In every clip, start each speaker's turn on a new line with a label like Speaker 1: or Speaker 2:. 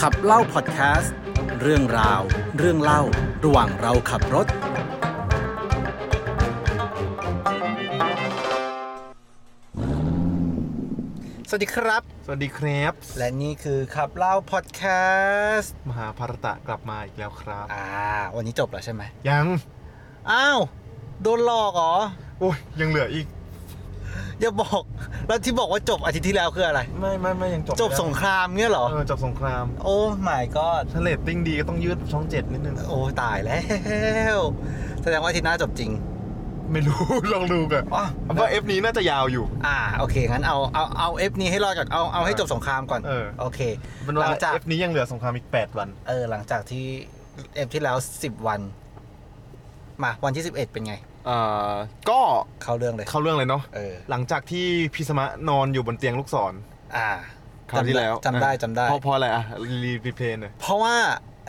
Speaker 1: ขับเล่าพอดแคสต์เรื่องราว เรื่องเล่าระหว่างเราขับรถ สวัสดีครับ
Speaker 2: สวัสดีครับ
Speaker 1: และนี่คือขับเล่าพอดแคสต์
Speaker 2: มหาภารตะกลับมาอีกแล้วครับ
Speaker 1: อ่า วันนี้จบแล้วใช่ไหม
Speaker 2: ยัง
Speaker 1: อ้าว โดนหลอกเหรอ
Speaker 2: โอ้ยยังเหลืออีก
Speaker 1: อย่าบอก แล้วที่บอกว่าจบอาทิตย์ที่แล้วคืออะไร
Speaker 2: ไม่ไม่ไม่ยังจบ
Speaker 1: จบสงครามเงี้ยเหรอ
Speaker 2: เออจบสงคราม
Speaker 1: โอ้ my god
Speaker 2: ถ้าเลตติ้งดีก็ต้องยืดช่องเจ็ดนิดนึง
Speaker 1: โอ้ตายแล้ว แสดงว่าอาทิตย์หน้าจบจริง
Speaker 2: ไม่รู้ ลองดูกัน
Speaker 1: อ๋อ
Speaker 2: เพราะเอฟนี้น่าจะยาวอยู่
Speaker 1: อ่าโอเค งั้นเอาเอาเอาเอฟนี้ให้รอดก่อน เอาเอาให้จบสงครามก่อน
Speaker 2: เออ
Speaker 1: โอเค
Speaker 2: เป็น
Speaker 1: ห
Speaker 2: ว่า
Speaker 1: ลังจาก
Speaker 2: เอฟนี้ยังเหลือสงครามอีก 8 วัน
Speaker 1: เออหลังจากที่เอฟที่แล้วสิบวัน มาวันที่สิบเอ็ดเป็นไง
Speaker 2: อ่า ก็
Speaker 1: เข้าเรื่องเลย
Speaker 2: เข้าเรื่องเลยเนาะ
Speaker 1: เออ
Speaker 2: หลังจากที่พิสมะนอนอยู่บนเตียงลูกศร
Speaker 1: อ่า
Speaker 2: คราวที่แล้ว
Speaker 1: จำได้
Speaker 2: เออ
Speaker 1: จำได้
Speaker 2: เพ
Speaker 1: จำ
Speaker 2: ราะ
Speaker 1: ได้
Speaker 2: เพราะอะไรอะรีรีเพลย์เลย
Speaker 1: เพราะว่า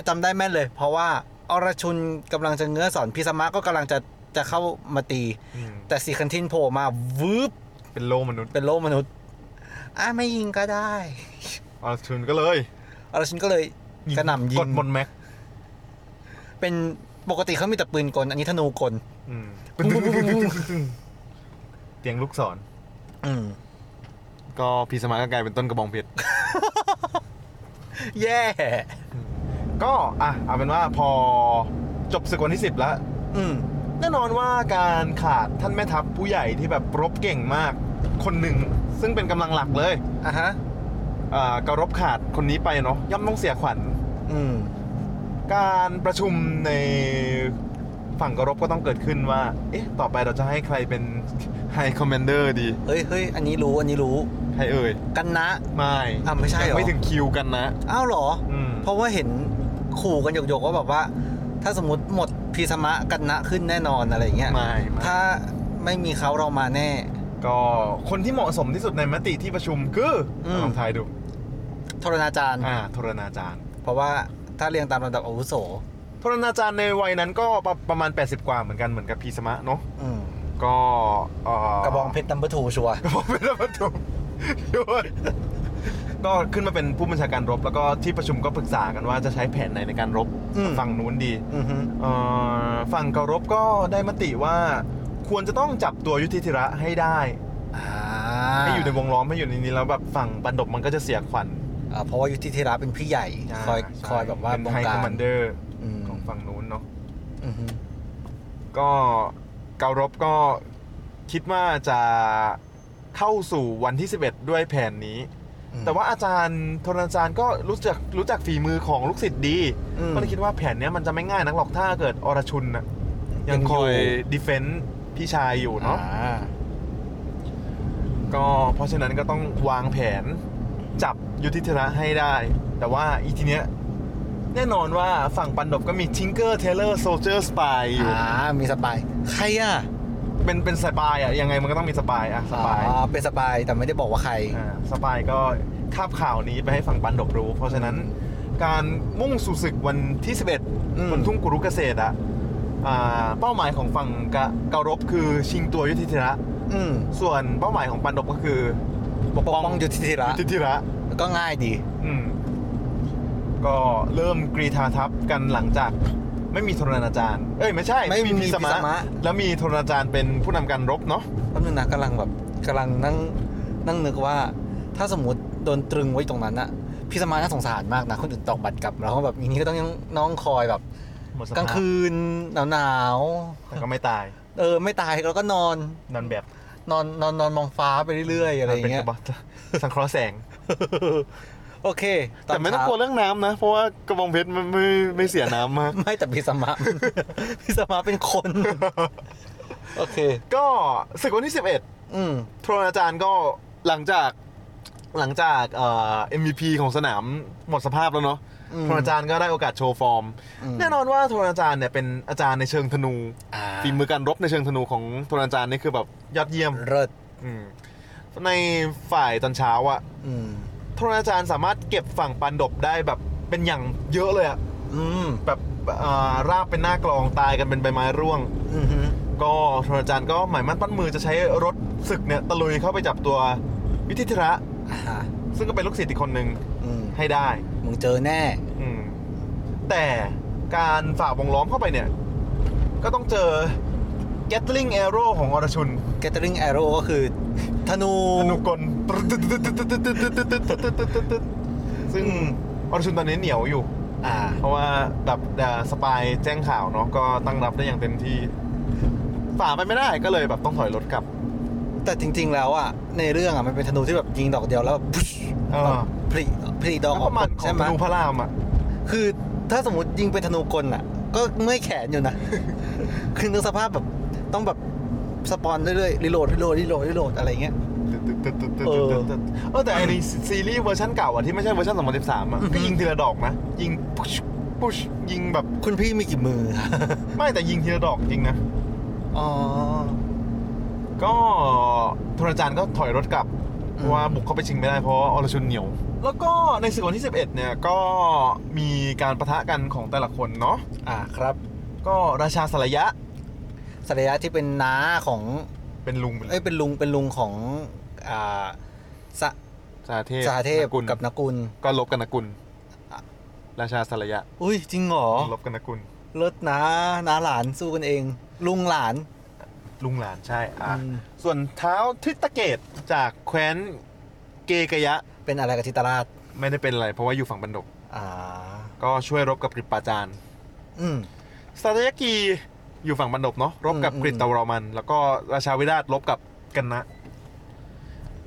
Speaker 1: จำได้แม่นเลย เพราะว่าอรชุนกำลังจะเงื้อสอนพิสมะก็กำลังจะจะเข้ามาตี
Speaker 2: อืม
Speaker 1: แต่สีคันทินโผล่มาวืบ
Speaker 2: เป็นโลกมนุษย์
Speaker 1: เป็นโลกมนุษย์อ่ะไม่ยิงก็ได้
Speaker 2: ออชุนก็เลย
Speaker 1: อรชุนก็เลย กระหน่ำยิง
Speaker 2: กดบนแม็ก
Speaker 1: เป็นปกติเขามีแต่ปืนกล อันนี้ธนูกล
Speaker 2: อืม
Speaker 1: ปุ้งปุ้งปุ้งปุ้ง
Speaker 2: เตียงลูกศร
Speaker 1: อืม
Speaker 2: ก็พีสมาก็กลายเป็นต้นกระบองเพชร
Speaker 1: แย่
Speaker 2: ก็อ่ะเอาเป็นว่าพอจบศึกวันที่ 10 แล้ว
Speaker 1: อืม
Speaker 2: แน่นอนว่าการขาดท่านแม่ทัพผู้ใหญ่ที่แบบรบเก่งมากคนหนึ่ง ซึ่งเป็นกำลังหลักเลย
Speaker 1: อ่ะฮะ
Speaker 2: อ่าการรบขาดคนนี้ไปเนาะย่อมต้องเสียขวัญ
Speaker 1: อืม
Speaker 2: การประชุมในฝั่งการรบก็ต้องเกิดขึ้นว่า เอ๊ะ ต่อไปเราจะให้ใครเป็นไฮคอม m มนเดอร์ดี
Speaker 1: เฮ้ยเฮ้ยอันนี้รู้ อันนี้รู้
Speaker 2: ใครเอ่ย
Speaker 1: กันนะ
Speaker 2: ไม่
Speaker 1: อ่ะไม่ใช่เหรอ
Speaker 2: ยังไม่ถึงคิวกันนะ
Speaker 1: อ้าวเหรอ
Speaker 2: อืม
Speaker 1: เพราะว่าเห็นขู่กันหยกๆว่าแบบว่า ถ้าสมมติหมดพีสมะกันนะขึ้นแน่นอนอะไรอย่างเงี้ย
Speaker 2: ไม่ไม่
Speaker 1: ถ้าไม่มีเขาเรามาแน่
Speaker 2: ก็คนที่เหมาะสมที่สุดในมติที่ประชุมคืออ
Speaker 1: ม
Speaker 2: ลองทายดู
Speaker 1: ทรณาจารย์
Speaker 2: อ่าโทรณาจารย์
Speaker 1: เพราะว่าถ้าเรียงตามลำดับอาวุโส
Speaker 2: โทรณาจารย์ในวัยนั้นก็ประประมาณ 80 กว่าเหมือนกันเหมือนกับพีสมะเนาะ
Speaker 1: อืม
Speaker 2: ก็เอ่
Speaker 1: กระบองเพชรนัมเบอร์ทูชัวร์
Speaker 2: กระบองเพชรและประตูโยน ก็ขึ้นมาเป็นผู้บัญชาการรบ แล้วก็ที่ประชุมก็ปรึกษากันว่าจะใช้แผนไหนในการรบ
Speaker 1: อืม
Speaker 2: ฝั่งนู้นดี
Speaker 1: อือฮึ
Speaker 2: เอ่อฝั่งการรบก็ได้มติว่า ควรจะต้องจับตัวยุทธิธิระให้ได้
Speaker 1: อ่า
Speaker 2: ให้อยู่ในวงล้อมให้อยู่ในนี้แล้วแบบฝั่งบันดบมันก็จะเสียขวัญ
Speaker 1: อ่าเพราะว่ายุทธิธิราเป็นพี่ใหญ่ คอยค
Speaker 2: ใช่
Speaker 1: อยแบบว่า
Speaker 2: เป็น
Speaker 1: บง
Speaker 2: ไฮ
Speaker 1: กา
Speaker 2: คอม
Speaker 1: ร
Speaker 2: มานเดอร์
Speaker 1: อืม
Speaker 2: ของฝั่งนู้นเนาะ
Speaker 1: อือฮึ
Speaker 2: ก็เการบก็คิดว่าจะเข้าสู่วันที่ 11 ด้วยแผนนี้
Speaker 1: อืม
Speaker 2: แต่ว่าอาจารย์โทรณอาจารย์ก็รู้จักรู้จักฝีมือของลูกศิษย์ดี
Speaker 1: อืม
Speaker 2: ก็เลยคิดว่าแผนเนี้ยมันจะไม่ง่ายนักหรอกถ้าเกิดอรชุนนะยังคอย
Speaker 1: ยังอยู่
Speaker 2: ดีเฟนต์พี่ชายอยู่เนาะ
Speaker 1: อ่า
Speaker 2: ก็เพราะฉะนั้นก็ต้องวางแผนจับยุทธิธระให้ได้ แต่ว่าอีทีเนี้ยแน่นอนว่าฝั่งปันดบก็มีชิงเกอร์เทเลอร์โซเจอร์สปายอยู่
Speaker 1: อ่ามีสปาย ใครอ่ะ
Speaker 2: เป็นเป็นสปายอะยังไงมันก็ต้องมีสปายอะสปาย
Speaker 1: อ๋อเป็นสปายแต่ไม่ได้บอกว่าใคร
Speaker 2: อ่าสปายก็คาบข่าวนี้ไปให้ฝั่งปันดบรู้ เพราะฉะนั้นการมุ่งสู่ศึกวันที่
Speaker 1: อืม
Speaker 2: 11บนทุ่งกุรุเกษตรอะอ่าเป้าหมายของฝั่งกะเการบคือชิงตัวยุทธิธิระ
Speaker 1: อืม
Speaker 2: ส่วนเป้าหมายของปันดบก็คือปก
Speaker 1: ปก
Speaker 2: ป้อง
Speaker 1: ป้องยุทธิธิระ
Speaker 2: ยุทธิธิระ
Speaker 1: ก็ง่ายดี
Speaker 2: อืมก็เริ่มกรีธาทัพกันหลังจาก ไม่มีโทรณาจารย์ เอ้ยไม่ใช่
Speaker 1: ไม่มี
Speaker 2: พิ
Speaker 1: พิสมะ
Speaker 2: แล้วมีโทรณาจารย์เป็นผู้นำการรบเนาะ
Speaker 1: แป๊บนึงนะกำลังแบบกำลังนั่งนั่งนึกว่า ถ้าสมมติโดนตรึงไว้ตรงนั้นอะพี่สมานน่าสงสารมากนะคนอื่นตอกบัตรกลับแล้วก็แบบอย่างนี้ก็ต้องยังน้องคอยแบบ
Speaker 2: หมดสภพ
Speaker 1: กลางคืนหนาว
Speaker 2: แต่ก็ไม่ตาย
Speaker 1: ๆเออไม่ตายแล้วก็นอน
Speaker 2: นอนแบบ
Speaker 1: นอนนอนนอนมองฟ้าไปเรื่อยๆอะไรอย่างเงี้ย
Speaker 2: ป็นกบฏสังเคราะห์แสง
Speaker 1: โอเค
Speaker 2: แต่ไม่ต้อง
Speaker 1: เช้า
Speaker 2: กลัวเรื่องน้ำนะ เพราะว่ากระบองเพชรมันไม่ไม่เสียน้ำมาก
Speaker 1: ไม่แต่พิสมะ พิสมะเป็นคน โอเค
Speaker 2: ก็ศึกวันที่
Speaker 1: อืม
Speaker 2: 11โทรณอาจารย์ก็หลังจากหลังจากเอ่อ MVP ของสนามหมดสภาพแล้วเนาะ
Speaker 1: อืม
Speaker 2: โทรณอาจารย์ก็ได้โอกาสโชว์ฟอร์ม แน่นอนว่าโทรณอาจารย์เนี่ยเป็นอาจารย์ในเชิงธนู
Speaker 1: อ่า
Speaker 2: ฝีมือการรบในเชิงธนูของโทรณอาจารย์นี่คือแบบยอดเยี่ยม
Speaker 1: เลิศ
Speaker 2: อืมในฝ่ายตอนเช้าอะ
Speaker 1: อืม
Speaker 2: โทรณอาจารย์สามารถเก็บฝั่งปันดบได้แบบเป็นอย่างเยอะเลยอะ
Speaker 1: อืม
Speaker 2: แบบเอ่อราบเป็นหน้ากลองตายกันเป็นใบไม้ร่วง
Speaker 1: อือหือ
Speaker 2: ก็โทรณอาจารย์ก็หมายมั่นปั้นมือจะใช้รถศึกเนี่ยตะลุยเข้าไปจับตัววิทิธระ
Speaker 1: อ่า
Speaker 2: ซึ่งก็เป็นลูกศิษย์อีกคนหนึ่ง
Speaker 1: อืม
Speaker 2: ให้ได้
Speaker 1: มึงเจอแน่
Speaker 2: อืมแต่การฝ่าวงล้อมเข้าไปเนี่ย ก็ต้องเจอ Gatling Arrow ของอรชุน
Speaker 1: Gathering Arrow ก็คือ ธนู
Speaker 2: ธนุกลซึ่งอรชุนตอนนี้เหนียวอยู่
Speaker 1: อ่า
Speaker 2: เพราะว่าแบบเอ่อสปายแจ้งข่าวเนาะก็ตั้งรับได้อย่างเต็มที่ ฝ่าไปไม่ได้ก็เลยแบบต้องถอยรถกลับ
Speaker 1: แต่จริง ๆ แล้วอ่ะ ในเรื่องอ่ะ มันเป็นธนูที่แบบยิงดอกเดียวแล้วแบบ พุช
Speaker 2: เออ
Speaker 1: แบบพลิพลิดอก
Speaker 2: ก็
Speaker 1: ออก
Speaker 2: ประ
Speaker 1: หม
Speaker 2: มาณ
Speaker 1: ด
Speaker 2: ของ
Speaker 1: ใช่ไหม
Speaker 2: ธนูพระรามอ่ะ
Speaker 1: คือถ้าสมมติยิงเป็นธนูกลอ่ะ ก็เมื่อยแขนอยู่นะ คือนึกสภาพแบบต้องแบบสปอนเรื่อยๆรีโหลดรีโหลดรีโหลดรีโหลดอะไรเงี้ย
Speaker 2: เออเออแต่ไอ้ในซีรีส์เวอร์ชันเก่าอะที่ไม่ใช่เวอร์ชัน2013อะ
Speaker 1: อือฮึ
Speaker 2: ก็ยิงทีละดอกนะ ยิงปุ๊ชปุ๊ชยิงแบบ
Speaker 1: คุณพี่มีกี่มือ
Speaker 2: ไม่แต่ยิงทีละดอกจริงนะ
Speaker 1: อ๋อ
Speaker 2: ก็ธนจารย์ก็ถอยรถกลับ
Speaker 1: อืม
Speaker 2: เพราะว่าบุกเข้าไปชิงไม่ได้เพราะอรชุนเหนียว แล้วก็ในศึกวันที่ 11 เนี่ยก็มีการประทะกันของแต่ละคนเนาะ
Speaker 1: อ่าครับ
Speaker 2: ก็ราชาสลายะ
Speaker 1: สระยะที่เป็นน้าของ
Speaker 2: เป็นลุงไปเล
Speaker 1: เอ้
Speaker 2: ย
Speaker 1: ยเป็นลุงเป็นลุงของอ่าสะ
Speaker 2: สาเทพ
Speaker 1: สหเทพ
Speaker 2: กุล
Speaker 1: กับนกุล
Speaker 2: ก็ลบกันนกุล
Speaker 1: อ่ะ
Speaker 2: ราชาสลายะ
Speaker 1: อุ้ยจริงเหรอ
Speaker 2: ลบกันนกุล
Speaker 1: เลิศนะนาหลานสู้กันเอง ลุงหลาน
Speaker 2: ลุงหลานใช่อ่ะ
Speaker 1: อืม
Speaker 2: ส่วนเท้าทิตะเกตจากแคว้นเกกยะ
Speaker 1: เป็นอะไรกับทิตราช
Speaker 2: ไม่ได้เป็นอะไร เพราะว่าอยู่ฝั่งบันดก
Speaker 1: อ่า
Speaker 2: ก็ช่วยรบกับกริปปาจารย์
Speaker 1: อืม
Speaker 2: สตยกีอยู่ฝั่งบันดกเนาะรบกับ
Speaker 1: อืม
Speaker 2: กริตตวรมัน แล้วก็ราชาวิราชรบกับกันนะ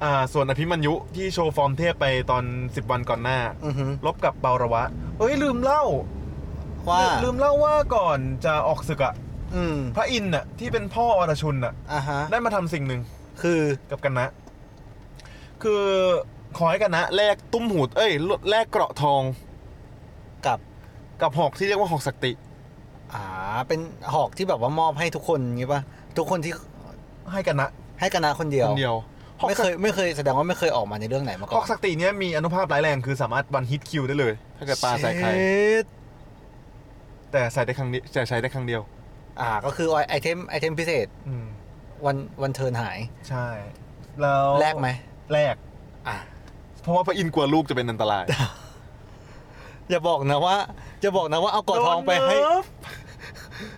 Speaker 2: อ่าส่วนอภิมัญยุที่โชว์ฟอร์มเทพไปตอน 10 วันก่อนหน้า
Speaker 1: อือหือ
Speaker 2: รบกับเปาระวะ เอ้ยลืมเล่า
Speaker 1: ว่า
Speaker 2: ลืมลืมเล่าว่าก่อนจะออกศึกอะ
Speaker 1: อืม
Speaker 2: พระอินทร์อะที่เป็นพ่ออรชุนอะ
Speaker 1: อ่าฮะ
Speaker 2: ได้มาทำสิ่งหนึ่ง
Speaker 1: คือ
Speaker 2: กับกันนะ คือขอให้กันนะแลกตุ้มหูด เอ้ยแลกเกราะทอง
Speaker 1: กับ
Speaker 2: กับหอกที่เรียกว่าหอกศักติ
Speaker 1: อ่า เป็นหอกที่แบบว่ามอบให้ทุกคนงี้ป่ะทุกคนที่
Speaker 2: ให้กันนะ
Speaker 1: ให้กันนาคนเดี
Speaker 2: ค
Speaker 1: ยวน
Speaker 2: เดียวหอก
Speaker 1: ไม่เคยไม่เคยแสดงว่าไม่เคยออกมาในเรื่องไหนมา
Speaker 2: ห
Speaker 1: ก่อ
Speaker 2: อก
Speaker 1: น
Speaker 2: ศักติเนี้ยมีอนุภาพร้ายแรงคือสามารถวันฮิตคิวได้เลย ถ้าเกิดปาใส่ใคร
Speaker 1: เช็ด
Speaker 2: แต่ใส่ได้ครั้งนี้แต่ใช้ได้ครั้งเดียว
Speaker 1: อ่า ก็คือไอเทมไอเทมพิเศษ
Speaker 2: อืม
Speaker 1: วันวันเทิร์นหาย
Speaker 2: ใช่ แล้ว
Speaker 1: แลกไหม
Speaker 2: แลก
Speaker 1: อ่า
Speaker 2: เพราะว่าพระอินทร์กลัวลูกจะเป็นอันตราย
Speaker 1: อย่าบอกนะว่าอย่าบอกนะว่าเอากอดทองไปให้
Speaker 2: โดนเนิร์ฟ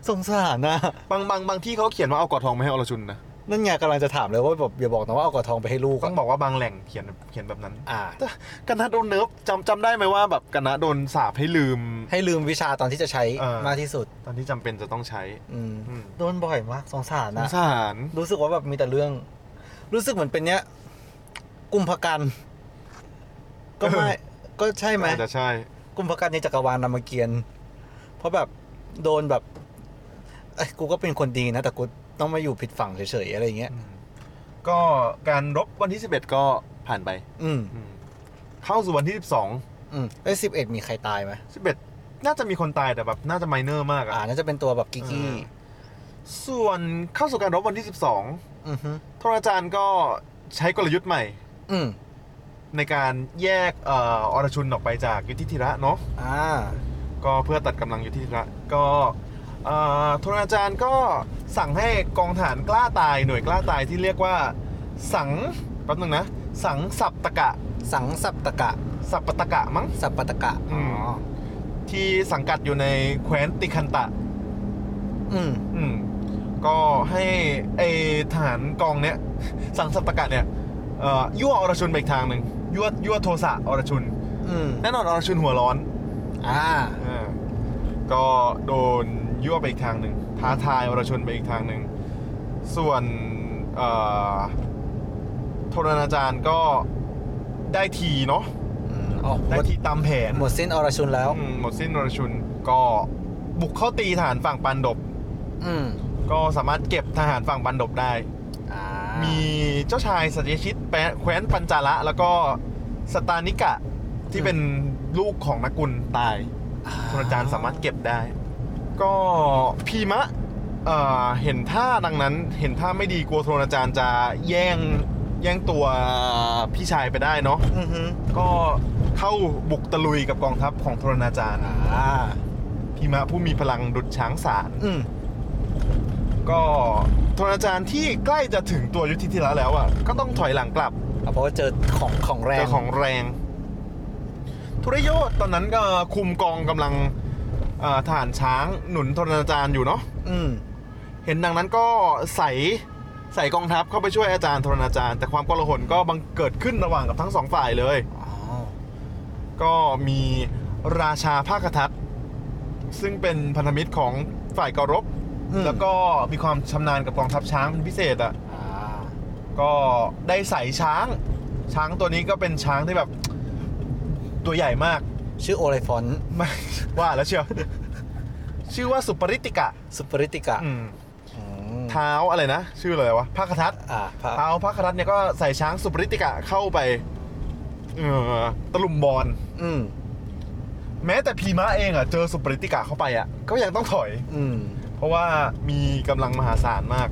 Speaker 1: สงสารนะ
Speaker 2: บางบางบางที่เขาเขียนว่าเอากอดทองไปให้อรชุนนะ
Speaker 1: นั่นไงกำลังจะถามเลยว่าแบบอย่าบอกนะว่าเอากอดทองไปให้ลูก
Speaker 2: ต้
Speaker 1: อะ
Speaker 2: องบอกว่าบางแหล่งเขียนเขียนแบบนั้น
Speaker 1: อ่า
Speaker 2: แต่กันนะโดนเนิร์ฟจำจำได้ไหมว่าแบบกันนะโดนสาปให้ลืม
Speaker 1: ให้ลืมวิชาตอนที่จะใช้
Speaker 2: เออ
Speaker 1: มากที่สุด
Speaker 2: ตอนที่จำเป็นจะต้องใช้
Speaker 1: อืม
Speaker 2: อืม
Speaker 1: โดนบ่อยมากสงสาร
Speaker 2: สง
Speaker 1: นะ
Speaker 2: สาร
Speaker 1: รู้สึกว่าแบบมีแต่เรื่อง รู้สึกเหมือนเป็นเนี้ยกุมภกัน ก็ไม่ก็ใช่ไหม
Speaker 2: อาจจะใช่
Speaker 1: กุมภกันในจักรวาลนามเกียรติ์เพราะแบบโดนแบบเอ้ยกูก็เป็นคนดีนะแต่กูต้องมาอยู่ผิดฝั่งเฉยๆอะไรอย่างเงี้ย
Speaker 2: ก็การรบวันที่ 11 ก็ผ่านไป
Speaker 1: อืม
Speaker 2: เข้าสู่วันที่ 12
Speaker 1: อืมแล้วสิบเอ็ดมีใครตายไหม
Speaker 2: 11 น่าจะมีคนตายแต่แบบน่าจะไมเนอร์มาก
Speaker 1: อ่า
Speaker 2: อะ
Speaker 1: น่าจะเป็นตัวแบบกิกกี้
Speaker 2: อ่า ส่วนเข้าสู่การรบวันที่ 12
Speaker 1: อือฮึ
Speaker 2: ทรจารย์ก็ใช้กลยุทธ์ใหม่
Speaker 1: อืม
Speaker 2: ในการแยกเอ่ออรชุนออกไปจากยุทธิธิระเนาะ
Speaker 1: อ่า
Speaker 2: ก็เพื่อตัดกำลังยุทธิธิระ ก็เอ่อทรจารย์ก็สั่งให้กองฐานกล้าตายหน่วยกล้าตายที่เรียกว่า สังแป๊บนึงนะ สังสับตะกะ
Speaker 1: สังสัปตะกะ
Speaker 2: สัปปะตะกะมั้ง
Speaker 1: สัปตะกะ
Speaker 2: อืม ที่สังกัดอยู่ในแคว้นติคันตะ
Speaker 1: อืม
Speaker 2: อืม ก็ให้ไอทหารกองเนี้ย สังสัปตะกะเนี่ยเอ่อยั่วอรชุนไปอีกทางหนึ่งยั่วยั่วโทสะอรชุน
Speaker 1: อืม
Speaker 2: แน่นอนอรชุนหัวร้อน
Speaker 1: อ่า
Speaker 2: อ่าก็โดนยั่วไปอีกทางหนึ่งท้าทายอรชุนไปอีกทางหนึ่งส่วนเอ่อโทรณาจารย์ก็ได้ทีเนาะ
Speaker 1: อืมออกหม
Speaker 2: ได้
Speaker 1: ด
Speaker 2: ทีตามแผน
Speaker 1: หมดสิ้นอรชุนแล้ว
Speaker 2: อืมหมดสิ้นนรชุนก็บุกเข้าตีทหารฝั่งปันดบ
Speaker 1: อืม
Speaker 2: ก็สามารถเก็บทหารฝั่งปันดบได้
Speaker 1: อ่า
Speaker 2: มีเจ้าชายสัตยชิตแปะแคว้นปัญจาระแล้วก็สตานิกะที่เป็นลูกของนกุลตายทรจารย์สามารถเก็บได้ ก็พีมะเอ่อเห็นท่าดังนั้น เห็นท่าไม่ดีกลัวทรจารย์จะแย่งแย่งตัวพี่ชายไปได้เนาะ
Speaker 1: อือฮึ
Speaker 2: ก็เข้าบุกตะลุยกับกองทัพของทรณาจารย์
Speaker 1: อ่า
Speaker 2: พิมะผู้มีพลังดุดช้างสาร
Speaker 1: อืม
Speaker 2: ก็ ทรณาจารย์ที่ใกล้จะถึงตัวยุทธิธิระแล้วอ่ะก็ต้องถอยหลังกลับ
Speaker 1: เอาเพราะว่าเจอของของแรง
Speaker 2: เจ้าของแรง ธุรโยธตอนนั้นก็คุมกองกำลังเอ่อทหารช้างหนุนทรณาจารย์อยู่เนาะ
Speaker 1: อืม
Speaker 2: เห็นดังนั้นก็ใส่ใส่กองทัพเข้าไปช่วยอาจารย์ทรณาจารย์ แต่ความกลาหนก็บังเกิดขึ้นระหว่างกับทั้งสองฝ่ายเลย
Speaker 1: อ๋อ
Speaker 2: ก็มีราชาภาคทัตซึ่งเป็นพันธมิตรของฝ่ายกรบ
Speaker 1: อืม
Speaker 2: แล้วก็มีความชำนาญกับกองทัพช้างเป็นพิเศษอ่ะ
Speaker 1: อ่า
Speaker 2: ก็ได้ใส่ช้าง ช้างตัวนี้ก็เป็นช้างที่แบบ ตัวใหญ่มาก
Speaker 1: ชื่อโอไรฟอน
Speaker 2: ไม่ ว่าแล้วเชียว ชื่อว่าสุปริติกะ
Speaker 1: สุปริติกะ
Speaker 2: อืม
Speaker 1: อืม
Speaker 2: เท้าอะไรนะ ชื่ออะไรวะพระคทัต
Speaker 1: อ่าพระ
Speaker 2: เท้าพระคทัตเนี่ยก็ใส่ช้างสุปริติกะเข้าไปเอ่อตะลุมบอล
Speaker 1: อืม
Speaker 2: แม้แต่พีมะเองอ่ะเจอสุปริติกะเข้าไปอ่ะ ก็ยังต้องถอย
Speaker 1: อืม
Speaker 2: เพราะว่ามีกำลังมหาศาลมาก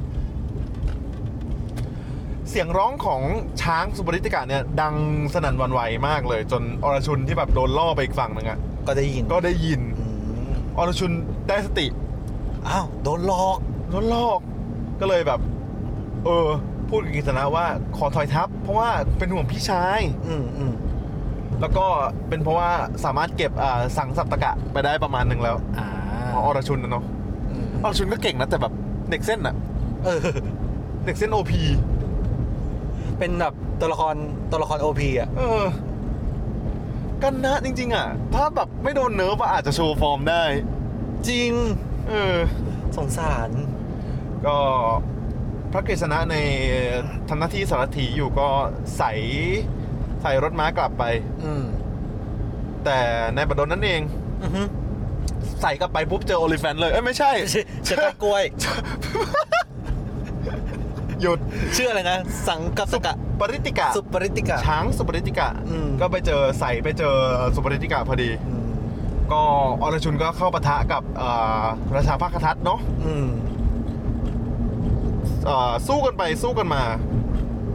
Speaker 2: เสียงร้องของช้างสุปริติกะเนี่ย ดังสนั่นหวันไหวมากเลย จนอรชุนที่แบบโดนล่อไปอีกฝั่งหนึ่งอ่ะ
Speaker 1: ก็ได้ยิน
Speaker 2: ก็ได้ยิน
Speaker 1: อืม
Speaker 2: อรชุนได้สติ
Speaker 1: อ้าวโดนหลอก
Speaker 2: รถลอกก็เลยแบบ เออ พูดกับกิษณะว่าขอถอยทับ เพราะว่าเป็นห่วงพี่ชาย
Speaker 1: อืมอืม
Speaker 2: แล้วก็เป็นเพราะว่าสามารถเก็บอ่าสังสัปตะกะไปได้ประมาณหนึ่งแล้ว
Speaker 1: อ่า
Speaker 2: ของอรชุนนะเนาะ
Speaker 1: อืม
Speaker 2: อรชุนก็เก่งนะแต่แบบเด็กเส้นอะ
Speaker 1: เอ อ
Speaker 2: เด็กเส้นโอพี
Speaker 1: เป็นแบบตัวละครตัวละครโอพีอ่ะ
Speaker 2: เออ กันนะจริง ๆอะถ้าแบบไม่โดนเนิร์ฟอะอาจจะโชว์ฟอร์มได้
Speaker 1: จริง
Speaker 2: เออ
Speaker 1: สงสาร
Speaker 2: ก็พระกฤษณะในทำหน้าที่สารถีอยู่ก็ใส่ใส่รถม้ากลับไป
Speaker 1: อืม
Speaker 2: แต่นายบดลนั่นเอง
Speaker 1: อือฮึ
Speaker 2: ใส่กลับไปปุ๊บเจอโอลิแฟนเลย เอ้ย ไม่ใช่
Speaker 1: ชื่อชื่อก ล้วย
Speaker 2: หยุด
Speaker 1: ชื่ออะไรนะ สังกัปสกะ
Speaker 2: ปริติกะ
Speaker 1: สุปริติกะ
Speaker 2: ช้างสุปริติกะ
Speaker 1: อืม
Speaker 2: ก็ไปเจอใส่ไปเจอสุปริติกะพอดี
Speaker 1: อืม
Speaker 2: ก็อรชุนก็เข้าปะทะกับเอ่อราชาภาคทัตเนาะ
Speaker 1: อืม
Speaker 2: เอ่อสู้กันไปสู้กันมา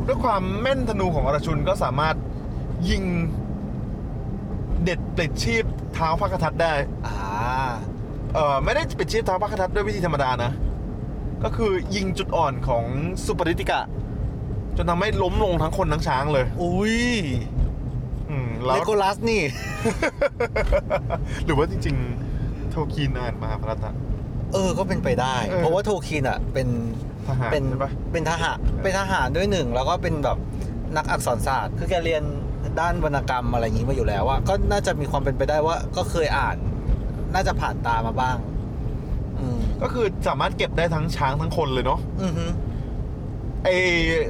Speaker 2: ด้วยความแม่นธนูของอรชุนก็สามารถยิงเด็ดปลิดชีพเท้าภาคทัตได้
Speaker 1: อ่า
Speaker 2: เอ่อไม่ได้ปิดชีพเท้าพระคทัตด้วยวิธีธรรมดานะ ก็คือยิงจุดอ่อนของสุปริติกะ จนทำให้ล้มลงทั้งคนทั้งช้างเลย
Speaker 1: อุ้ย
Speaker 2: อืมแล้
Speaker 1: เล
Speaker 2: ว
Speaker 1: โก ลัสนี่
Speaker 2: หรือว่าจริงๆ โทคีนอ่านมหาพระตะ
Speaker 1: เออ ก็เป็นไปได้
Speaker 2: เออ
Speaker 1: เพราะว่าโทคินอ่ะ เป็น
Speaker 2: ทหาร
Speaker 1: เป็น
Speaker 2: ใช่ปะ
Speaker 1: เป็นทหาร เป็นทหารด้วยหนึ่ง แล้วก็เป็นแบบนักอักษรศาสตร์ คือแกเรียนด้านวรรณกรรมอะไรอย่างนี้มาอยู่แล้วว่า ก็น่าจะมีความเป็นไปได้ว่า ก็เคยอ่าน น่าจะผ่านตามาบ้าง อืม
Speaker 2: ก็คือสามารถเก็บได้ทั้งช้างทั้งคนเลยเนาะ
Speaker 1: อือฮึ
Speaker 2: ไอ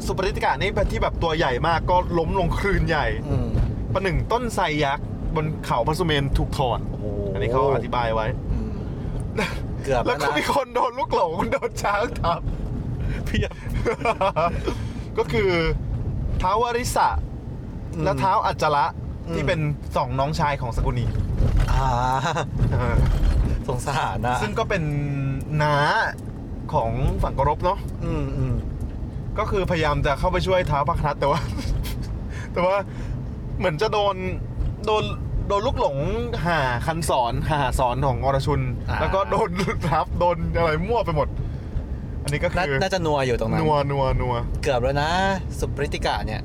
Speaker 2: สุปริติกะนี่เป็นที่แบบตัวใหญ่มากก็ล้มลงคลืนใหญ่
Speaker 1: อืม
Speaker 2: ประหนึ่งต้นไทรยักษ์บนเขาพระสุเมนถูกถอน
Speaker 1: โอ้โห
Speaker 2: อันนี้เขาอธิบายไว้
Speaker 1: อืมเกือบ
Speaker 2: แล้วก็
Speaker 1: นะ
Speaker 2: มีคนโดนลูกหลงโดนช้างทับ
Speaker 1: เพียบ
Speaker 2: ก็คือเท้าวริสะ
Speaker 1: อืม
Speaker 2: และเท้าวอัจจระ
Speaker 1: อืม
Speaker 2: ที่เป็นสองน้องชายของสกุณี
Speaker 1: อ่า สงสารนะ
Speaker 2: ซึ่งก็เป็นน้าของฝั่งกรบเนาะ
Speaker 1: อืมอืม
Speaker 2: ก็คือพยายามจะเข้าไปช่วยเท้าวพระครัตแต่ว่า แต่ว่าเหมือนจะโดนโดนโดนลูกหลงหาคันสอนหาสอนของอรชุน
Speaker 1: า
Speaker 2: แล้วก็โดน ทับโดนอะไรมั่วไปหมด อันนี้ก็
Speaker 1: นา
Speaker 2: คือ
Speaker 1: น่าจะนัวอยู่ตรงนั้น
Speaker 2: นัวนัวนัว
Speaker 1: เกือบแล้วนะ สุปริติกะเนี่ย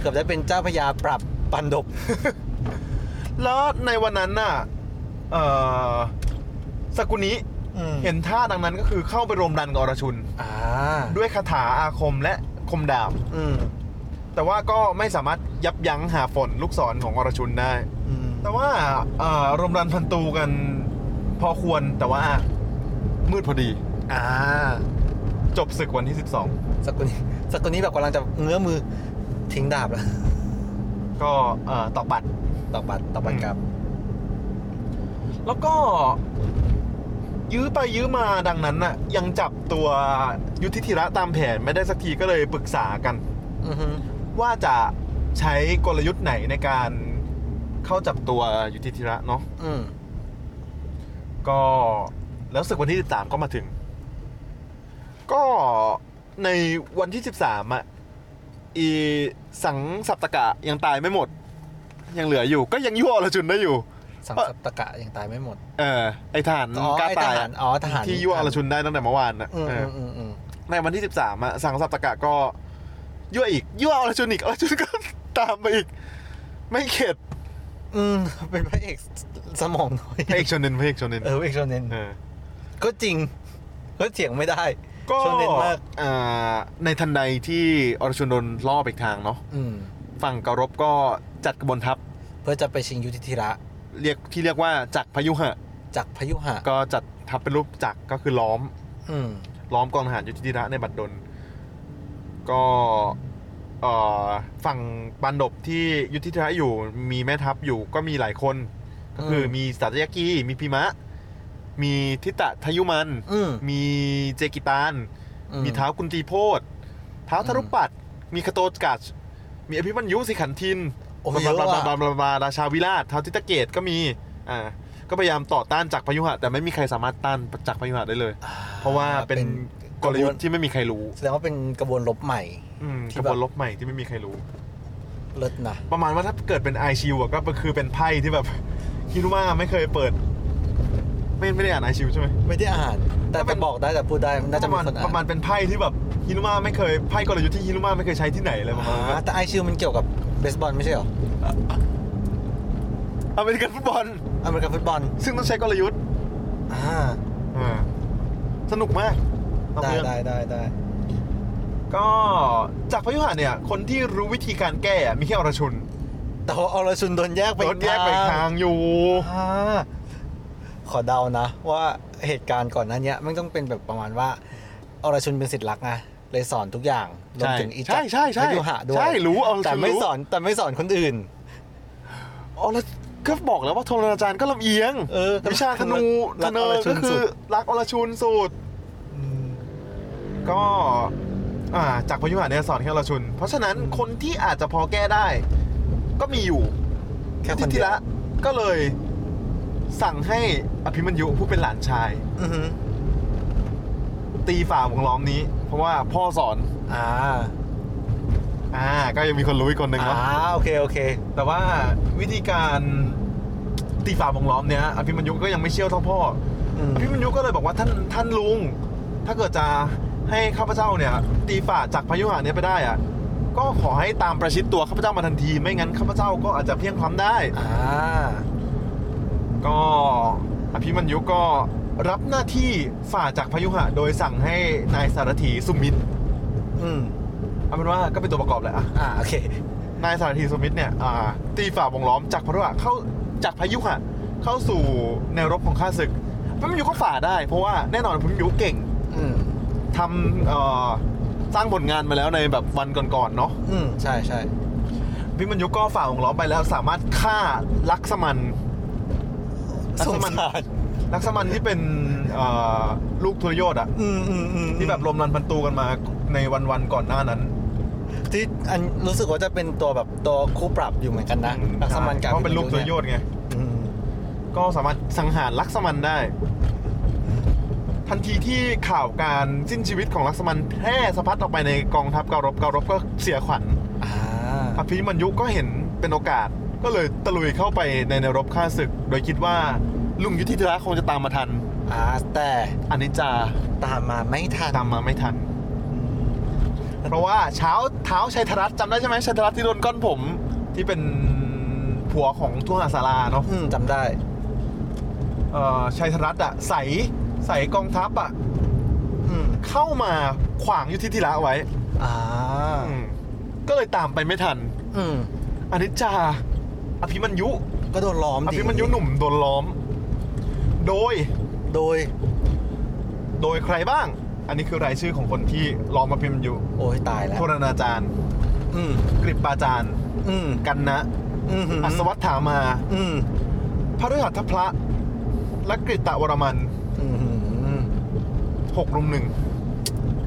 Speaker 1: เกือบได้เป็นเจ้าพญาปรับปันดบ
Speaker 2: แล้วในวันนั้นน่ะเอ่อสกุนิ
Speaker 1: อืม
Speaker 2: เห็นท่าดังนั้นก็คือเข้าไปรวมดันกับอรชุน
Speaker 1: อ่า
Speaker 2: ด้วยคาถาอาคมและคมดาบ
Speaker 1: อืม
Speaker 2: แต่ว่าก็ไม่สามารถยับยั้งหาฝนลูกศรของอรชุนได้
Speaker 1: อืม
Speaker 2: แต่ว่าเอ่อรวมดันพันตูกันพอควรแต่ว่ามืดพอดี
Speaker 1: อ่า
Speaker 2: จบศึกวันที่
Speaker 1: สกุลนี้สกุลนี้แบบกำลังจะเงื้อมือทิ้งดาบแล้ว
Speaker 2: 12 ก็เอ่อตอกบัตร
Speaker 1: ต่อบัตรต่อบัตรกลับ
Speaker 2: แล้วก็ ยื้อไปยื้อมาดังนั้นน่ะ ยังจับตัวยุทธิธิระตามแผนไม่ได้สักทีก็เลยปรึกษากัน
Speaker 1: อือฮึ
Speaker 2: ว่าจะใช้กลยุทธ์ไหนในการเข้าจับตัวยุทธิธิระเนาะ
Speaker 1: อืม
Speaker 2: ก็แล้วศึกวันที่ 13 ก็มาถึง ก็ในวันที่ 13อ่ะอีสังสัปตะกะยังตายไม่หมด ยังเหลืออยู่ ก็ยังยั่วอรชุนได้อยู่
Speaker 1: สังสัปตะกะยังตายไม่หมด
Speaker 2: เออไอทหาร
Speaker 1: อ๋อก
Speaker 2: ล้า
Speaker 1: ไอ้ท
Speaker 2: ตาย
Speaker 1: หาร
Speaker 2: อะ
Speaker 1: อ๋อทหาร
Speaker 2: ที่ยั่วอรชุนได้ตั้งแต่เมื่อวานนะ
Speaker 1: อืม
Speaker 2: เอ
Speaker 1: อื
Speaker 2: อ
Speaker 1: มอืมอืม
Speaker 2: ในวันที่ 13อะสังสัปตะกะก็ยั่วอีก ยั่วอลจูนิกอลจูนิกก็ ตามไปอีก ไม่เข็ด
Speaker 1: อืมเป็นพระเอก สมองน้อย
Speaker 2: พระเอกชนเนนพระเอกชนเนน
Speaker 1: เออพระเอกโชเนน
Speaker 2: เออ
Speaker 1: ก็จริง ก็เถียงไม่ได้
Speaker 2: ก็
Speaker 1: โชเนนมาก
Speaker 2: อ่าในทันใดที่อรชุนนท์ล่อไปอีกทางเนาะ
Speaker 1: อืม
Speaker 2: ฝั่งกรบก็จัดกระบวนทัพ
Speaker 1: เพื่อจะไปชิงยุทธิธิระ
Speaker 2: เรียกที่เรียกว่าจักรพยุหะ
Speaker 1: จากพยุหะ
Speaker 2: ก็จัดทัพเป็นรูปจักรก็คือล้อม
Speaker 1: อืม
Speaker 2: ล้อมกองทหารยุทธิระในบัดดล ก็เอ่อฝั่งปันดบที่ยุทธิระอยู่มีแม่ทัพอยู่ก็มีหลายคน ก็คือ
Speaker 1: ม
Speaker 2: มีสัตยากีมีพิมะ มีทิตะทยุมัน
Speaker 1: อืม
Speaker 2: มีเจกิตาน
Speaker 1: อื
Speaker 2: มีเท้าวกุนตีโพธเท้าวทรุปัตย์มีคโตสกัดมีอภิมัญยุสิขันทิน
Speaker 1: โอ้
Speaker 2: บลา
Speaker 1: เยอะ
Speaker 2: บลาบลาบ
Speaker 1: ว่ะ
Speaker 2: ลาบลาบลาราชาวิราชเท้าวทิตเกตก็มี อ่า ก็พยายามต่อต้านจากรพยุหะ แต่ไม่มีใครสามารถต้านจากรพยุหะได้เลย
Speaker 1: อ่
Speaker 2: เพราะว่าเป็นกลยุทธ์ที่ไม่มีใครรู้
Speaker 1: แสดงว่าเป็นกระบวนรบใหม่
Speaker 2: อืม
Speaker 1: ที่
Speaker 2: กระ
Speaker 1: แบบ บ
Speaker 2: วนลบใหม่ที่ไม่มีใครรู้
Speaker 1: เลิศนะ
Speaker 2: ประมาณว่าถ้าเกิดเป็นไอชิวอะก็คือเป็นไพ่ที่แบบ คิดว่าไม่เคยเปิด ไม่ไม่ได้อ่านไอชิวใช่ไหม
Speaker 1: ไม่ได้อ่าน แต่
Speaker 2: ถ้าเป็
Speaker 1: แต่
Speaker 2: น
Speaker 1: บอกได้แต่พูดได้น่าจะ
Speaker 2: ประ
Speaker 1: มี
Speaker 2: มาณ
Speaker 1: คนอ่า
Speaker 2: ประมาณ
Speaker 1: น
Speaker 2: เป็นไพ่ที่แบบฮินุมาไม่เคยไพ่กลยุทธ์ที่ฮินุมาไม่เคยใช้ที่ไหนเลยประมาณนั้น
Speaker 1: อ่าแต่ไอชิวมันเกี่ยวกับเบสบอลไม่ใช่เหรอ
Speaker 2: อเมริกันฟุตบอล
Speaker 1: อเมริกันฟุตบอล
Speaker 2: ซึ่งต้องใช้กลยุทธ์
Speaker 1: อ่า
Speaker 2: สนุกมากต้อง
Speaker 1: ได้
Speaker 2: เลือก
Speaker 1: ได้ได้ได้
Speaker 2: ก็จากพยุหะเนี่ย คนที่รู้วิธีการแก้มีแค่อรชุน
Speaker 1: แต่ว่าอรชุนโดนแยกไป
Speaker 2: โดนแยกไปอีกทางอยู่
Speaker 1: อ่าขอเดานะ ว่าเหตุการณ์ก่อนหน้าเนี้ยมันต้องเป็นแบบประมาณว่าอรชุนเป็นศิษย์รักไงเลยสอนทุกอย่างรวม
Speaker 2: ใช่
Speaker 1: ถึงอีจัก
Speaker 2: ใช่ใช่ใช่
Speaker 1: พยุหะด้วย
Speaker 2: ใช่รู้อร
Speaker 1: แต่
Speaker 2: ชุน
Speaker 1: ไม่
Speaker 2: รู้
Speaker 1: สอนแต่ไม่สอนคนอื่น
Speaker 2: อรก็บอกแล้วว่าธนอาจารย์ก็ลำเอียง
Speaker 1: เออ
Speaker 2: วิชาธนูธ
Speaker 1: รัก
Speaker 2: นู
Speaker 1: อรชุ
Speaker 2: ก็
Speaker 1: น
Speaker 2: คื
Speaker 1: สุ
Speaker 2: อ
Speaker 1: ด
Speaker 2: รักอรชุนสุด
Speaker 1: ม
Speaker 2: ก็อ่าจากรพยุหะเนี่ยสอนแค่อรชุน เพราะฉะนั้นคนที่อาจจะพอแก้ได้ ก็มีอยู่
Speaker 1: แค่ค
Speaker 2: ทิ
Speaker 1: น
Speaker 2: ทิ
Speaker 1: เดียว
Speaker 2: ระก็เลยสั่งให้อภิมัญยุผู้เป็นหลานชาย
Speaker 1: อือหือ
Speaker 2: ตีฝ่าวงล้อมนี้ เพราะว่าพ่อสอน
Speaker 1: อ่า
Speaker 2: อ่า ก็ยังมีคนรู้อีกคนหนึ่งเนาะ
Speaker 1: อ่าโอเคโอเค
Speaker 2: แต่ว่าวิธีการตีฝ่าวงล้อมเนี้ยอภิมัญยุก็ยังไม่เชี่ยวเท่าพ่อ
Speaker 1: อืม
Speaker 2: อภิมัญยุก็เลยบอกว่าท่านท่านลุง ถ้าเกิดจะให้ข้าพเจ้าเนี่ย ตีฝ่าจากพายุหะเนี้ยไปได้อ่ะก็ขอให้ตามประชิดตัวข้าพเจ้ามาทันทีไม่งั้นข้าพเจ้าก็อาจจะเพลียงพล้ำได้
Speaker 1: อ่า
Speaker 2: ก็อภิมัญยุก็รับหน้าที่ฝ่าจากรพยุหะ โดยสั่งให้นายสารถีสุมิตร
Speaker 1: อืม
Speaker 2: เอาเป็นว่าก็เป็นตัวประกอบแหละอะ
Speaker 1: อ่าโอเคน
Speaker 2: ายสารถีสุมิตรเนี่ยอ่าตีฝ่าวงล้อมจากรพยุหะเข้าจากรพยุหะเข้าสู่แนวรบของข้าศึกอภิมัญยุก็ฝ่าได้เพราะว่าแน่นอนอภิมัญยุเก่ง
Speaker 1: อืม
Speaker 2: ทำเอ่อสร้างผลงานมาแล้วในแบบวันก่อนๆเนาะ
Speaker 1: อืมใช่ใช่
Speaker 2: อภิมัญยุก็ฝ่าวงล้อมไปแล้วสามารถฆ่าลักษมัน รัก
Speaker 1: ส
Speaker 2: ส
Speaker 1: ง
Speaker 2: มัน
Speaker 1: สาร
Speaker 2: ลักษมันที่เป็นเอ่อลูกทุรยศอะ
Speaker 1: อืมอืมอืม
Speaker 2: ที่แบบลมรันพันตูกันมาในวันวันๆก่อนหน้านั้น
Speaker 1: ที่อันรู้สึกว่าจะเป็นตัวแบบตัวคู่ปรับอยู่เหมือนกันนะลักษมันกับ
Speaker 2: เพราะเป็นลูกตัวย
Speaker 1: ธ
Speaker 2: ศไง
Speaker 1: อืม
Speaker 2: ก็สามารถสังหารลักษมันได้ ทันทีที่ข่าวการสิ้นชีวิตของลักษมันแพร่สะพัดออกไปในกองทัพเการบเการบก็เสียขวัญ
Speaker 1: อ่า
Speaker 2: อภิมัญยุก็เห็นเป็นโอกาส ก็เลยตะลุยเข้าไปในแนวรบฆ่าศึก โดยคิดว่าลุงยุทธิธระคงจะตามมาทัน
Speaker 1: อ่าแต่
Speaker 2: อันนี้จา
Speaker 1: ตามมาไม่ทัน
Speaker 2: ตามมาไม่ทัน เพราะว่าเช้าเท้าชัยธรัตน์จำได้ใช่ไหมชัยธรัตน์ที่โดนก้อนผมที่เป็นผัวของทุ่งอาสาราเนาะ
Speaker 1: อืมจำได้
Speaker 2: เอ่อชัยธรัตน์อะใสใสกองทัพอะ
Speaker 1: อืม
Speaker 2: เข้ามาขวางยุทธิธิระไว้
Speaker 1: อ่า
Speaker 2: อืมก็เลยตามไปไม่ทัน
Speaker 1: อืม
Speaker 2: อนิจจา อภิมัญยุ
Speaker 1: ก็โดนล้อม
Speaker 2: อ
Speaker 1: ดิ
Speaker 2: ภิมัญยุหนุ่มโดนล้อม โดย
Speaker 1: โดย
Speaker 2: โดยใครบ้าง อันนี้คือรายชื่อของคนที่ล้อมอภิมัญยุ
Speaker 1: โอ้ยตายแล้ว
Speaker 2: โทรณาจารย์
Speaker 1: อืม
Speaker 2: กริปปาจารย์
Speaker 1: อืม
Speaker 2: กันนะ
Speaker 1: อืมหื
Speaker 2: อัศวัตถามา
Speaker 1: อืม
Speaker 2: พระฤหัสพระและกริตตะวรมัน
Speaker 1: อืมหืม
Speaker 2: หกรุมหนึ่ง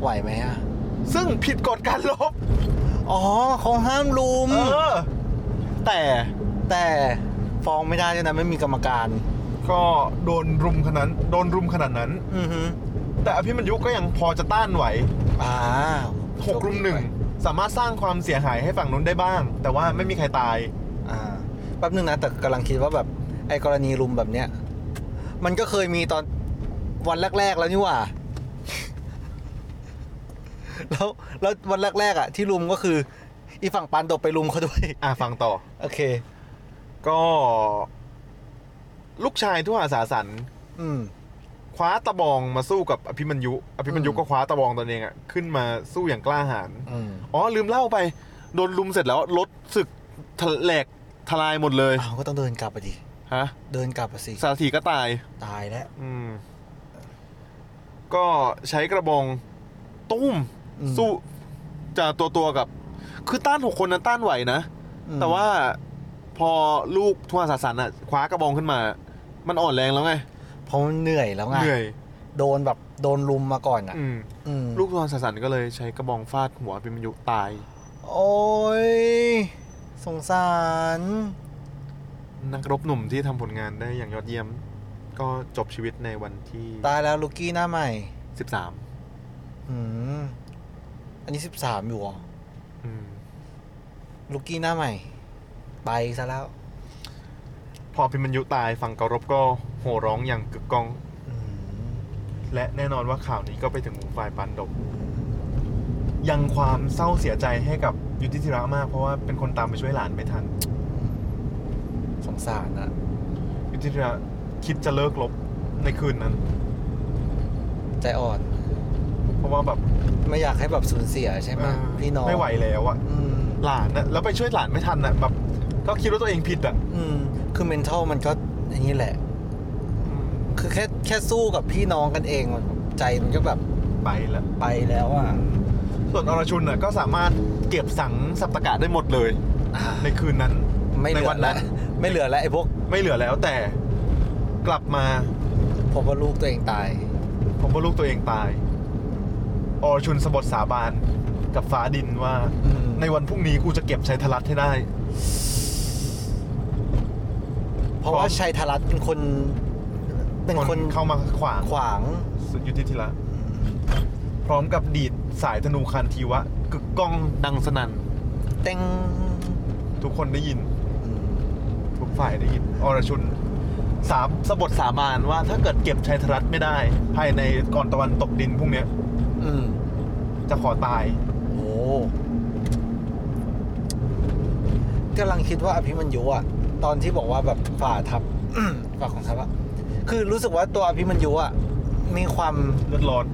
Speaker 1: ไหวไหมอ่ะ
Speaker 2: ซึ่งผิดกฎการลบ
Speaker 1: อ๋อเขาห้ามลุม
Speaker 2: เออ แต่
Speaker 1: แต่ฟ้องไม่ได้ด้วยนะไม่มีกรรมการ
Speaker 2: ก็โดนรุมขนาดโดนรุมขนาดนั้น
Speaker 1: อือฮึ
Speaker 2: แต่อภิมัญยุก็ยังพอจะต้านไหว
Speaker 1: อ่า
Speaker 2: หกรุมหนึ่ง สามารถสร้างความเสียหายให้ฝั่งนู้นได้บ้าง แต่ว่าไม่มีใครตาย
Speaker 1: อ่าแป๊บนึงนะ แต่กำลังคิดว่าแบบ ไอ้กรณีลุมแบบเนี้ย มันก็เคยมีตอนวันแรก ๆ แล้วนี่หว่า แล้วแล้ววันแรกๆอ่ะที่ลุมก็คือ อีฝั่งปันดบไปลุมเขาด้วย
Speaker 2: อ่ะฟังต่อ
Speaker 1: โอเค
Speaker 2: ก็ ลูกชายทุ่อาสาสัน
Speaker 1: อืม
Speaker 2: คว้าตะบองมาสู้กับอภิมัญยุ อภิมัญยุ
Speaker 1: อืม
Speaker 2: ก็คว้าตะบองตนเองอะขึ้นมาสู้อย่างกล้าหาญ
Speaker 1: อืม
Speaker 2: อ๋อลืมเล่าไป โดนลุมเสร็จแล้วรถศึกถแหลกทลายหมดเลย
Speaker 1: อ้าวก็ต้องเดินกลับไปดิ
Speaker 2: ฮะ
Speaker 1: เดินกลับอะสิ
Speaker 2: สารถีก็ตาย
Speaker 1: ตายแล้ว
Speaker 2: อืม ก็ใช้กระบองตุ้ม
Speaker 1: อืม
Speaker 2: สู้จะตัวตัวๆกับ คือต้านหกคนนั้นต้านไหวนะ
Speaker 1: อืม
Speaker 2: แต่ว่าพอลูกทุ่อาสาสันอะคว้ากระบองขึ้นมา มันอ่อนแรงแล้วไง
Speaker 1: เพราะมันเหนื่อยแล้วไง
Speaker 2: เหนื่อย
Speaker 1: โดนแบบโดนลุมมาก่อนอ่ะ
Speaker 2: อืม
Speaker 1: อืม
Speaker 2: ลูกทอนสสันก็เลยใช้กระบองฟาดหัวเป็นมันยุตาย
Speaker 1: โอ้ยสงสาร
Speaker 2: นักรบหนุ่มที่ทำผลงานได้อย่างยอดเยี่ยม ก็จบชีวิตในวันที่
Speaker 1: ตายแล้วลูกี้หน้าใหม่
Speaker 2: 13
Speaker 1: อืม อันนี้สิบสามอยู่เหรอ
Speaker 2: อืม
Speaker 1: ลูกี้หน้าใหม่ ไปซะแล้ว
Speaker 2: พอพิมัญยุตายฝั่งเการบก็โห่ร้องอย่างกึกก้อง
Speaker 1: อืม
Speaker 2: และแน่นอนว่าข่าวนี้ก็ไปถึงหูฝ่ายปันดบ ยังความเศร้าเสียใจให้กับยุทธิธิระมาก เพราะว่าเป็นคนตามไปช่วยหลานไม่ทัน
Speaker 1: สงสารอะ
Speaker 2: ยุทธิธิระคิดจะเลิกรบในคืนนั้น
Speaker 1: ใจอ่อน
Speaker 2: เพราะว่าแบบ
Speaker 1: ไม่อยากให้แบบสูญเสียใช่ไหม
Speaker 2: เออ
Speaker 1: พี่น้อง
Speaker 2: ไม่ไหวแล้วอะ
Speaker 1: อืม
Speaker 2: หลานนะแล้วไปช่วยหลานไม่ทันอะแบบก็คิดว่าตัวเองผิดอะ
Speaker 1: อืม คือ mental มันก็อย่างนี้แหละ คือแค่แค่สู้กับพี่น้องกันเองมันใจมันก็แบบ
Speaker 2: ไปแล้ว
Speaker 1: ไปแล้วอ่ะ
Speaker 2: ส่วนอรชุนน่ะก็สามารถเก็บสังสับตะกะได้หมดเลย
Speaker 1: อ่า
Speaker 2: ในคืนนั้น
Speaker 1: ไม่เหลื
Speaker 2: ในวั
Speaker 1: อน
Speaker 2: นั้
Speaker 1: แล้ว
Speaker 2: น
Speaker 1: ไม่เหลือแล้วไอ้พวก
Speaker 2: ไม่เหลือแล้วแต่กลับมา
Speaker 1: พบว่าลูกตัวเองตาย
Speaker 2: ผมว่าลูกตัวเองตาย อรชุนสบทสาบานกับฟ้าดินว่า
Speaker 1: อืม
Speaker 2: ในวันพรุ่งนี้กูจะเก็บชัยทลัตให้ได้
Speaker 1: เพราะว่าชัยธรัตน์เป็นคน เป็นคน
Speaker 2: เข้ามาขวาง
Speaker 1: ขวาง
Speaker 2: ยุทธิธิระ
Speaker 1: อืม
Speaker 2: พร้อมกับดีดสายธนูคันทีวะกึกก้องดังสนั่น
Speaker 1: เต็ง
Speaker 2: ทุกคนได้ยิน
Speaker 1: อืม
Speaker 2: ทุกฝ่ายได้ยินอรชุนสามสบทสาบานว่าถ้าเกิดเก็บชัยธรัตน์ไม่ได้ ภายในก่อนตะวันตกดินพรุ่งเนี้ย
Speaker 1: อืม
Speaker 2: จะขอตาย
Speaker 1: โอ้กำลังคิดว่าอภิมัญยุอ่ะ ตอนที่บอกว่าแบบฝ่าทับ ฝ่าของทับอะคือรู้สึกว่าตัวอภิมัญยุอ่ะมีความ
Speaker 2: เลือดร้อน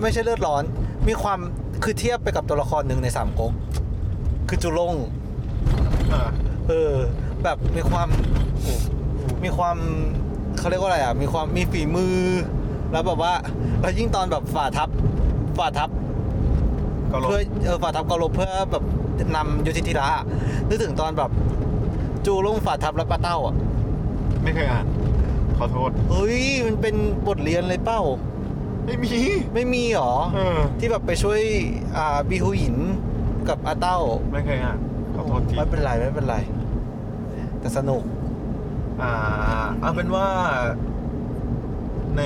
Speaker 1: ไม่ใช่เลือดร้อน มีความคือเทียบไปกับตัวละครหนึ่งในสามก๊ก คือจุลง
Speaker 2: อ่า
Speaker 1: เออ แบบมีความมีความเขาเรียกว่าอะไรอ่ะ มีความมีฝีมือ แล้วแบบว่าแล้วยิ่งตอนแบบฝ่าทัพฝ่าทัพ
Speaker 2: ก็ลบ
Speaker 1: เพื่อเออฝ่าทัพเกาหลบเพื่อแบบนำยุทธิธิระอะนึกถึงตอนแบบ จูลงฝ่าทัพและป้าเต้าอ่ะ
Speaker 2: ไม่เคยอ่าน ขอโทษ
Speaker 1: เฮ้ยมันเป็นบทเรียนเลยเป้า
Speaker 2: ไม่มี
Speaker 1: ไม่มีหรอ
Speaker 2: เออ
Speaker 1: ที่แบบไปช่วยอ่าบีฮูหยินกับอาเต้า
Speaker 2: ไม่เคยอ่าน ขอโทษที
Speaker 1: ไม่เป็นไรไม่เป็นไร แต่สนุก
Speaker 2: อ่าเอาเป็นว่า ใน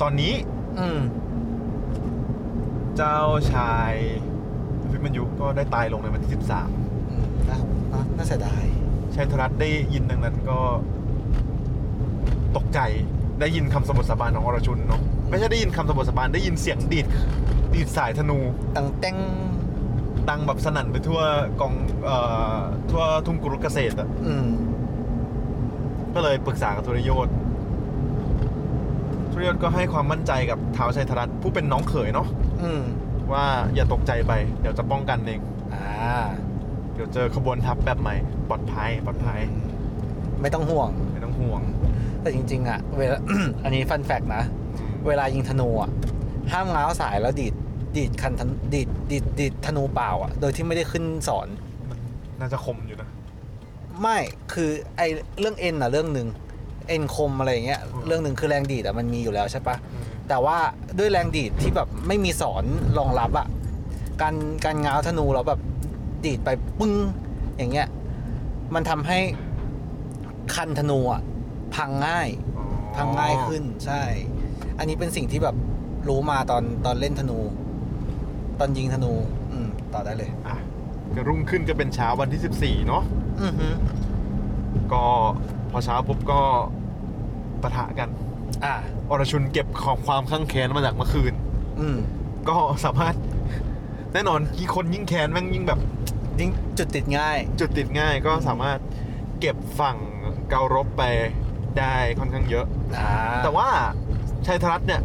Speaker 2: ตอนนี้
Speaker 1: อืม
Speaker 2: เจ้าชายพิมัญยุก็ได้ตายลงในวันที่
Speaker 1: อืมน่าน่าน่าเสียดาย
Speaker 2: 13ชัยธรัตน์ได้ยินดังนั้นก็ ตกใจได้ยินคำสบทสาบานของอรชุนเนาะไม่ใช่ได้ยินคำสบทสาบานได้ยินเสียงดีดดีดสายธนู
Speaker 1: ตังเต้ง
Speaker 2: ดังแบบสนั่นไปทั่วกองเอ่อทั่วทุ่งกุรุเกษตรอะ
Speaker 1: อืม
Speaker 2: ก็เลยปรึกษากับทุริยศทุริยศก็ให้ความมั่นใจกับท้าวชัยธรัตน์ผู้เป็นน้องเขยเนาะ
Speaker 1: อืม
Speaker 2: ว่าอย่าตกใจไป เดี๋ยวจะป้องกันเอง
Speaker 1: อ่า
Speaker 2: เดี๋ยวเจอขบวนทัพแบบใหม่ปลอดภัยปลอดภัย
Speaker 1: ไม่ต้องห่วง
Speaker 2: ไม่ต้องห่วง
Speaker 1: แต่จริง ๆ อ่ะ เวลา อันนี้ฟันแฟกนะ เวลายิงธนูอ่ะ ห้ามง้าวสายแล้วดีด ดีดคันธนดีดดีดดีดธนูเปล่าอ่ะ โดยที่ไม่ได้ขึ้นสอน
Speaker 2: มันน่าจะคมอยู่นะ
Speaker 1: ไม่คือไอเรื่องเอ็นอ่ะเรื่องหนึ่งเอ็นคมอะไรอย่างเงี้ย
Speaker 2: อืม
Speaker 1: เรื่องหนึ่งคือแรงดีดอ่ะมันมีอยู่แล้วใช่ปะ แต่ว่าด้วยแรงดีดที่แบบไม่มีสอนรองรับอะ่ะ การการง้าวธนูเราแบบดีดไปปึ้งอย่างเงี้ย มันทำให้คันธนูอะ่ะพังง่าย
Speaker 2: อ๋อ
Speaker 1: พังง่ายขึ้นใช่ อันนี้เป็นสิ่งที่แบบรู้มาตอนตอนเล่นธนู ตอนยิงธนู อืม ต่อได้เลย
Speaker 2: อ่ะก็รุ่งขึ้นก็เป็นเช้าวันที่ 14 เนาะ
Speaker 1: อือฮึ
Speaker 2: ก็พอเช้าปุ๊บก็ปะทะกัน
Speaker 1: อ่า
Speaker 2: อรชุนเก็บของความข้างแค้นมาจากเมื่อคืน
Speaker 1: อืม
Speaker 2: ก็สามารถ แน่นอนยิ่งคนยิ่งแค้นแม่งยิ่งแบบ
Speaker 1: ยิ่งจุดติดง่าย
Speaker 2: จุดติดง่ายก็สามารถเก็บฝั่งเการบไปได้ค่อนข้างเยอะ
Speaker 1: อ่า
Speaker 2: แต่ว่าชัยธรัตน์เนี่ย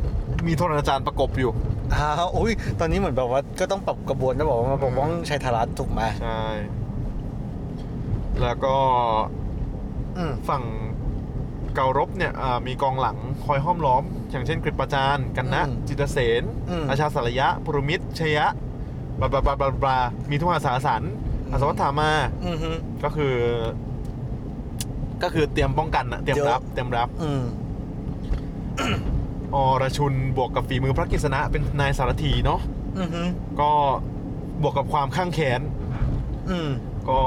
Speaker 2: มีโทรณาจารย์ประกบอยู่
Speaker 1: อ้าวอุ้ยตอนนี้เหมือนแบบว่าก็ต้องปรับกระบวนนะบอกว่ามาปกป้องชัยธรัตน์ถูกไหม
Speaker 2: ใช่ แล้วก็
Speaker 1: อืม
Speaker 2: ฝั่งเการบเนี่ยอ่ามีกองหลังคอยห้อมล้อม อย่างเช่นกฤษประจานกันนะ จิตรเสนอาชาสารยะ ปรมิตรชยะบลาบลาบลาบลาบลามีทุกอาสาสันอาสวัตถามา
Speaker 1: อือฮึ
Speaker 2: ก็คือ ก็คือเตรียมป้องกันอะเตรียม
Speaker 1: เยอะ
Speaker 2: รับ เตรียมรับ
Speaker 1: อืม
Speaker 2: อรชุนบวกกับฝีมือพระกฤษณะเป็นนายสารถีเนาะ
Speaker 1: อือฮึ
Speaker 2: ก็บวกกับความข้างแขน
Speaker 1: อืม
Speaker 2: ก็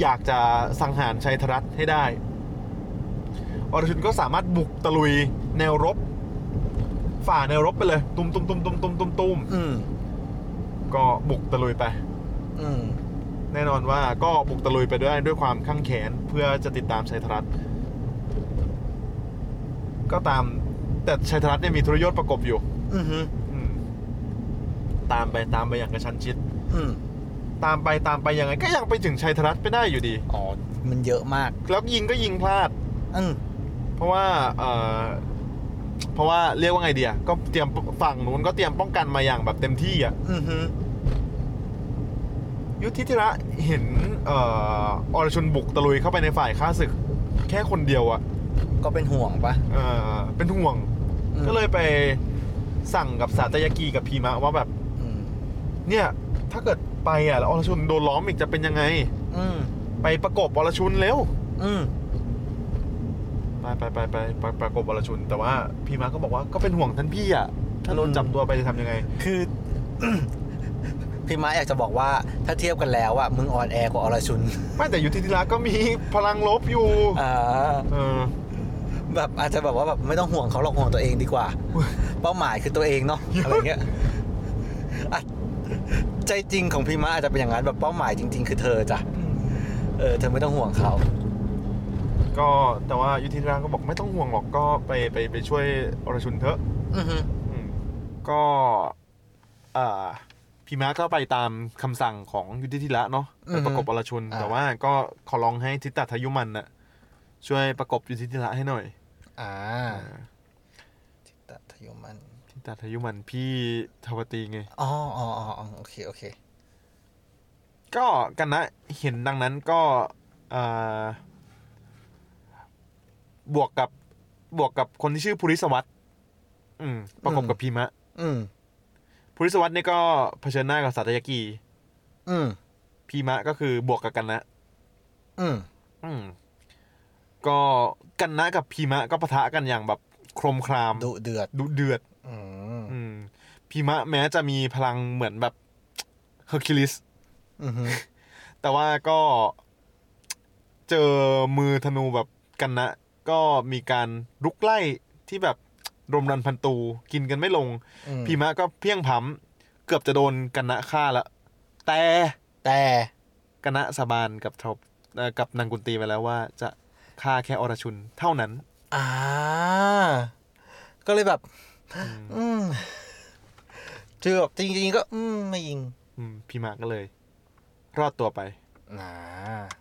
Speaker 2: อยากจะสังหารชัยธรัตน์ให้ได้ อรชุนก็สามารถบุกตะลุยแนวรบ ฝ่าแนวรบไปเลย ตุ้มตุ้มตุ้มตุ้มตุ้มตุ้มตุ้ม
Speaker 1: อืม
Speaker 2: ก็บุกตะลุยไป
Speaker 1: อืม
Speaker 2: แน่นอนว่าก็บุกตะลุยไปด้วยด้วยความข้างแขนเพื่อจะติดตามชัยธรัตน์ก็ตามแต่ชัยธรัตน์เนี่ยมีทรยศประกบอยู่
Speaker 1: อือฮึ
Speaker 2: อืมตามไปตามไปอย่างกระชั้นชิด
Speaker 1: อืม
Speaker 2: ตามไปตามไปยังไง ก็ยังไปถึงชัยธรัตน์ไม่ได้อยู่ดี
Speaker 1: อ๋อมันเยอะมาก
Speaker 2: แล้วยิงก็ยิงพลาด
Speaker 1: อืม
Speaker 2: เพราะว่าเอ่อเพราะว่าเรียกว่าไงเดียก็เตรียมฝั่งนู้นก็เตรียมป้องกันมาอย่างแบบเต็มที่อ่ะ
Speaker 1: อือฮึ
Speaker 2: ยุทธิธิระเห็นเอ่ออรชุนบุกตะลุยเข้าไปในฝ่ายข้าศึก แค่คนเดียวอ่ะ
Speaker 1: ก็เป็นห่วงปะ
Speaker 2: เอ่อเป็นห่วง
Speaker 1: อืม
Speaker 2: ก็เลยไปสั่งกับสาตยากีกับพีมะว่าแบบ
Speaker 1: อืม
Speaker 2: เนี่ยถ้าเกิดไปอ่ะแล้วอรชุนโดนล้อมอีกจะเป็นยังไง
Speaker 1: อืม
Speaker 2: ไปประกบอรชุนเร็ว
Speaker 1: อืม
Speaker 2: ไปไปไปไปไปประกบวรชุน แต่ว่าพี่มาก็บอกว่าก็เป็นห่วงท่านพี่อ่ะ ถ้าโดนจับตัวไปจะทำยังไง
Speaker 1: คือ พี่ม้าอยากจะบอกว่าถ้าเทียบกันแล้วอะมึงอ่อนแอกว่าอรชุน
Speaker 2: ไม่แต่ยุทธิธิราก็มีพลังลบอยู่
Speaker 1: อ่า
Speaker 2: เออ
Speaker 1: แบบอาจจะแบบว่าแบบไม่ต้องห่วงเขาหรอกห่วงตัวเองดีกว่า เป้าหมายคือตัวเองเนาะอะไรเงี้ยอ่ะใจจริงของพี่มาอาจจะเป็นอย่างนั้นแบบเป้าหมายจริง ๆ คือเธอจ้ะเออเธอไม่ต้องห่วงเขา
Speaker 2: ก็แต่ว่ายุทธิธิราก็บอกไม่ต้องห่วงหรอกก็ไปไปไปช่วยอรชุนเถอะ
Speaker 1: อือฮึ
Speaker 2: อืมก็อ่าพี่มาก็ไปตามคำสั่งของยุทธิธิระเนาะไปประกบอรชุน
Speaker 1: อ่า
Speaker 2: แต่ว่าก็ขอร้องให้ทิตตทยุมันน่ะช่วยประกบยุทธิธิระให้หน่อย
Speaker 1: อ่า
Speaker 2: า
Speaker 1: ตัดทยมัน
Speaker 2: ทิตตทยุมันพี่ทวตีไง
Speaker 1: อ๋ออ๋ออ๋ออ๋อโอเคโอเค
Speaker 2: ก็กันนะเห็นดังนั้นก็เอ่อบวกกับบวกกับคนที่ชื่อภูริสวัสด์อืมประกบ
Speaker 1: อืม
Speaker 2: กับพีมะ
Speaker 1: อืม
Speaker 2: ภูริสวัสด์เนี่ยก็เผชิญหน้ากับสัตยากี
Speaker 1: อืม
Speaker 2: พีมะก็คือบวกกับกันนะ
Speaker 1: อืม
Speaker 2: อืมก็กันนะกับพีมะก็ปะทะกันอย่างแบบโครมคราม
Speaker 1: ดุเดือด
Speaker 2: ดุเดือด
Speaker 1: อืม
Speaker 2: อืมพีมะแม้จะมีพลังเหมือนแบบเฮอร์คิลิส
Speaker 1: อือฮึ
Speaker 2: แต่ว่าก็เจอมือธนูแบบกันนะ ก็มีการลุกไล่ที่แบบรมรันพันตู กินกันไม่ลง
Speaker 1: อืม
Speaker 2: พีมะก็เพลี่ยงพล้ำเกือบจะโดนกันนะฆ่าละ แต่
Speaker 1: แต่
Speaker 2: กันนะสาบานกับทบเอ่อกับนางกุนตีไปแล้วว่าจะฆ่าแค่อรชุนเท่านั้น
Speaker 1: อ่าก็เลยแบบ อืมคือแบบจริงๆก็ อืมไม่ยิง
Speaker 2: อืมพีมะก็เลย รอดตัวไป
Speaker 1: อ่า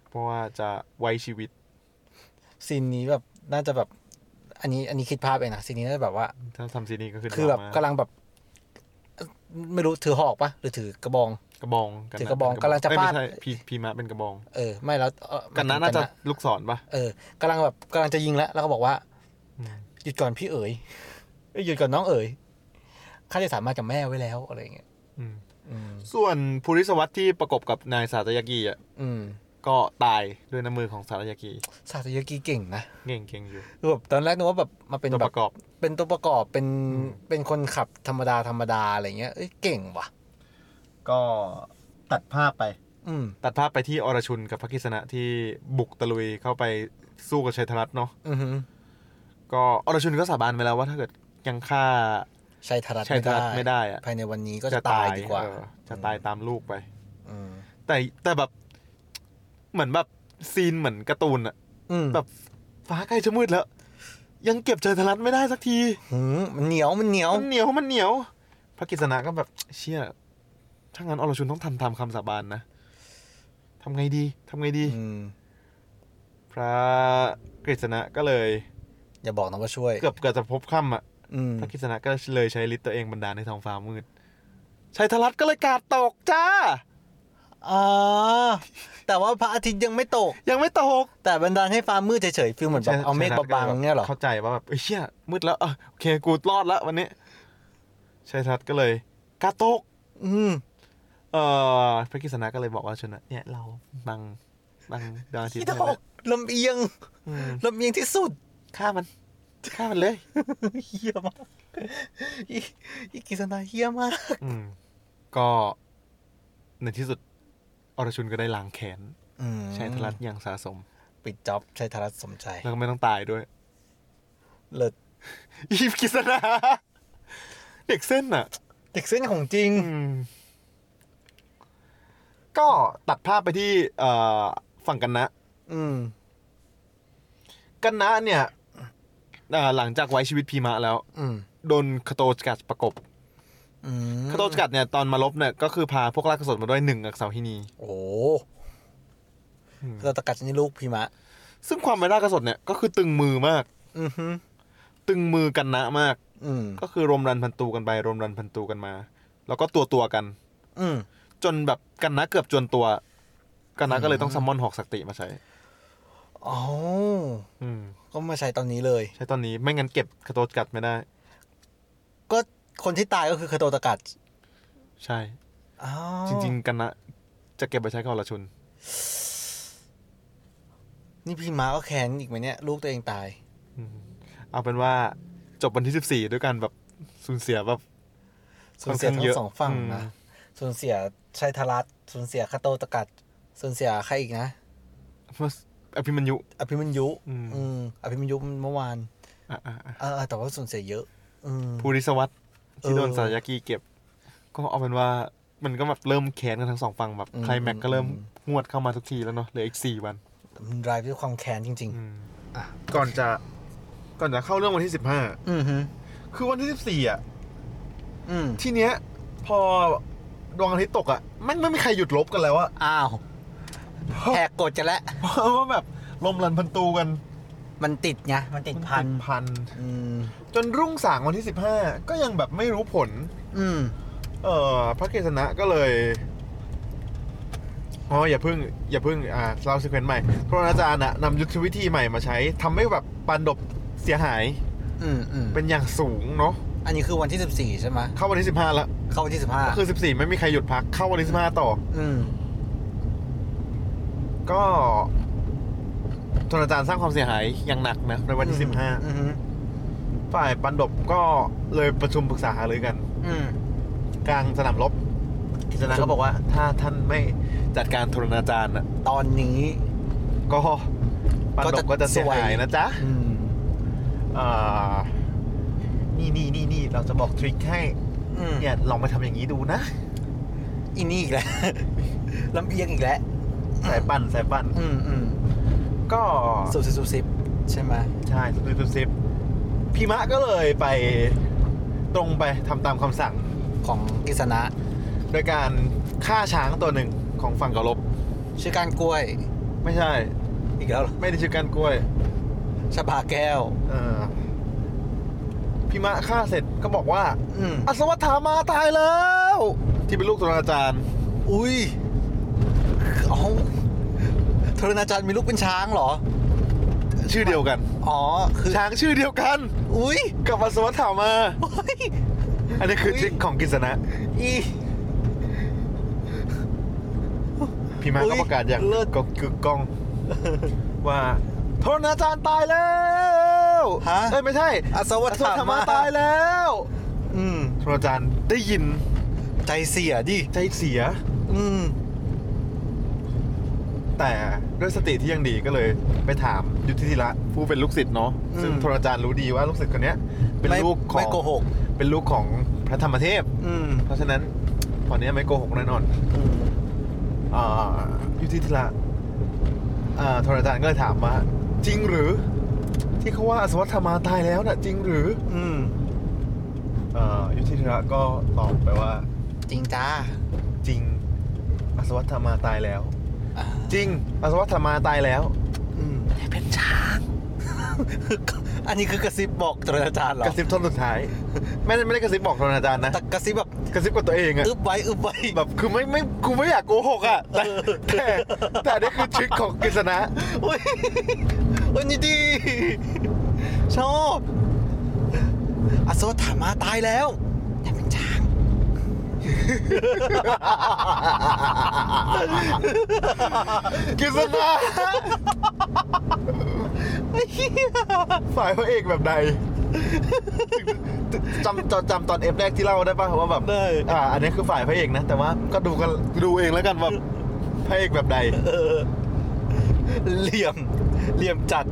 Speaker 2: เพราะว่าจะไว้ชีวิต
Speaker 1: ซีนนี้แบบน่าจะแบบ อันนี้อันนี้คิดภาพเองนะซีนนี้น่าจะแบบว่า
Speaker 2: ถ้าทำซีนนี้ก็คือ
Speaker 1: คือแบบ
Speaker 2: ดราม่าก
Speaker 1: ำลังแบบเอ่อไม่รู้ถือหอกปะหรือถือกระบอง
Speaker 2: กระบองนน
Speaker 1: ถือกระบอง
Speaker 2: เป็น
Speaker 1: กำลังจะ
Speaker 2: เยไม่
Speaker 1: ฟาด
Speaker 2: ใช่พีพีมะเป็นกระบอง
Speaker 1: เออ ไม่แล้วเอ่อ
Speaker 2: กันนะ
Speaker 1: หมย
Speaker 2: น่า
Speaker 1: ถึง
Speaker 2: จะลูกศรปะ
Speaker 1: เออกำลังแบบกำลังจะยิงแล้ว แล้วก็บอกว่า
Speaker 2: อืม
Speaker 1: หยุดก่อนพี่เอ๋ยเอ้ยหยุดก่อนน้องเอ๋ยข้าจะสามารถกับแม่ไว้แล้วอะไรอย่างเงี้ย
Speaker 2: อืม
Speaker 1: อืม
Speaker 2: ส่วนภูริสวัสดิ์ที่ประกบกับนายสาตยากีอ่ะ
Speaker 1: อืม
Speaker 2: ก็ตายด้วยน้ำมือของสาตยากี
Speaker 1: ศาสตร์ยากีเก่งนะ
Speaker 2: เก่งเก่งอยู่
Speaker 1: คือแบบตอนแรกนึกว่าแบบมาเป็น
Speaker 2: ตัว
Speaker 1: แบ
Speaker 2: ป
Speaker 1: บ
Speaker 2: ระกอบ
Speaker 1: เป็นตัวประกอบเป็น
Speaker 2: อืม
Speaker 1: เป็นคนขับธรรมดาธรรมดาอะไรเงี้ยเอ้ยเก่งว่ะ
Speaker 2: ก็ตัดภาพไป
Speaker 1: อืม
Speaker 2: ตัดภาพไปที่อรชุนกับพระกฤษณะที่บุกตะลุยเข้าไปสู้กับชัยธรัตน์เนาะ
Speaker 1: อือหือ
Speaker 2: ก็อรชุนก็สาบานไปแล้วว่าถ้าเกิดยังฆ่า
Speaker 1: ชัยธรัตน์
Speaker 2: ชัยธรัตน์ไม่ได้อ่ะ
Speaker 1: ภายในวันนี้ก็จะตายดีกว่า
Speaker 2: เออจะตายตามลูกไป
Speaker 1: อืม
Speaker 2: แต่แต่แบบเหมือนแบบซีนเหมือนการ์ตูนอ่ะ
Speaker 1: อืม
Speaker 2: แบบ ฟ้าใกล้จะมืดแล้ว ยังเก็บชัยธรัตน์ไม่ได้สักที
Speaker 1: หืมมันเหนียวมันเหนียว
Speaker 2: มันเหนียวมันเหนียว พระกิษณะก็แบบเชี่ย ถ้างั้นอรชุนต้องทำตามคำสาบานนะทำไงดีทำไงดี
Speaker 1: อืม
Speaker 2: พระกฤษณะก็เลย
Speaker 1: อย่าบอกนะว่าช่วย
Speaker 2: เกือบเกือบจะพบค่ำอ่ะ
Speaker 1: อืม
Speaker 2: พระกฤษณะก็เลยใช้ฤทธิ์ตัวเองบันดาลให้ท้องฟ้ามืดชัยธรัตน์ก็เลยกาดตกจ้า
Speaker 1: อ๋อแต่ว่าพระอาทิตย์ยังไม่ตก
Speaker 2: ยังไม่ตก
Speaker 1: แต่บันดาลให้ฟ้ามืดเฉยๆฟิลเหมือนแบบเอาเมฆมาบังเนี่ยเหรอ
Speaker 2: เข้าใจว่าแบบเอ้ยเชี่ยมืดแล้วเออโอเคกูรอดแล้ววันนี้ชัยธรัตน์ก็เลยกาดตก
Speaker 1: อืม
Speaker 2: เออพระกฤษณะก็เลยบอกว่าชนะ เนี่ยเราบังบังดวงอาทิตย์
Speaker 1: ที่ตกลำเอียง
Speaker 2: อืม
Speaker 1: ลำเอียงที่สุด
Speaker 2: ฆ่ามันฆ่ามันเลย
Speaker 1: เฮี้ยมากอีอีกิษณาเฮี้ยมาก
Speaker 2: อืมก็ในที่สุดอรชุนก็ได้ล้างแขน
Speaker 1: อืม
Speaker 2: ชัยธรัตน์อย่างสะสม
Speaker 1: ปิดจ็อบชัยธรัตน์สมใจ
Speaker 2: แล้วก็ไม่ต้องตายด้วย
Speaker 1: เลิศ
Speaker 2: อีฟกิษณาเด็กเส้นอ่ะ
Speaker 1: เด็กเส้นของจริง
Speaker 2: อืม ก็ตัดภาพไปที่เอ่อฝั่งกันนะ
Speaker 1: อืม
Speaker 2: กันนะเนี่ยเอ่อหลังจากไว้ชีวิตพีมะแล้ว
Speaker 1: อืม
Speaker 2: โดนคาโตจกัดประกบ
Speaker 1: อืม
Speaker 2: คาโตจกัดเนี่ยตอนมาลบเนี่ยก็คือพาพวกราชกษัตริย์มาด้วยหนึ่งอักษรหินี
Speaker 1: โอ้โห
Speaker 2: อืม
Speaker 1: เราตะกัดชนิดลูกพิมะ
Speaker 2: ซึ่งความเป็นราชกษัตริย์เนี่ยก็คือตึงมือมาก
Speaker 1: อือฮึ
Speaker 2: ตึงมือกันนะมาก
Speaker 1: อืม
Speaker 2: ก็คือรวมรันพันตูกันไปรวมรันพันตูกันมา แล้วก็ตัวตัวๆกัน
Speaker 1: อืม
Speaker 2: จนแบบกันนะเกือบจวนตัว กันนะก็เลยต้องซัมมอนหอกศักติมาใช้
Speaker 1: อ๋อ
Speaker 2: อืม
Speaker 1: ก็มาใช้ตอนนี้เลย
Speaker 2: ใช่ตอนนี้ไม่งั้นเก็บคาโตจกัดไม่ได้
Speaker 1: ก็คนที่ตายก็คือคาโตตะกัด
Speaker 2: ใช่
Speaker 1: อ๋อ
Speaker 2: จริง ๆ กันนะจะเก็บไปใช้กับอรชุน
Speaker 1: ๆนี่พิมะก็แค้นอีกไหมเนี่ย ลูกตัวเองตาย
Speaker 2: อืมเอาเป็นว่าจบวันที่สิบสี่ด้วยกันแบบสูญเสียแบบ
Speaker 1: สูญเสีย
Speaker 2: ค่อ
Speaker 1: ทั้
Speaker 2: นข้างเย
Speaker 1: ง
Speaker 2: อะ
Speaker 1: สองฝั่งนะ
Speaker 2: อืม
Speaker 1: สูญเสียชัยธรัตน์สูญเสียคาโตตะกัดสูญเสียใครอีกนะ
Speaker 2: อภิมัญยุ
Speaker 1: อภิมัญยุ
Speaker 2: อืม
Speaker 1: อืมอภิมัญยุเมื่อวาน
Speaker 2: อ่ะอ่ะอ่ะ
Speaker 1: เออแต่ว่าสูญเสียเยอะ อืม
Speaker 2: ภูริสวัตรที่โดน
Speaker 1: เออ
Speaker 2: สายากิเก็บ ก็เอาเป็นว่ามันก็แบบเริ่มแค้นกันทั้งสองฝั่งแบบ
Speaker 1: อืม
Speaker 2: ไคลแม็กก็เริ่ม
Speaker 1: อืม
Speaker 2: งวดเข้ามาทุกทีแล้วเนาะเหลืออีกสี่วัน
Speaker 1: มันรายด้วยความแค้นจริง
Speaker 2: อืม
Speaker 1: อ่ะ
Speaker 2: ก่อนจะก่อนจะเข้าเรื่องวันที่สิบห้า
Speaker 1: ๆ อือฮึ
Speaker 2: คือวันที่สิบสี่อ่ะ
Speaker 1: อืม
Speaker 2: ที่เนี้ย พอดวงอาทิตย์ตกอ่ะแม่งไม่มีใครหยุดลบกันแล้วอะ
Speaker 1: อ้าวแหกกฎจะแล้ว
Speaker 2: เพราะว่าแบบลมรันพันตูกัน
Speaker 1: มันติดไงมันติดพัน
Speaker 2: ติดพัน
Speaker 1: อืม
Speaker 2: จนรุ่งสางวันที่ 15 ก็ยังแบบไม่รู้ผล
Speaker 1: อืม
Speaker 2: เออพระกฤษณะก็เลยอ๋ออย่าเพิ่ง อย่าเพิ่งอ่าเล่าซีเควนต์ใหม่พระอาจารย์นะนำยุทธวิธีใหม่มาใช้ทำให้แบบปันดบเสียหาย
Speaker 1: อืมอืม
Speaker 2: เป็นอย่างสูงเนาะ
Speaker 1: อันนี้คือวันที่สิบสี่ใช่ไหม
Speaker 2: เข้าวันที่ 15ละ
Speaker 1: เข้าวันที่สิบห้า
Speaker 2: ก็คือ 14 ไม่มีใครหยุดพัก เข้าวันที่ 15 ต่อ
Speaker 1: อืม
Speaker 2: ก็ทนอาจารย์สร้างความเสียหายอย่างหนักนะในวันที่
Speaker 1: อืมอืม
Speaker 2: 15 ฝ่ายปันดบก็เลยประชุมปรึกษาหารือกัน
Speaker 1: อืม
Speaker 2: กลางสนามรบกิษณะก็บอกว่า ถ้าท่านไม่จัดการทุรนาจารย์น่ะ
Speaker 1: ตอนนี้
Speaker 2: ก็ปันดก
Speaker 1: ก็
Speaker 2: ก็
Speaker 1: จะ
Speaker 2: จะเสียหา
Speaker 1: ซวยย
Speaker 2: นะจ๊ะ
Speaker 1: อืม
Speaker 2: อ่านี่นี่นี่นี่เราจะบอกทริคให้
Speaker 1: อืม
Speaker 2: เนี่ยลองไปทำอย่างนี้ดูนะ
Speaker 1: อีนี่อีกแล้ว ลำเอียงอีกแล้ว
Speaker 2: สายปั่นสายปั่น
Speaker 1: อืมอืม
Speaker 2: ก็
Speaker 1: สูบสิบสูบสิบใช่ไหม
Speaker 2: ใช่ซุบซิบซุบซิบพี่มะก็เลยไปตรงไปทำตามคำสั่ง
Speaker 1: ของกฤษณะ
Speaker 2: โดยการฆ่าช้างตัวหนึ่งของฝั่งกรบ
Speaker 1: ชื่อการกล้วย
Speaker 2: ไม่ใช่
Speaker 1: อีกแล้วเหรอ
Speaker 2: ไม่ได้ชื่อการกล้วย
Speaker 1: ชบาแก้ว
Speaker 2: เออพี่มะฆ่าเสร็จก็บอกว่า
Speaker 1: อืม
Speaker 2: อัศวถามาตายแล้ว ที่เป็นลูกตุลาจารย์
Speaker 1: อุ้ยเอาทรณาจารย์มีลูกเป็นช้างเหรอ
Speaker 2: ชื่อเดียวกัน
Speaker 1: อ๋อ คือ
Speaker 2: ช้างชื่อเดียวกัน
Speaker 1: อุ้ย
Speaker 2: กับอัศวถามา
Speaker 1: โอ้ย
Speaker 2: อันนี้คือ
Speaker 1: อุ๊ย
Speaker 2: ทริคของกฤษณะ
Speaker 1: อี
Speaker 2: พี่มา
Speaker 1: อุ๊
Speaker 2: ก็
Speaker 1: ย
Speaker 2: ประกาศอย่าง
Speaker 1: เลิศ
Speaker 2: ก็กึก ก้อง ว่าโทนอาจารย์ตายแล้ว
Speaker 1: ฮะ
Speaker 2: เอ้ยไม่ใช่
Speaker 1: อสวั
Speaker 2: อั
Speaker 1: ต
Speaker 2: ศว
Speaker 1: ถา
Speaker 2: ถามา
Speaker 1: มา
Speaker 2: ตายแล้ว
Speaker 1: อืม
Speaker 2: โทนอาจารย์ได้ยิน
Speaker 1: ใจเสียดิ
Speaker 2: ใจเสีย
Speaker 1: อืม
Speaker 2: แต่ด้วยสติที่ยังดีก็เลยไปถามยุทธิธิระผู้เป็นลูกศิษย์เนาะ
Speaker 1: อืม
Speaker 2: ซึ่งโทนอาจารย์รู้ดีว่าลูกศิษย์คนเนี้ย เป็น
Speaker 1: ไม่
Speaker 2: ลูกของ
Speaker 1: ไม่โกหก
Speaker 2: เป็นลูกของพระธรรมเทพ
Speaker 1: อืม
Speaker 2: เพราะฉะนั้นตอนนี้ไม่โกหกแน่นอน
Speaker 1: อืม
Speaker 2: อ่าอยู่ที่ทละอ่าโทรอาจารย์ก็เลยถามว่าจริงหรือ ที่เขาว่าอสวัตถมาตายแล้วน่ะ จริงหรือ
Speaker 1: อืม
Speaker 2: อ่าอยู่ที่ทละก็ตอบไปว่า
Speaker 1: จริงจ้า
Speaker 2: จริงอสวัตธรรมาตายแล้ว
Speaker 1: อ่า
Speaker 2: จริงอสวัตธรรมาตายแล้ว
Speaker 1: อืม
Speaker 2: เป็นช้าง
Speaker 1: อันนี้คือกระซิบบอกตรอาจารย์เหรอก
Speaker 2: ระซิบท่อนสุดท้าย ไม่ได้ไม่ได้กระซิบบอกตอนอาจารย์นะ
Speaker 1: แต่กระซิบแบบ
Speaker 2: กระซิบกับตัวเองอะ
Speaker 1: อึบไว้อึบไว้
Speaker 2: แบบคือไม่ไม่กูไม่อยากโกหกอะแต่แต่แต่อันนี่คือทริคของกฤษณะ
Speaker 1: อุ้ยอุ้ยนี่ดี ชอบอโซถามมาตายแล้ว แต่เป็นช้าง
Speaker 2: กฤษณะฝ่ายพระเอกแบบใดจำจำจำตอนเอฟแรกที่เล่าได้ป่ะว่าแบบ
Speaker 1: ได้
Speaker 2: อ่า อันนี้คือฝ่ายพระเอกนะ แต่ว่าก็ดูกันดูเองแล้วกันว่าพระเอกแบบใด
Speaker 1: เออ เหลี่ยม เหลี่ยมจัด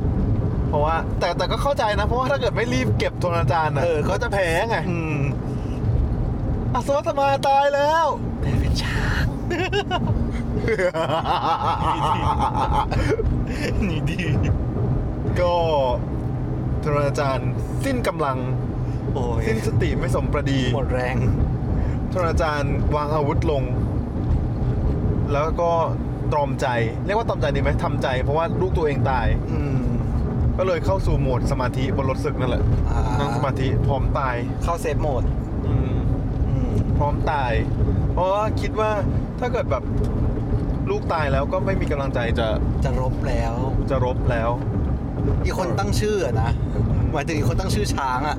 Speaker 2: เพราะว่า แต่แต่ก็เข้าใจนะ เพราะว่าถ้าเกิดไม่รีบเก็บโทรจานอ่ะ
Speaker 1: เออ
Speaker 2: ก็จะแพ้ไง
Speaker 1: อืม
Speaker 2: อสวัตมาตายแล้ว
Speaker 1: แต่เป็นช้าง นี่ดี
Speaker 2: ก็โทรจานสิ้นกำลัง
Speaker 1: โอ้ย
Speaker 2: สิ้นสติไม่สมประดี
Speaker 1: หมดแรง
Speaker 2: โทรจารย์วางอาวุธลง แล้วก็ตรอมใจ เรียกว่าตรอมใจดีไหมทำใจ เพราะว่าลูกตัวเองตาย
Speaker 1: อืม
Speaker 2: ก็เลยเข้าสู่โหมดสมาธิบนรถศึกนั่นแหละ
Speaker 1: อ่า
Speaker 2: นั่งสมาธิพร้อมตาย
Speaker 1: เข้าเซฟโหมด
Speaker 2: อืม
Speaker 1: อืม
Speaker 2: พร้อมตาย เพราะว่าคิดว่าถ้าเกิดแบบลูกตายแล้วก็ไม่มีกำลังใจจะ
Speaker 1: จะรบแล้ว
Speaker 2: จะรบแล้ว
Speaker 1: อีกคนตั้งชื่ออะนะ หมายถึงอีกคนตั้งชื่อช้างอะ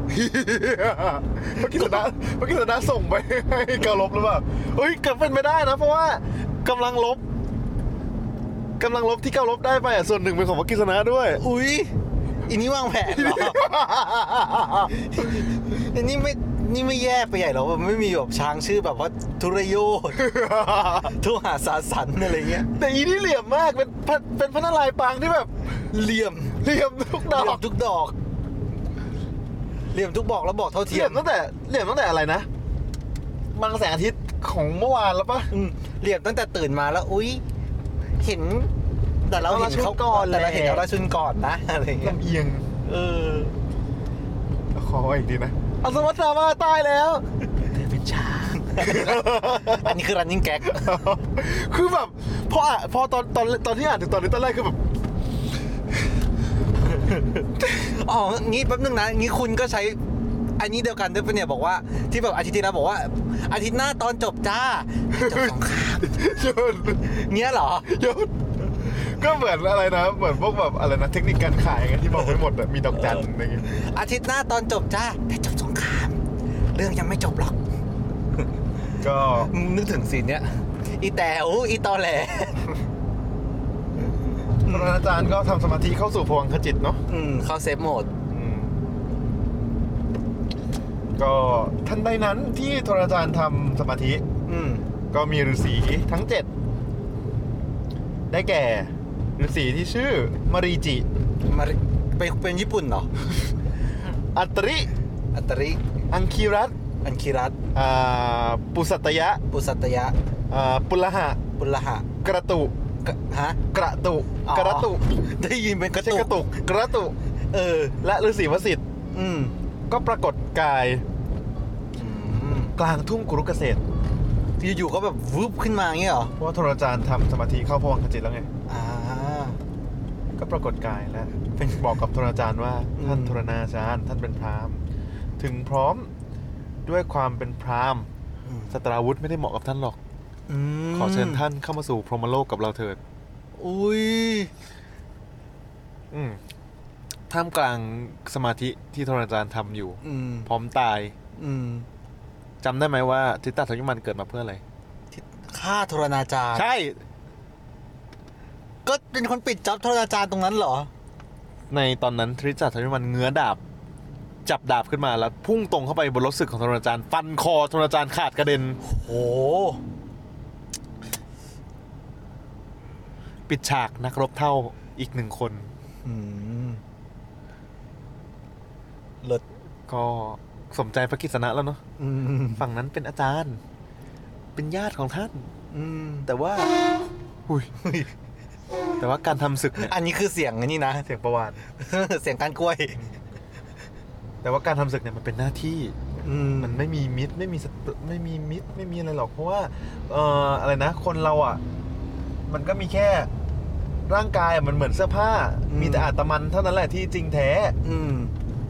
Speaker 2: เมื่อกี้ชนะเมื่อกี้ชนะส่งไปให้เการลบหรือเปล่าเฮ้ยเกิดเป็นไม่ได้นะ เพราะว่ากำลังลบกำลังลบที่เการลบได้ไปอ่ะส่วนหนึ่งเป็นของเมื่อกี้ชนะด้วย
Speaker 1: อุ๊ยอันนี้วางแผน เหรอ อันนี้ไม่ นี่ไม่แย่ไปใหญ่หรอแบบไม่มีแบบช้างชื่อแบบว่าทุรโยธ ทุหาสาสันอะไรเงี้ย
Speaker 2: แต่อีนี่เหลี่ยมมากเป็นพระเป็นพระนารายณ์ปางที่แบบ
Speaker 1: เหลี่ยม
Speaker 2: เหลี่ยมทุกดอ
Speaker 1: เหลี่ย
Speaker 2: ก
Speaker 1: มทุกดอก เหลี่ยมทุกบอกแล้วบอกเท่า
Speaker 2: เห
Speaker 1: เที
Speaker 2: ลี่
Speaker 1: ย
Speaker 2: ย
Speaker 1: ม
Speaker 2: มตั้งแต่เหลี่ยมตั้งแต่อะไรนะบางแสงอาทิตย์ของเมื่อวานแล้วปะ
Speaker 1: อืมเหลี่ยมตั้งแต่ตื่นมาแล้ว อุ๊ย เห็น แต่เราเห็นเขา
Speaker 2: เอาราชุนก่อน
Speaker 1: แต่เราเห็น
Speaker 2: แหละ
Speaker 1: เอาราชุนก่อนนะ อะไรเงี้ย
Speaker 2: ลำเอียง
Speaker 1: เออ
Speaker 2: ขออีกดีนะอสวัตรามาตายแล้ว
Speaker 1: เธอเป็นช้าง อันนี้คือ running gag
Speaker 2: คือแบบพออ่ะพอตอนตอนตอนที่อ่านถึงตอนนี้ตอนแรกคือแบบ
Speaker 1: อ๋อ งี้แป๊บนึงนะ งี้คุณก็ใช้ อันนี้เดียวกันด้วยปะเนี่ยบอกว่าที่แบบอาทิตย์ที่แล้วบอกว่า อาทิตย์หน้าตอนจบจ้าจบสงคราม
Speaker 2: หยุด
Speaker 1: เงี้ยเหรอ
Speaker 2: หยุดก็เหมือนอะไรนะ เหมือนพวกแบบอะไรนะเทคนิคการขายไงที่บอกไม่หมดอะมีดอกจันอะไรอย่างเงี้ย
Speaker 1: อาทิตย์หน้าตอนจบจ้าแต่จบสงคราม เรื่องยังไม่จบหรอก
Speaker 2: ก็
Speaker 1: นึกถึงสีนเนี้ย อีแต่อู้อีตอแหล
Speaker 2: พระอาจารย์ก็ทำสมาธิเข้าสู่พวังคจิตเนาะ
Speaker 1: อืม เข้าเซฟโหมด
Speaker 2: อืมก็ทันใดนั้นที่ทราจารย์ทำสมาธิ
Speaker 1: อืม
Speaker 2: ก็มีฤาษีทั้งเจ็ดได้แก่ฤาษีที่ชื่อมารีจิ
Speaker 1: มาริไปเป็นญี่ปุ่นเหรอ
Speaker 2: อัตริ
Speaker 1: อัตริ
Speaker 2: อังคีรัต
Speaker 1: อันคิรัต
Speaker 2: อ่าปุสัตยะ
Speaker 1: ปุสัตยะ
Speaker 2: อ่าปุลหะ
Speaker 1: ปุลหะ
Speaker 2: กระตุ
Speaker 1: กะฮะ
Speaker 2: กระตุ
Speaker 1: อ๋อ
Speaker 2: กระตุ
Speaker 1: ได้ยินเป็นก
Speaker 2: ไม่
Speaker 1: ระ
Speaker 2: ใช่
Speaker 1: ตุ
Speaker 2: กระตุกกระตุ
Speaker 1: เออ
Speaker 2: และฤาษีวสิทธิ์
Speaker 1: อืม
Speaker 2: ก็ปรากฏกาย
Speaker 1: อืม
Speaker 2: กลางทุ่งกุรุกเกษตร
Speaker 1: อยู่ๆก็แบบวืบขึ้นมาอย่างเงี้ยเหรอ
Speaker 2: เพราะว่าโทรจารย์ทำสมาธิเข้าพวังคจิตแล้วไง
Speaker 1: อ่า
Speaker 2: ก็ปรากฏกายแล้ว
Speaker 1: เป็น
Speaker 2: บอกกับโทรจารย์ว่า
Speaker 1: อืม
Speaker 2: ท่านโทรณาจารย์ท่านเป็นพราหมณ์ ถึงพร้อมด้วยความเป็นพราหมณ์สตราวุธไม่ได้เหมาะกับท่านหรอก
Speaker 1: ม
Speaker 2: ขอเชิญท่านเข้ามาสู่พรหมโลกกับเราเถิด
Speaker 1: อุ้ย
Speaker 2: อืมท่ามกลางสมาธิที่โทรจารย์ทำอยู่
Speaker 1: อืม
Speaker 2: พร้อมตาย
Speaker 1: อืม
Speaker 2: จำได้ไหมว่าทิตตาทยุมันเกิดมาเพื่ออะไร
Speaker 1: ค่าโทรณาจารย์
Speaker 2: ใช่
Speaker 1: ก็เป็นคนปิดจ็อบโทรณาจารย์ตรงนั้นเหรอ
Speaker 2: ในตอนนั้นทิตตาทยุมันเงื้อดาบ จับดาบขึ้นมาแล้วพุ่งตรงเข้าไปบนรถศึกของโทรจารย์ฟันคอโทรจารย์ขาดกระเด็น
Speaker 1: โอ้
Speaker 2: ปิดฉากนักรบเท่าอีกหนึ่งคน
Speaker 1: อืมเลิศ
Speaker 2: ก็สมใจพระกิษณะแล้วเนาะ
Speaker 1: อืม
Speaker 2: ฝั่งนั้นเป็นอาจารย์ เป็นญาติของท่าน
Speaker 1: อืม
Speaker 2: แต่ว่าอุ้ยแต่ว่าการทำศึกเนี่ย
Speaker 1: อันนี้คือเสียงอันนี้นะ
Speaker 2: เสียงประวัติ
Speaker 1: เสียงการกล้วย
Speaker 2: แต่ว่าการทำศึกเนี่ยมันเป็นหน้าที่ อืมมันไม่มีมิตรไม่มีศัตรูไม่มีมิตรไม่มีอะไรหรอก เพราะว่า เอ่ออะไรนะ คนเราอ่ะ มันก็มีแค่ร่างกายอะมันเหมือนเสื้อผ้า
Speaker 1: อืม
Speaker 2: มีแต่อาตมันเท่านั้นแหละที่จริงแท้
Speaker 1: อืม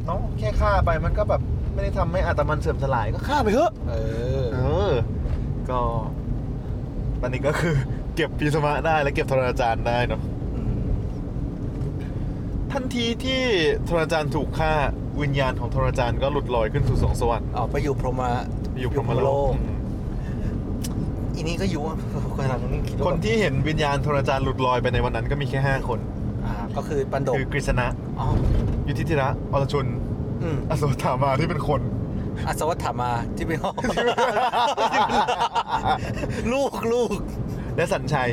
Speaker 2: เนาะแค่ฆ่าไปมันก็แบบไม่ได้ทำให้อาตมันเสื่อมสลายก็ฆ่าไปเถอะ
Speaker 1: เออ
Speaker 2: เออ ก็อันนี้ก็คือ เก็บปีสมะได้และเก็บทรณาจารย์ได้เนาะ ทันทีที่ทรณาจารย์ถูกฆ่าวิญญาณของทรณาจารย์ก็หลุดลอยขึ้นสู่สวงสวรรค์
Speaker 1: ออกไปอยู่พรหมะ
Speaker 2: ไปอยู่พรหมโลก
Speaker 1: อีนี้ก็อยู่ กำลังคิดว่า
Speaker 2: คนที่เห็นวิญญาณทรณาจารย์หลุดลอยไปในวันนั้นก็มีแค่ 5 คน
Speaker 1: อ่าก็คือปันดก
Speaker 2: คือกฤษณะ
Speaker 1: อ๋อ
Speaker 2: ยุทธิธิระอรชุน
Speaker 1: อืม
Speaker 2: อโศธามาที่เป็นคน
Speaker 1: อัศวัตถามาที่เป็นห้อง ลูกลูก
Speaker 2: และสัญชัย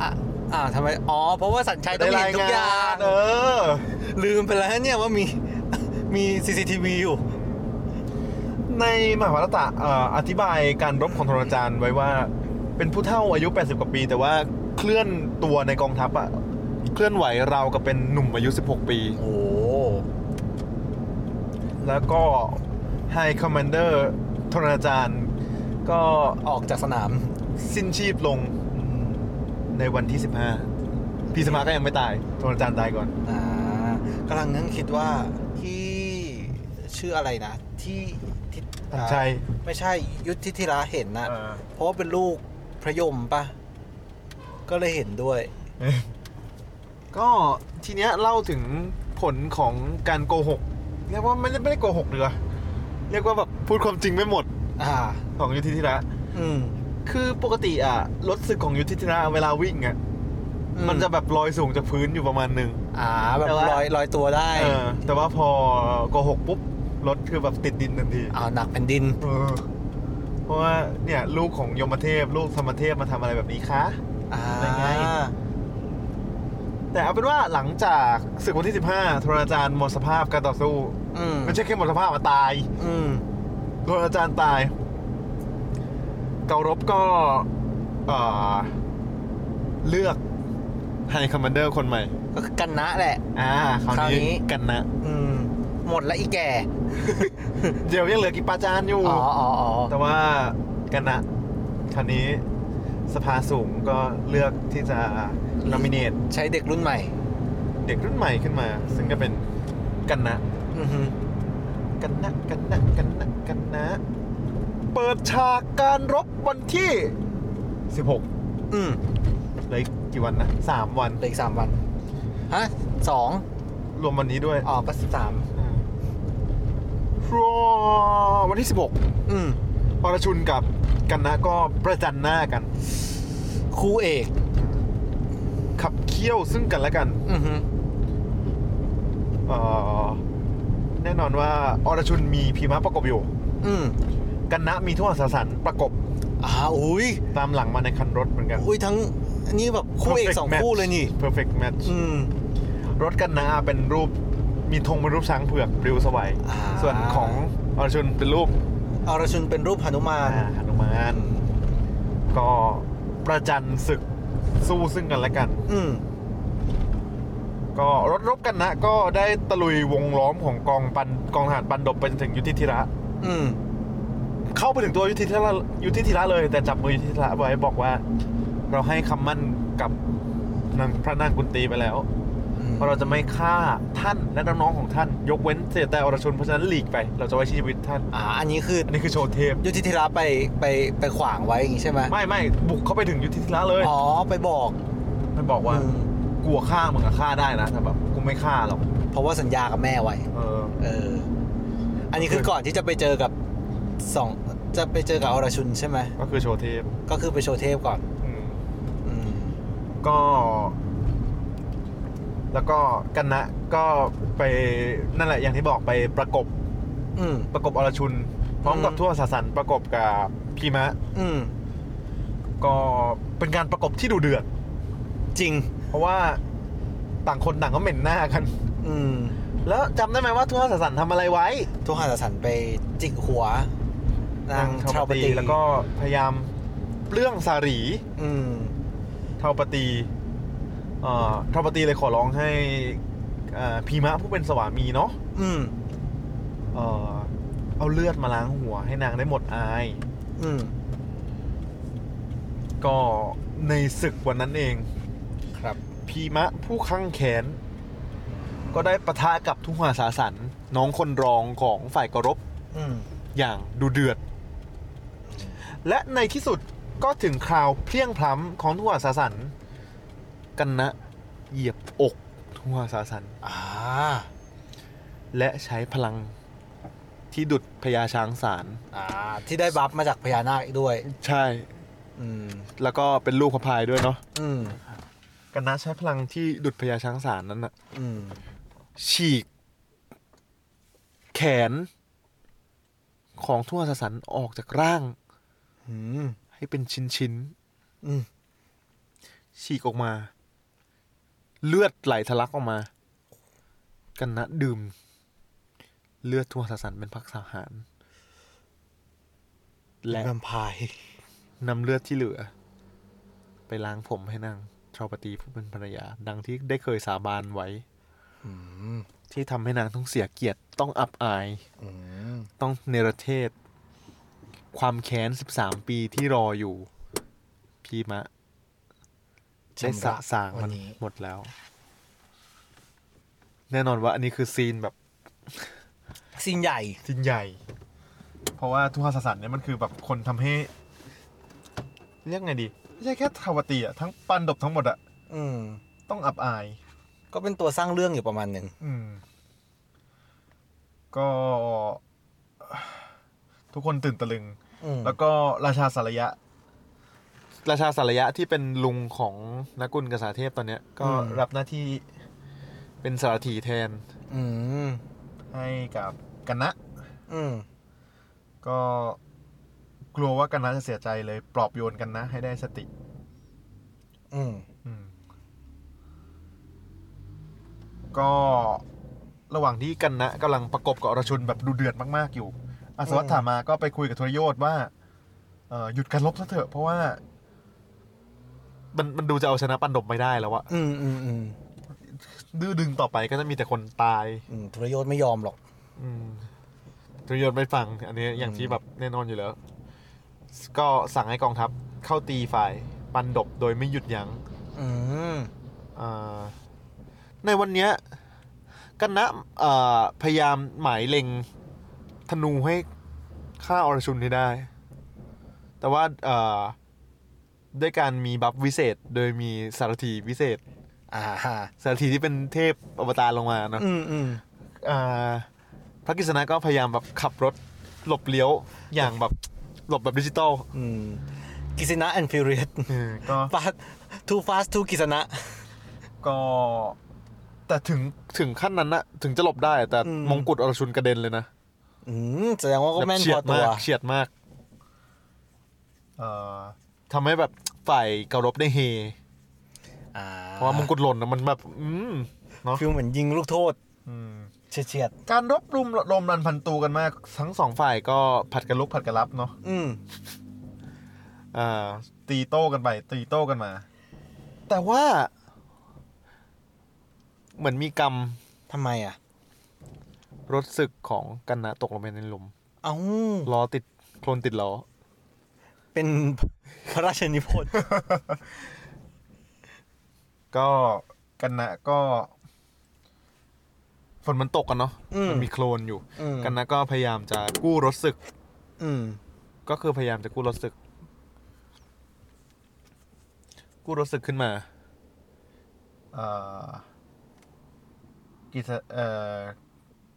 Speaker 1: อ่ะอ่าทำไมอ๋อเพราะว่าสัญชัยต้องมีเห็นทุกอย่าง
Speaker 2: เออ
Speaker 1: ลืมไปแล้วเนี่ยว่ามี มี CCTV อยู่
Speaker 2: ในมหาภารตะเอ่ออธิบายการรบของทรณาจารย์ไว้ว่า เป็นผู้เฒ่าอายุ 80 กว่าปี แต่ว่าเคลื่อนตัวในกองทัพอะเคลื่อนไหวราวกับเป็นหนุ่มอายุ 16 ปี
Speaker 1: โอ้โห
Speaker 2: แล้วก็ High Commander ทรณาจารย์ก็
Speaker 1: ออกจากสนาม
Speaker 2: สิ้นชีพลง
Speaker 1: อืม
Speaker 2: ในวันที่ 15 พีสมาก็ยังไม่ตายทรณาจารย์ตายก่อน
Speaker 1: อ่ากำลังนึกคิดว่าที่ชื่ออะไรนะ ที่ที่อ่า
Speaker 2: ใช่
Speaker 1: ไม่ใช่ยุทธิธิราเห็นนะ
Speaker 2: เออ
Speaker 1: เพราะว่าเป็นลูกพระยมปะก็เลยเห็นด้วย
Speaker 2: ก็ทีเนี้ยเล่าถึงผลของการโกหกเรียกว่าไม่ได้ไม่ได้โกหกเลยเรียกว่าแบบพูดความจริงไม่หมด
Speaker 1: อ่า
Speaker 2: ของยุทธิธิระ
Speaker 1: อืม
Speaker 2: คือปกติอ่ะรถสึกของยุทธิธิระเวลาวิ่งอ่ะ
Speaker 1: อื
Speaker 2: มันจะแบบลอยสูงจากพื้นอยู่ประมาณหนึ่ง
Speaker 1: อ่าแบบ
Speaker 2: แต่ว่า
Speaker 1: ลอยลอยตัวได้
Speaker 2: เออแต่ว่าพอโกหกปุ๊บรถคือแบบติดดินทันที
Speaker 1: เอาหนักแผ่นดิน
Speaker 2: เออเพราะว่าเนี่ยลูกของยมเทพลูกธรรมเทพมาทำอะไรแบบนี้คะ
Speaker 1: อ่า
Speaker 2: เป็นไง แต่เอาเป็นว่าหลังจากศึกวันที่ 15ทรณาจารย์หมดสภาพการต่อสู้
Speaker 1: อืม
Speaker 2: ไม่ใช่แค่หมดสภาพมาตาย
Speaker 1: อืม
Speaker 2: โดนอาจารย์ตาย เการบก็เอ่อเลือกไฮคอมมานเดอร์คนใหม่
Speaker 1: ก็คือกันนะแหละ
Speaker 2: อ่าคราว
Speaker 1: คราวนี้
Speaker 2: นี้กันนะ
Speaker 1: อืม หมดละอีแก่
Speaker 2: เดี๋ยวยังเหลือกิปาจานอยู่
Speaker 1: อ๋ออ๋ออ๋อ
Speaker 2: แต่ว่ากันนะ คราวนี้สภาสูงก็เลือกที่จะนอมิเนต
Speaker 1: ใช้เด็กรุ่นใหม่
Speaker 2: เด็กรุ่นใหม่ขึ้นมา ซึ่งก็เป็นกันนะ
Speaker 1: อือหือ
Speaker 2: กันนะกันนะกันนะกันนะ เปิดฉากการรบวันที่ 16
Speaker 1: อืม
Speaker 2: เหลืออีกกี่วันนะสามวัน
Speaker 1: เหลืออีกสามวันฮะสอง
Speaker 2: รวมวันนี้ด้วย
Speaker 1: อ๋อก็สิบสาม
Speaker 2: ครัววันที่ 16
Speaker 1: อืม
Speaker 2: ปรชุนกับกันนะก็ประจันหน้ากัน
Speaker 1: คู่เอก
Speaker 2: ขับเคี่ยวซึ่งกันและกัน
Speaker 1: อือหือ
Speaker 2: เอ่อแน่นอนว่าอรชุนมีพีมะประกบอยู่
Speaker 1: อืม
Speaker 2: กันนะมีทั่วสารสันประกบ
Speaker 1: อ่าอุ้ย
Speaker 2: ตามหลังมาในคันรถเหมือนกัน
Speaker 1: อุ้ยทั้งอันนี้แบบคู่เอก
Speaker 2: Perfect
Speaker 1: สอง
Speaker 2: match
Speaker 1: คู่เลยนี่
Speaker 2: perfect match
Speaker 1: อืม
Speaker 2: รถกันนะเป็นรูปมีธงเป็นรูปช้างเผือกปลิวสวัย
Speaker 1: อ่า
Speaker 2: ส่วนของอรชุนเป็นรูป
Speaker 1: อรชุนเป็นรูปหนุมาน
Speaker 2: อ่าหนุมานก็ประจันศึกสู้ซึ่งกันและกัน
Speaker 1: อืม
Speaker 2: ก็รถรบกันนะ ก็ได้ตะลุยวงล้อมของกองปันกองทหารปันดบไปจนถึงยุทธิธิระ
Speaker 1: อืม
Speaker 2: เข้าไปถึงตัวยุทธิธิระยุทธิธิระเลย แต่จับมือยุทธิธิระไว้บอกว่า เราให้คำมั่นกับนางพระนางกุนตีไปแล้วว่าเราจะไม่ฆ่าท่านและน้องๆของท่าน ยกเว้นเสียแต่อรชนเพราะฉะนั้นหลีกไป เราจะไว้ชีวิตท่าน
Speaker 1: อ่าอันนี้คือ
Speaker 2: อันนี้คือโชว์เทพ
Speaker 1: ยุทธิธิราไปไปไปขวางไว้อย่างงี้ใช่ไหม
Speaker 2: ไม่ไม่บุกเข้าไปถึงยุทธิธิระเลย
Speaker 1: อ๋อไปบอก
Speaker 2: มันบอกว่า
Speaker 1: อืม
Speaker 2: กลัวฆ่ามึงอะฆ่าได้นะแต่แบบกูไม่ฆ่าหรอก
Speaker 1: เพราะว่าสัญญากับแม่ไว้
Speaker 2: เออ
Speaker 1: เออ อันนี้คือก่อนที่จะไปเจอกับสองจะไปเจอกับอรชุนใช่ไหม
Speaker 2: ก็คือโชว์เทพ
Speaker 1: ก็คือไปโชว์เทพก่อน
Speaker 2: อืม
Speaker 1: อืม
Speaker 2: ก็ แล้วก็กันนะก็ไปนั่นแหละอย่างที่บอกไปประกบ
Speaker 1: อืม
Speaker 2: ประกบอรชุน พร้อมกับ
Speaker 1: อืม
Speaker 2: ทั่วสาสันประกบกับพีมะ
Speaker 1: อืม
Speaker 2: ก็เป็นการประกบที่ดูเดือด
Speaker 1: จริง
Speaker 2: เพราะว่าต่างคนต่างก็เหม็นหน้ากัน
Speaker 1: อืม
Speaker 2: แล้วจำได้ไหมว่าทั่วสาสันทำอะไรไว้
Speaker 1: ทุกหาสสันไปจิกหัว นาง
Speaker 2: เทา
Speaker 1: ชาว
Speaker 2: ป
Speaker 1: ป
Speaker 2: ตี
Speaker 1: ตี
Speaker 2: แล้วก็พยายามเปลื้องสารี
Speaker 1: อืม
Speaker 2: เทาปตีเอ่อเทาปตีเลยขอร้องให้เอ่อพีมะผู้เป็นสวามีเนาะ
Speaker 1: อืม
Speaker 2: เอ่อ เอาเลือดมาล้างหัวให้นางได้หมดอาย
Speaker 1: อืม
Speaker 2: ก็ในศึกวันนั้นเอง
Speaker 1: ครับ
Speaker 2: พีมะผู้ข้างแขน ก็ได้ปะทะกับทุงหาสาสัน น้องคนรองของฝ่ายกรบ
Speaker 1: อืม
Speaker 2: อย่างดูเดือด และในที่สุดก็ถึงคราวเพลียงพล้ำของทุงหาสาสัน กันนะ เหยียบอกทุงหาสาสัน
Speaker 1: อ่า
Speaker 2: และใช้พลังที่ดุดพญาช้างสาร
Speaker 1: อ่า ที่ได้บัฟมาจากพญานาคอีกด้วย
Speaker 2: ใช่
Speaker 1: อืม
Speaker 2: แล้วก็เป็นลูกพระพายด้วยเนาะ
Speaker 1: อืม
Speaker 2: กันนะใช้พลังที่ดุดพญาช้างสารนั้นอะ
Speaker 1: อืม
Speaker 2: ฉีก แขน ของทั่วสสันออกจากร่าง
Speaker 1: อืม
Speaker 2: ให้เป็นชิ้นชิ้น
Speaker 1: อืม
Speaker 2: ๆฉีกออกมา เลือดไหลทะลักออกมา กันนะดื่ม เลือดทั่วสสันเป็นพักสาหาร และ
Speaker 1: แวมไพาย
Speaker 2: นำเลือดที่เหลือ ไปล้างผมให้นางชาวปตีผู้เป็นภรรยา ดังที่ได้เคยสาบานไว้
Speaker 1: อืม
Speaker 2: ที่ทำให้นางต้องเสียเกียรติต้องอับอาย
Speaker 1: อืม
Speaker 2: ต้องเนรเทศ ความแค้น 13 ปีที่รออยู่ พี่มะ ได้สะสาง
Speaker 1: วั
Speaker 2: มัน น
Speaker 1: นี้
Speaker 2: หมดแล้ว แน่นอนว่าอันนี้คือซีนแบบ
Speaker 1: สิ่งใหญ่
Speaker 2: ซีนใหญ่ เพราะว่าทุกขสสันเนี่ยมันคือแบบคนทำให้ เรียกไงดี ไม่ใช่แค่ทาวตีอะทั้งปันดบทั้งหมดอะ
Speaker 1: อืม
Speaker 2: ต้องอับอาย
Speaker 1: ก็เป็นตัวสร้างเรื่องอยู่ประมาณหนึ่ง
Speaker 2: อืม ก็ ทุกคนตื่นตะลึง
Speaker 1: อืม
Speaker 2: แล้วก็ราชาสารยะ ราชาสารยะที่เป็นลุงของนักกุลกษัตริย์เทพตอนเนี้ย ก็
Speaker 1: อืม
Speaker 2: รับหน้าที่เป็นสารถีแทน
Speaker 1: อืม
Speaker 2: ให้กับกันนะ
Speaker 1: อืม
Speaker 2: ก็กลัวว่ากันนะจะเสียใจเลยปลอบโยนกันนะ ให้ได้สติ
Speaker 1: อืม
Speaker 2: อืม ก็ระหว่างที่กันนะกำลังประกบกับอรชุนแบบดูเดือดมากๆอยู่อัศวัต
Speaker 1: อืม
Speaker 2: ถามาก็ไปคุยกับทรยศว่าเอ่อหยุดการลบซะเถอะ เพราะว่า มันมันดูจะเอาชนะปันดบไม่ได้แล้วอะ
Speaker 1: อืมอืมอืม
Speaker 2: ดื้อดึงต่อไปก็จะมีแต่คนตาย
Speaker 1: อืมทุรยศไม่ยอมหรอก
Speaker 2: ทุนยนต์ไม่ฟัง อันนี้อย่างที่แบบแน่นอนอยู่แล้ว ก็สั่งให้กองทัพเข้าตีฝ่าย ปันดบโดยไม่หยุดยัง้ง
Speaker 1: อืม
Speaker 2: อ่าในวันเนี้ยกันนะเอ่อพยายามหมายเล็งธนูให้ฆ่าอรชุนให้ได้ แต่ว่าเอ่อด้วยการมีบัฟวิเศษ โดยมีสารถีวิเศษ
Speaker 1: อ่าฮะ
Speaker 2: สารถีที่เป็นเทพอวตารลงมาเนาะ
Speaker 1: อืมอืม
Speaker 2: อ่าพระกฤษณะก็พยายามแบบขับรถหลบเลี้ยวอย่างแบบหลบแบบดิจิตอล
Speaker 1: อืม กิษณะแอนฟิวเรียส
Speaker 2: ก็
Speaker 1: ฟาสทูฟาสทูกิษณะ
Speaker 2: ก็แต่ถึงถึงขั้นนั้นนะถึงจะหลบได้แต่
Speaker 1: อืม
Speaker 2: มงกุฎอรชุนกระเด็นเลยนะ
Speaker 1: อืม แสดงว่าก็
Speaker 2: แบบ
Speaker 1: แม่น
Speaker 2: เฉี
Speaker 1: พ
Speaker 2: ย
Speaker 1: อ
Speaker 2: ด
Speaker 1: ตั
Speaker 2: มาว กเฉียดมากเอ่อทำให้แบบฝ่ายเการบได้เฮ
Speaker 1: อ่า
Speaker 2: เพราะว่ามงกุฎหล่นนะมันแบบ อืมเนาะ
Speaker 1: ฟิลเหมือนยิงลูกโทษ
Speaker 2: อืม
Speaker 1: เฉียด
Speaker 2: การรบรุมรมรันพันตูกันมาก ทั้งสองฝ่ายก็ผัดกันลุกผัดกันรับเนาะ
Speaker 1: ๆอืม
Speaker 2: อ่าตีโต้กันไป ตีโต้กันมา แต่ว่า เหมือนมีกรรม
Speaker 1: ทำไมอ่ะ
Speaker 2: รถศึกของกันนะตกลงไปในหลุม
Speaker 1: เอ้า
Speaker 2: ล้อติดโคลนติดล้อ
Speaker 1: เป็น พระราชนิพนธ์
Speaker 2: ก็กันนะก็ฝนมันตกกันเนาะ
Speaker 1: อืม
Speaker 2: มันมีโคลนอยู่
Speaker 1: อืม
Speaker 2: กันนะก็พยายามจะกู้รถศึก
Speaker 1: อืม
Speaker 2: ก็คือพยายามจะกู้รถศึก กู้รถศึกขึ้นมาเอ่อกิจเอ่อ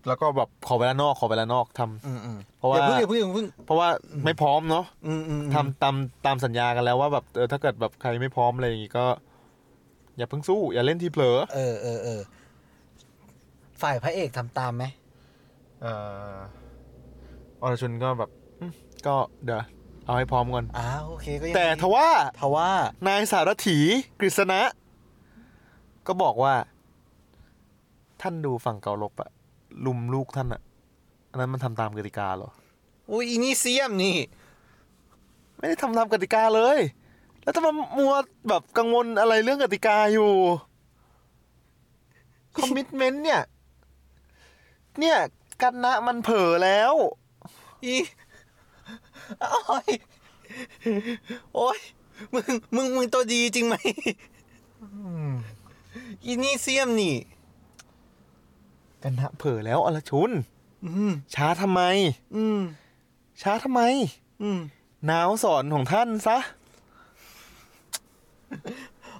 Speaker 2: แล้วก็แบบขอเวลานอกขอเวลานอกทำ
Speaker 1: อืมอืม
Speaker 2: เพราะว่า
Speaker 1: อย่าเพิ่งอย่าเพิ่งอย่าเพิ่ง
Speaker 2: เพราะว่าไม่พร้อมเนาะ
Speaker 1: อืมอืมอืม
Speaker 2: ทำตามตามสัญญากันแล้วว่าแบบเออถ้าเกิดแบบใครไม่พร้อมอะไรอย่างงี้ก็ อย่าเพิ่งสู้ อย่าเล่นทีเผลอ
Speaker 1: เออเออเออฝ่ายพระเอกทำตามไหม
Speaker 2: เอออรชุนก็แบบอืมก็เดี๋ยวเอาให้พร้อมก่อน
Speaker 1: อ้าวโอเคก็ยัง
Speaker 2: แต่
Speaker 1: ดี
Speaker 2: ทว่า
Speaker 1: ทว่าน
Speaker 2: ายสารถีกฤษณะ ก็บอกว่า ท่านดูฝั่งเกาลบอะลุมลูกท่านอะอันนั้นมันทำตามกติกาเหรอ
Speaker 1: อุ้ยอีนี่เสียมนี่
Speaker 2: ไม่ได้ทำตามกติกาเลย แล้วทำไมมัวแบบกังวลอะไรเรื่องกติกาอยู่คอมมิ t เมนต์เนี่ย เนี่ย กันนะมันเผลอแล้ว
Speaker 1: อีโอ้ยโอ้ยมึงมึงมึงตัวดีจริงไหมอีนี่เสียมนี่
Speaker 2: กันนะเผลอแล้วอลชุน
Speaker 1: อืม
Speaker 2: ช้าทำไม
Speaker 1: อืม
Speaker 2: ช้าทำไม
Speaker 1: อืม
Speaker 2: หนาวสอนของท่านซะ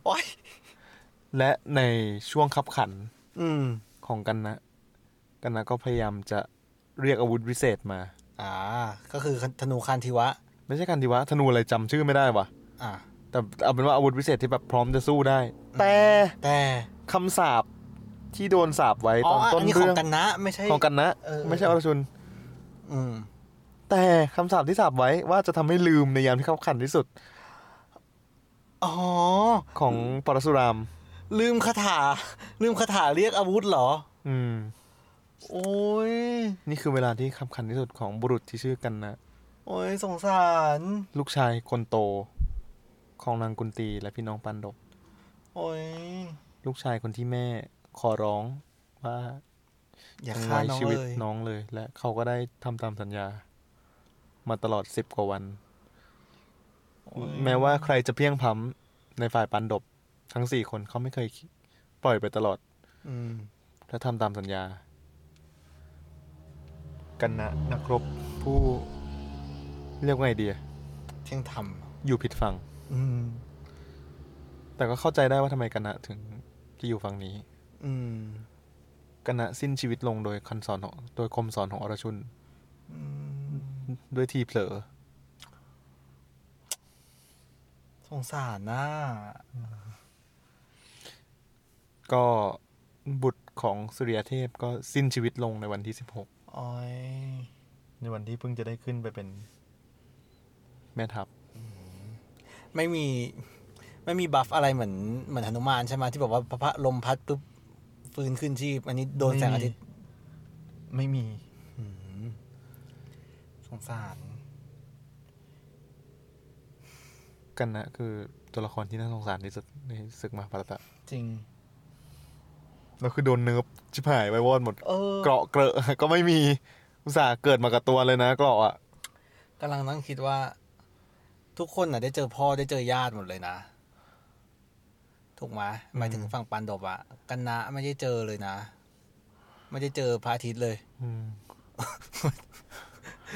Speaker 1: โอ้ย
Speaker 2: และในช่วงขับขัน
Speaker 1: อืม
Speaker 2: ของกันนะ กันนะก็พยายามจะเรียกอาวุธวิเศษมา
Speaker 1: อ่า ก็คือธนูคันทิวะ
Speaker 2: ไม่ใช่กันทีวะธนูอะไรจำชื่อไม่ได้วะ
Speaker 1: อ่า
Speaker 2: แต่เอาเป็นว่าอาวุธวิเศษที่แบบพร้อมจะสู้ได้ แต่
Speaker 1: แต่
Speaker 2: คำสาปที่โดนสาปไว้
Speaker 1: อ๋
Speaker 2: ต
Speaker 1: อ
Speaker 2: อน
Speaker 1: อั
Speaker 2: ต้
Speaker 1: น
Speaker 2: น
Speaker 1: นี้ขอ
Speaker 2: เรื่อง ง
Speaker 1: กันนะ ไม่ใช่
Speaker 2: ของกันนะ
Speaker 1: เออ
Speaker 2: ไม่ใช่อรชุน
Speaker 1: อืม
Speaker 2: แต่คำสาปที่สาปไว้ว่าจะทำให้ลืมในยามที่ขับขันที่สุด
Speaker 1: อ๋อ
Speaker 2: ของปรสุราม
Speaker 1: ลืมคาถา ลืมคาถาเรียกอาวุธเหรอ
Speaker 2: อืม
Speaker 1: โอ้ย
Speaker 2: นี่คือเวลาที่ขับขันที่สุดของบุรุษที่ชื่อกันนะ
Speaker 1: โอ้ยสงสาร
Speaker 2: ลูกชายคนโต ของนางกุนตีและพี่น้องปันดก
Speaker 1: โอ้ย
Speaker 2: ลูกชายคนที่แม่ขอร้องว่า
Speaker 1: อย่า
Speaker 2: ทำ
Speaker 1: ฆ่าน้
Speaker 2: ลาย
Speaker 1: อง
Speaker 2: ชีวิต
Speaker 1: เลย
Speaker 2: น้องเลย และเขาก็ได้ทำตามสัญญา มาตลอดสิบกว่าวัน
Speaker 1: โอ้ย
Speaker 2: แม้ว่าใครจะเพลียงพล้ำในฝ่ายปันดบ ทั้งสี่คนเขาไม่เคยปล่อยไปตลอด
Speaker 1: อืม
Speaker 2: และทำตามสัญญา กันนะนักรบผู้เรียกว่าไงดีอะ
Speaker 1: เที่ยงธรรม
Speaker 2: อยู่ผิดฝั่ง
Speaker 1: อืม
Speaker 2: แต่ก็เข้าใจได้ว่าทำไมกันนะถึงจะอยู่ฝั่งนี้
Speaker 1: อืม
Speaker 2: กันนะสิ้นชีวิตลงโดยคันสอนของโดยคมสอนของอรชุน
Speaker 1: อืม
Speaker 2: ด้วยทีเผลอ
Speaker 1: สงสารนะ
Speaker 2: ก็บุตรของสุริยเทพก็สิ้นชีวิตลงในวันที่
Speaker 1: โอ้ย
Speaker 2: 16 ในวันที่เพิ่งจะได้ขึ้นไปเป็น แม่ทัพ
Speaker 1: ไม่มี ไม่มีบัฟอะไรเหมือน เหมือนหนุมานใช่ไหมที่บอกว่าพระพระลมพัดปุ๊บ ฟื้นขึ้นชีพ อันนี้โดนแสงอาทิตย์
Speaker 2: ไม่มี
Speaker 1: อืมสงสาร
Speaker 2: กันนะคือตัวละครที่น่าสงสารที่สุดในศึกมหาภารตะ
Speaker 1: จริง
Speaker 2: แล้วคือโดนเนิร์ฟชิบหายไปวอดหมด
Speaker 1: เออ
Speaker 2: เกราะเกลอะ ก็ไม่มี อุตส่าห์เกิดมากับตัวเลยนะเกราะอ่ะ
Speaker 1: กำลังนั่งคิดว่า ทุกคนน่ะ ได้เจอพ่อได้เจอญาติหมดเลยนะ ถูกไหมหมายถึงฝั่งปันดบอะกันนะไม่ได้เจอเลยนะ ไม่ได้เจอพระอาทิตย์เลย
Speaker 2: อืม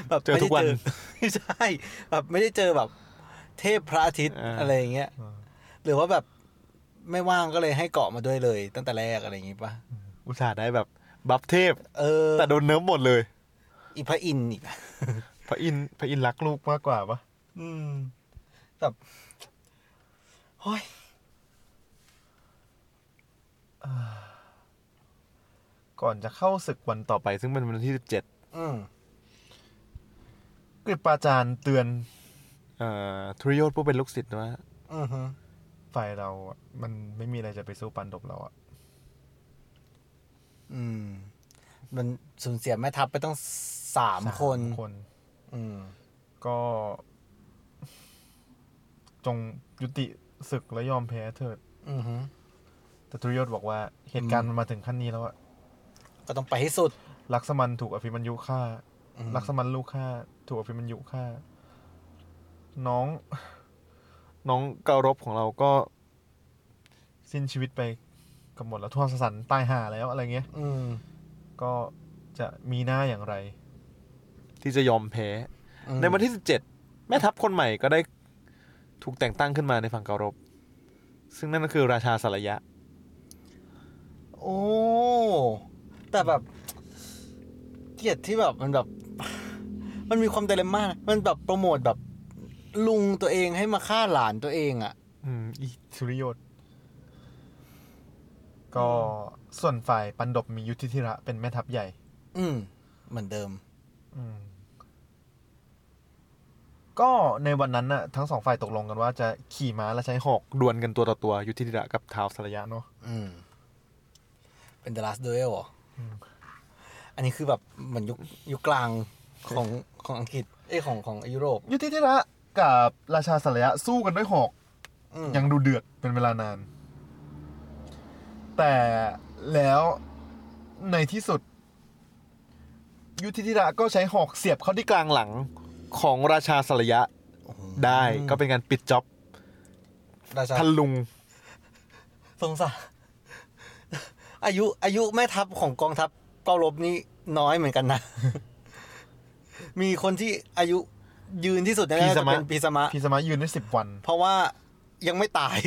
Speaker 1: แบบ
Speaker 2: เจอทุกวัน
Speaker 1: ไม่ได้เจอ ใช่แบบไม่ได้เจอแบบ เทพพระอาทิตย์
Speaker 2: อ่า
Speaker 1: อะไรอย่างเงี้ยหรือว่าแบบไม่ว่างก็เลยให้เกาะมาด้วยเลย ตั้งแต่แรกอะไรอย่างงี้ปะ
Speaker 2: อุตส่าห์ได้แบบบัฟเทพ
Speaker 1: เออ
Speaker 2: แต่โดนเนิร์ฟหมดเลย
Speaker 1: อีพระอินทร์อีก
Speaker 2: พระอินทร์พระอินทร์รักลูกมากกว่าปะ
Speaker 1: อืมแบบโอ้ย
Speaker 2: ก่อนจะเข้าศึกวันต่อไป ซึ่งเป็นวันที่
Speaker 1: อืม
Speaker 2: 17กฤษปาจารย์เตือนเอ่อทุรยศผู้เป็นลูกศิษย์ว่า
Speaker 1: อือฮึ
Speaker 2: ฝ่ายเราอะมันไม่มีอะไรจะไปสู้ปันดบเราอะ
Speaker 1: อืม มันสูญเสียแม่ทัพไปต้องสาม
Speaker 2: สาม
Speaker 1: คน
Speaker 2: คน
Speaker 1: อืม
Speaker 2: ก็ จงยุติศึกและยอมแพ้เถิด
Speaker 1: อือฮึ
Speaker 2: แต่ทุรยศบอกว่าเหตุการณ์มันมาถึงขั้นนี้แล้วอะ
Speaker 1: ก็ต้องไปให้สุด
Speaker 2: ลักษมันถูกอภิมัญยุฆ่า
Speaker 1: อืม
Speaker 2: ลักษมันลูกฆ่า ถูกอภิมัญยุฆ่า น้อง น้องเการบของเราก็ สิ้นชีวิตไปกับหมดแล้วทวสสันตายห่าแล้วอะไรเงี้ย
Speaker 1: อืม
Speaker 2: ก็จะมีหน้าอย่างไร ที่จะยอมแพ้
Speaker 1: อืม
Speaker 2: ในวันที่สิบเจ็ดแม่ทัพคนใหม่ก็ได้ถูกแต่งตั้งขึ้นมาในฝั่งเการบ ซึ่งนั่นก็คือราชาสารยะ
Speaker 1: โอ้แต่แบบ เกลียดที่แบบมันแบบ มันมีความเดเลม่านะมันแบบโปรโมทแบบ ลุงตัวเองให้มาฆ่าหลานตัวเองอะ่ะ
Speaker 2: อืมอีสุริยศก็ส่วนฝ่ายปันดบมียุทธิธิระเป็นแม่ทัพใหญ่
Speaker 1: อืม เหมือนเดิม
Speaker 2: อืม ก็ในวันนั้นน่ะ ทั้งสองฝ่ายตกลงกันว่าจะขี่ม้าและใช้หอกดวลกันตัวต่อตัวยุทธิธิระกับท้าวสารยะเนาะ
Speaker 1: อืม เป็น The Last Duel เหรออ
Speaker 2: ม
Speaker 1: อันนี้คือแบบเหมือนยุคยุคกลางของของอังกฤษ เอ้ยของของยุโรป
Speaker 2: ยุทธิธิระกับราชาสารยะสู้กันด้วยหอก
Speaker 1: อืม
Speaker 2: ยังดูเดือดเป็นเวลานาน แต่แล้วในที่สุด ยุทธิธิราก็ใช้หอกเสียบเข้าที่กลางหลังของราชาสระยะได้ก็เป็นการปิดจ็อบ
Speaker 1: ราชา
Speaker 2: ทันลุง
Speaker 1: สงสาร อายุอายุแม่ทัพของกองทัพเป้ารบนี่น้อยเหมือนกันนะ มีคนที่อายุยืนที่สุดใน
Speaker 2: พี
Speaker 1: น่า
Speaker 2: ส
Speaker 1: จะ
Speaker 2: มะ
Speaker 1: เป็นปีสมะ
Speaker 2: พีสมะยืนได้สิบวัน
Speaker 1: เพราะว่ายังไม่ตาย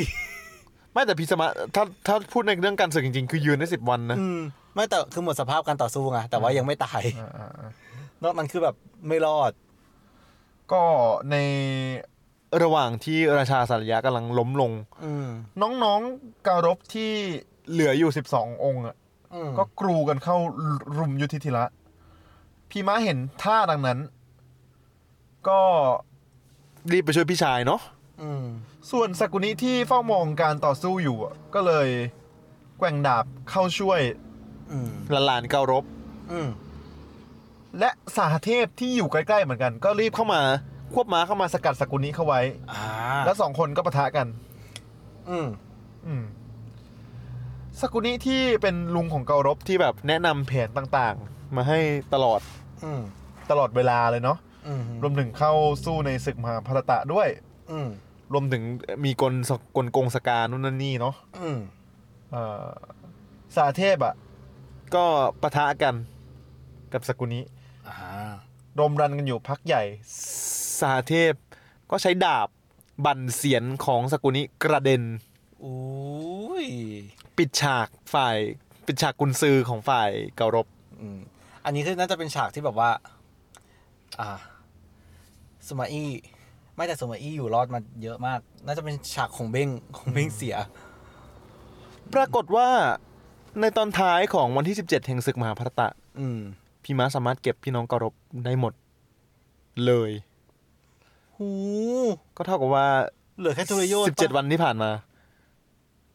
Speaker 2: ไม่แต่พีสมะถ้าถ้าพูดในเรื่องการศึกจริงๆ คือยืนได้สิบวันนะ
Speaker 1: อืมไม่แต่คือหมดสภาพการต่อสู้ไงแต่ว่ายังไม่ตาย
Speaker 2: อ่าๆๆ
Speaker 1: นอกนั้นคือแบบไม่รอด
Speaker 2: ก็ในระหว่างที่ราชาสารยะกำลังล้มลง
Speaker 1: อืม
Speaker 2: น้องๆการรบที่เหลืออยู่ 12 องค์อะ
Speaker 1: อืม
Speaker 2: ก็กรูกันเข้ารุมยุทธิธิระพี่ม้าเห็นท่าดังนั้น ก็รีบไปช่วยพี่ชายเนาะ
Speaker 1: อืม
Speaker 2: ส่วนสกุนิที่เฝ้ามองการต่อสู้อยู่อะก็เลยแกว่งดาบเข้าช่วย
Speaker 1: อืม
Speaker 2: หลานๆการรบ
Speaker 1: อืม
Speaker 2: และสาเทพที่อยู่ใกล้ๆเหมือนกัน ก็รีบเข้ามาควบม้าเข้ามาสกัดสกุนิเข้าไว้
Speaker 1: อ่า
Speaker 2: แล้วสองคนก็ปะทะกัน
Speaker 1: อืม
Speaker 2: อืมสกุนิที่เป็นลุงของเการบที่แบบแนะนำแผนต่างๆ มาให้ตลอด
Speaker 1: อืม
Speaker 2: ตลอดเวลาเลยเนาะ
Speaker 1: อืม
Speaker 2: รวมถึงเข้าสู้ในศึกมหาภารตะด้วย
Speaker 1: อืม
Speaker 2: รวมถึงมีกลสกลโกงสการนู่นนั่นนี่เนาะ
Speaker 1: อืม
Speaker 2: เอ่อสาเทพอะ่ะ ก็ปะทะกันกับสกุนิ
Speaker 1: อ่าร
Speaker 2: มรันกันอยู่พักใหญ่ สาเทพก็ใช้ดาบบันเสียนของสกุนิกระเด็น
Speaker 1: อุ้ย
Speaker 2: ปิดฉากฝ่ายปิดฉากกุนซือของฝ่ายเการบ
Speaker 1: อืมอันนี้คือน่าจะเป็นฉากที่แบบว่า อ่าสมาอี้ไม่แต่สมาอี้อยู่รอดมาเยอะมาก น่าจะเป็นฉากของเบ้งของเบ้งเสีย
Speaker 2: ปรากฏว่าในตอนท้ายของวันที่ 17 แห่งศึกมหาภารตะ
Speaker 1: อืม
Speaker 2: พี่ม้าสามารถเก็บพี่น้องเการบได้หมด เลย
Speaker 1: หู
Speaker 2: ก็เท่ากับว่า
Speaker 1: เหลือแค่ทุรโยธ
Speaker 2: 17 วันที่ผ่านมา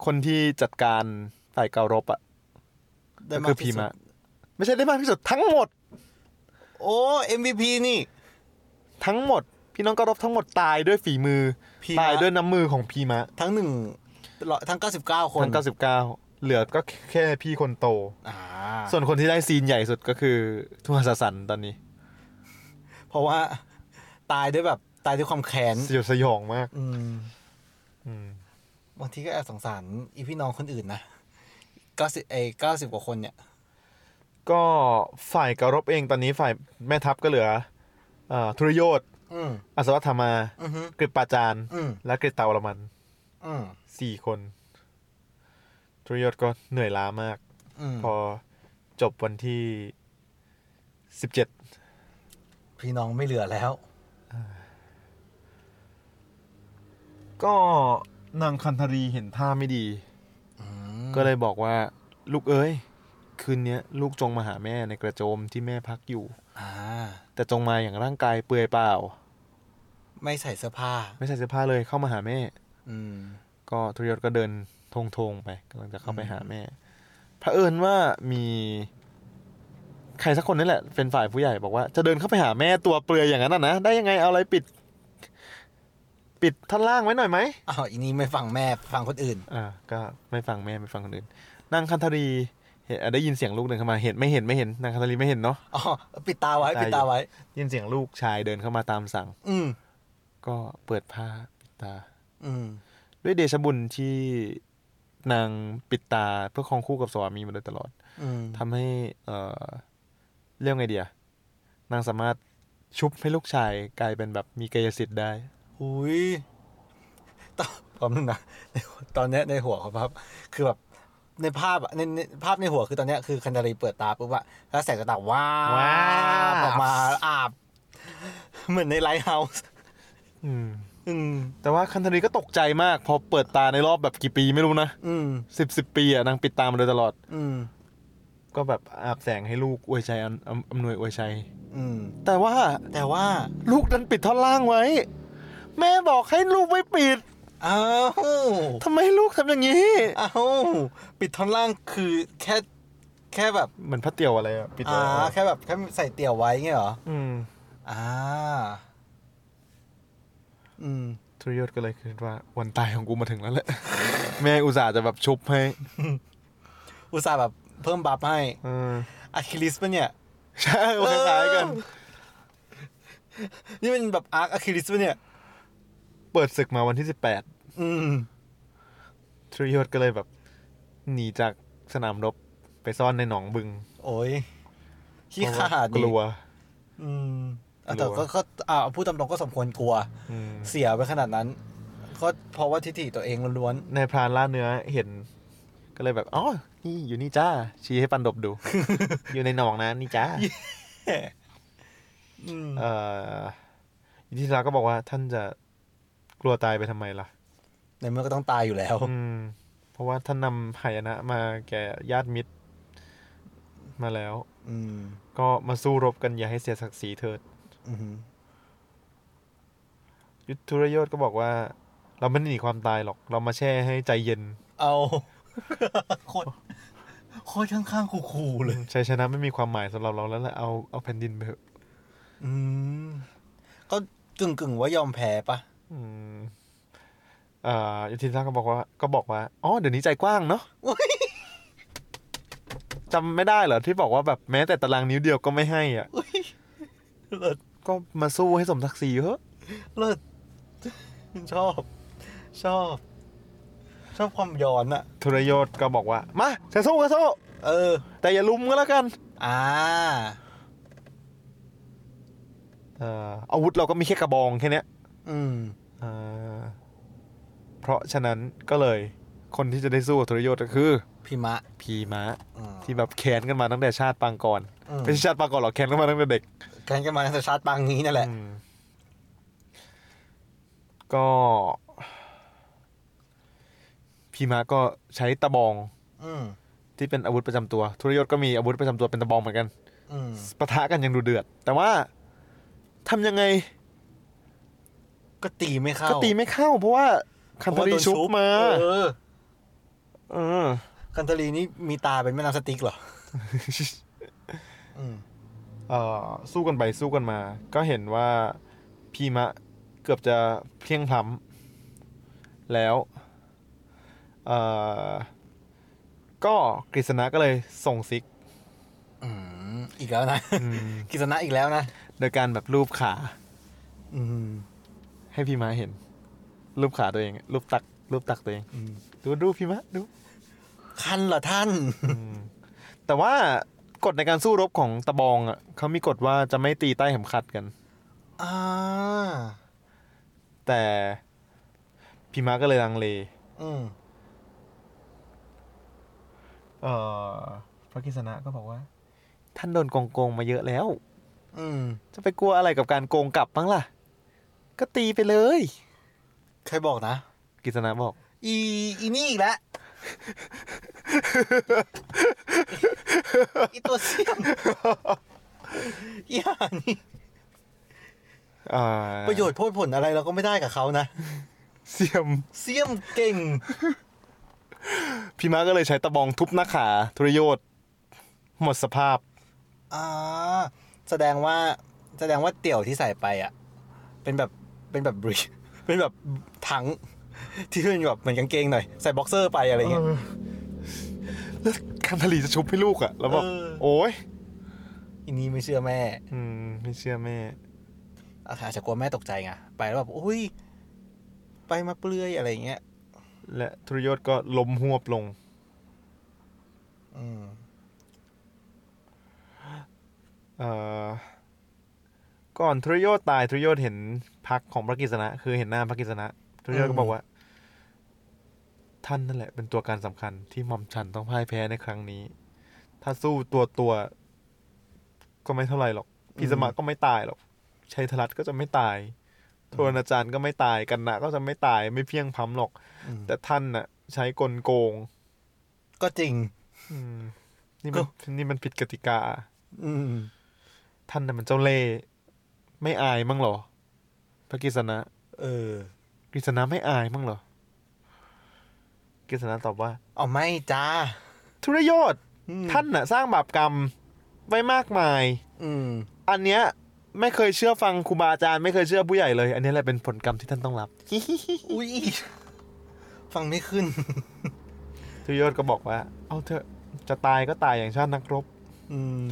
Speaker 2: คนที่จัดการฝ่ายเการบอ่ะ
Speaker 1: ได้
Speaker 2: ก็
Speaker 1: มา
Speaker 2: คื
Speaker 1: ก
Speaker 2: อพี่
Speaker 1: ที่สุ
Speaker 2: ม้า
Speaker 1: ด
Speaker 2: ไม่ใช่ได้มากที่สุดทั้งหมด
Speaker 1: โอ้ MVP นี่
Speaker 2: ทั้งหมด พี่น้องเการบทั้งหมดตายด้วยฝีมือ
Speaker 1: พี่ม้า
Speaker 2: ตายด้วยน้ำมือของพี่ม้า
Speaker 1: ทั้งหนึ่งร้อยทั้ง 99 คน
Speaker 2: ทั้ง 99 เหลือก็แค่พี่คนโต
Speaker 1: อ่า
Speaker 2: ส่วนคนที่ได้ซีนใหญ่สุดก็คือ ทุหัสสันตอนนี้
Speaker 1: เพราะว่าตายด้วยแบบตายด้วยความแค้น
Speaker 2: สยดสยองมาก
Speaker 1: อืม
Speaker 2: อืม
Speaker 1: บางทีก็แอบสงสารอีพี่น้องคนอื่นนะเก้าสิบเอเก้าสิบกว่าคนเนี่ย
Speaker 2: ก็ฝ่ายการรบเองตอนนี้ฝ่ายแม่ทัพก็เหลือเออธุรโยธ
Speaker 1: อืม
Speaker 2: อัศวธรรมา
Speaker 1: อือฮึ
Speaker 2: กฤษปาจารย์
Speaker 1: อืม
Speaker 2: และกฤษตาวรมัน
Speaker 1: อืม
Speaker 2: สี่คนธุรโยธก็เหนื่อยล้ามาก
Speaker 1: อืม
Speaker 2: พอจบวันที่สิบเจ็ด
Speaker 1: พี่น้องไม่เหลือแล้ว
Speaker 2: ก็นางคันธารีเห็นท่าไม่ดี
Speaker 1: อืม
Speaker 2: ก็เลยบอกว่าลูกเอ้ย คืนเนี้ยลูกจงมาหาแม่ในกระโจมที่แม่พักอยู่
Speaker 1: อ่า
Speaker 2: แต่จงมาอย่างร่างกายเปลือยเปล่า
Speaker 1: ไม่ใส่เสื้อผ้า
Speaker 2: ไม่ใส่เสื้อผ้าเลยเข้ามาหาแม่
Speaker 1: อืม
Speaker 2: ก็ทุรยศก็เดินทงทงๆไปกำลังจะเข้าไป
Speaker 1: อืม
Speaker 2: หาแม่พระเผอิญว่ามีใครสักคนนี่แหละ เป็นฝ่ายผู้ใหญ่บอกว่า จะเดินเข้าไปหาแม่ตัวเปลือยอย่างนั้นน่ะนะ ได้ยังไงเอาอะไรปิด ปิดท่อนล่างไว้หน่อยไหม
Speaker 1: อ้าวอีนี้ไม่ฟังแม่ฟังคนอื่น
Speaker 2: อ่า ก็ไม่ฟังแม่ไม่ฟังคนอื่นนางคันธารีเห็นอ่ะได้ยินเสียงลูกเดินเข้ามาเห็นไม่เห็นไม่เห็นนางคันธารีไม่เห็นเนาะ
Speaker 1: อ๋อ ปิดตาไว้
Speaker 2: ปิ
Speaker 1: ปิ
Speaker 2: ด
Speaker 1: ด
Speaker 2: ตา
Speaker 1: ตา
Speaker 2: อยู่
Speaker 1: ไว้
Speaker 2: ได้ยินเสียงลูกชายเดินเข้ามาตามสั่ง
Speaker 1: อืม
Speaker 2: ก็เปิดผ้าปิดตา
Speaker 1: อืม
Speaker 2: ด้วยเดชะบุญที่นางปิดตาเพื่อครองคู่กับสวามีมาโดยตลอด
Speaker 1: อืม
Speaker 2: ทำให้เอ่อเรียกไงเดียนางสามารถชุบให้ลูกชายกลายเป็นแบบมีกายสิทธิ์ได้
Speaker 1: หุยตอนตอนนึงนะ ในหัวตอนเนี้ยในหัวของพับ คือแบบ ในภาพอะในในภาพในหัวคือตอนเนี้ยคือคันดารีเปิดตาปุ๊บอะแล้วแสงจะตัดว้า
Speaker 2: ว้าบ
Speaker 1: บออกมาอาบ เหมือนในไลท์เฮาส์
Speaker 2: อืม
Speaker 1: อืม
Speaker 2: แต่ว่าคันธนีก็ตกใจมากพอเปิดตาในรอบแบบกี่ปีไม่รู้นะ
Speaker 1: อืม
Speaker 2: สิบสิบปีอะนางปิดตามาโดยตลอด
Speaker 1: อืม
Speaker 2: ก็แบบอาบแสงให้ลูกอวยชัยอำอำอำนวยอวยชัย
Speaker 1: อืม
Speaker 2: แต่ว่า
Speaker 1: แต่ว่า
Speaker 2: ลูกดันปิดท่อนล่างไว้ แม่บอกให้ลูกไม่ปิด
Speaker 1: อ้าว
Speaker 2: ทำไมลูกทำอย่างนี้
Speaker 1: อ้าวปิดท่อนล่างคือแค่ แค่แบบ
Speaker 2: เหมือนพระเตียวอะไรอะปิด
Speaker 1: อ่า
Speaker 2: ไว้
Speaker 1: แค่แบบแค่ใส่เตี่ยวไว้เงี้ยเหรอ
Speaker 2: อืม
Speaker 1: อ่า อืม
Speaker 2: ทุรยศก็เลยคิดว่าวันตายของกูมาถึงแล้วแหละ แม่อุตส่าห์จะแบบชุบให้
Speaker 1: อุตส่าห์แบบเพิ่มบัฟให้
Speaker 2: อืม
Speaker 1: อะคิลิสปะเนี่ย
Speaker 2: ใช่คล้ายๆกัน
Speaker 1: นี่เป็นแบบอาร์คอะคริลิสปะเนี่ย
Speaker 2: เปิดศึกมาวันที่สิบแปด
Speaker 1: อืม
Speaker 2: ทริยศก็เลยแบบหนีจากสนามรบไปซ่อนในหนองบึง
Speaker 1: โอ้ยขี้ขลาด
Speaker 2: ก
Speaker 1: นี่
Speaker 2: ลัว
Speaker 1: อืมอ่ะแต่
Speaker 2: กลั
Speaker 1: ก็
Speaker 2: ว
Speaker 1: ก็อ่าพูดตามตรงก็สมควรกลัว
Speaker 2: อืม
Speaker 1: เสียไปขนาดนั้น ก็เพราะว่าทิฏฐิตัวเองล้วน
Speaker 2: นายพรานล่าเนื้อเห็น ก็เลยแบบอ๋อนี่อยู่นี่จ้าชี้ให้ปันดบ ดู อยู่ในหนองนะนี่จ้า
Speaker 1: ๆอืม
Speaker 2: เอ่ออิทธิราก็บอกว่าท่านจะกลัวตายไปทำไมล่ะ
Speaker 1: ในเมื่อก็ต้องตายอยู่แล้ว
Speaker 2: อืม เพราะว่าท่านนำหายนะมาแก่ญาติมิตร มาแล้ว
Speaker 1: อืม
Speaker 2: ก็มาสู้รบกันอย่าให้เสียศักดิ์ศรีเถิด
Speaker 1: อืม
Speaker 2: ยุทธุรยศก็บอกว่า เราไม่ได้หนีความตายหรอก เรามาแช่ให้ใจเย็น
Speaker 1: เอา โคตรโคตรข้างๆคู่ๆเลย
Speaker 2: ชัยชนะไม่มีความหมายสำหรับเราแล้วแหละเอาเอาแผ่นดินไปเถอะ
Speaker 1: อืม ก็กึ่งกึ่งๆว่ายอมแพ้ปะ
Speaker 2: อืมเอ่อยุทธิราก็บอกว่า ก็บอกว่าอ๋อเดี๋ยวนี้ใจกว้างเนาะ จำไม่ได้เหรอที่บอกว่าแบบแม้แต่ตารางนิ้วเดียวก็ไม่ให้อ่ะ
Speaker 1: เลิศ
Speaker 2: ก็มาสู้ให้สมศักดิ์ศรีเถอะ
Speaker 1: เลิศชอบ ชอบ ชอบความย้อนอะ
Speaker 2: ทรยศก็บอกว่า มาจะสู้ก็สู้
Speaker 1: เออ
Speaker 2: แต่อย่าลุมก็แล้วกัน
Speaker 1: อ่า
Speaker 2: เอ่ออาวุธเราก็มีแค่กระบองแค่เนี้ย
Speaker 1: อืม
Speaker 2: เอ่อเพราะฉะนั้นก็เลย คนที่จะได้สู้กับทรยศก็คือ
Speaker 1: พิมะ
Speaker 2: พีมะ
Speaker 1: อืม
Speaker 2: ที่แบบแค้นกันมาตั้งแต่ชาติปางก่อน
Speaker 1: อืม
Speaker 2: ไม่ใช่ชาติปางก่อนหรอกแค้นกันมาตั้งแต่เด็ก
Speaker 1: แข่งกันมาตั้งแต่ชาติปางนี้นั่นแหละ
Speaker 2: อืมก็พีมะก็ใช้ตะบอง
Speaker 1: อืม
Speaker 2: ที่เป็นอาวุธประจำตัวทรยศก็มีอาวุธประจำตัวเป็นตะบองเหมือนกัน
Speaker 1: อืม
Speaker 2: ปะทะกันยังดูเดือด แต่ว่าทำยังไง
Speaker 1: ก็ตีไม่เข้า
Speaker 2: ก็ตีไม่เข้า เพราะว่าคัน
Speaker 1: เพ
Speaker 2: ต
Speaker 1: ราะว่า
Speaker 2: รี
Speaker 1: โดน
Speaker 2: ชุบมา
Speaker 1: เออ
Speaker 2: เออ
Speaker 1: คันตาลีนี่มีตาเป็นแม่น้ำสติ๊กเหรอ อืม
Speaker 2: เออสู้กันไปสู้กันมา ก็เห็นว่าพีมะเกือบจะเพลียงพล้ำแล้วเออก็กฤษณะก็เลยส่งซิก
Speaker 1: อืม อีกแล้วนะ
Speaker 2: อืม
Speaker 1: กิษณะอีกแล้วนะ
Speaker 2: โดยการแบบรูปขา
Speaker 1: อืม
Speaker 2: ให้พีมะเห็น รูปขาตัวเอง รูปตักรูปตักตัวเอง
Speaker 1: อืม
Speaker 2: ดูดูพีมะดู
Speaker 1: คันเหรอท่าน
Speaker 2: แต่ว่ากฎในการสู้รบของตะบองอ่ะเขามีกฎว่าจะไม่ตีใต้เข็มขัดกัน
Speaker 1: อ่า
Speaker 2: แต่พีมาก็เลยลังเล
Speaker 1: อืม
Speaker 2: เออพระกิษณะก็บอกว่า ท่านโดนโกงโกงมาเยอะแล้ว
Speaker 1: อืม
Speaker 2: จะไปกลัวอะไรกับการโกงกลับบ้างล่ะ ก็ตีไปเลย
Speaker 1: ใครบอกนะ
Speaker 2: กิษณะบอก
Speaker 1: อี อีนี่อีกแล้ว อีตัวเสี่ย มอีห่านี่
Speaker 2: อ่า
Speaker 1: ประโยชน์โพดผลอะไรเราก็ไม่ได้กับเขานะ
Speaker 2: เสียม
Speaker 1: เสี่ยมเก่ง
Speaker 2: พีมาก็เลยใช้ตะบองทุบหน้าขาทรยศหมดสภาพ
Speaker 1: อ่า แสดงว่าแสดงว่าเตี่ยวที่ใส่ไปอ่ะ เป็นแบบเป็นแบบบริ เป็นแบบถัง ที่เป็นแบบเหมือนกางเกงหน่อยใส่บ็อกเซอร์ไปอะไรเงี้ย
Speaker 2: แล้วคันธลีจะชุบให้ลูกอ่ะ แล้วบอก
Speaker 1: เออ
Speaker 2: โอ้ย
Speaker 1: อีนี้ไม่เชื่อแม่
Speaker 2: อืมไม่เชื่อแม่
Speaker 1: อาจจะกลัวแม่ตกใจไงไปแล้วแบบอุ้ยไปมาเปลือยอะไรเงี้ย
Speaker 2: และทรยศก็ล้มหวบลง
Speaker 1: อืม
Speaker 2: เอ่อ ก่อนทรยศตายทรยศเห็นพักของพระกิษณะ คือเห็นหน้าพระกิษณะทรยศ
Speaker 1: อื
Speaker 2: ก็
Speaker 1: ม
Speaker 2: บอกว่า ท่านนั่นแหละ เป็นตัวการสำคัญที่หม่อมฉันต้องพ่ายแพ้ในครั้งนี้ ถ้าสู้ตัวตัวก็ไม่เท่าไหร่หรอกพิสมะก็ไม่ตายหรอกชัยธรัตน์ก็จะไม่ตายโทรณาจารย์ก็ไม่ตายกันนะก็จะไม่ตายไม่เพียงพล้ำหรอก
Speaker 1: อืม
Speaker 2: แต่ท่านน่ะ ใช้กลโกง
Speaker 1: ก็จริง
Speaker 2: อืมนี่มันนี่มันผิดกติกา
Speaker 1: อืม
Speaker 2: ท่านน่ะมันเจ้าเล่ห์ไม่อายมั้งเหรอ พระกฤษณะ
Speaker 1: เออก
Speaker 2: ฤษณะไม่อายมั้งเหรอกฤษณะตอบว่า
Speaker 1: เอาไม่จ้า
Speaker 2: ทุรยศ
Speaker 1: อืม
Speaker 2: ท่านน่ะ สร้างบาปกรรมไว้มากมาย
Speaker 1: อืม
Speaker 2: อันเนี้ย ไม่เคยเชื่อฟังครูบาอาจารย์ไม่เคยเชื่อผู้ใหญ่เลย อันเนี้ยแหละเป็นผลกรรมที่ท่านต้องรับ
Speaker 1: อุ้ยฟังไม่ขึ้น
Speaker 2: ทุรยศก็บอกว่า เอาเถอะจะตายก็ตายอย่างชาตินักรบ
Speaker 1: อืม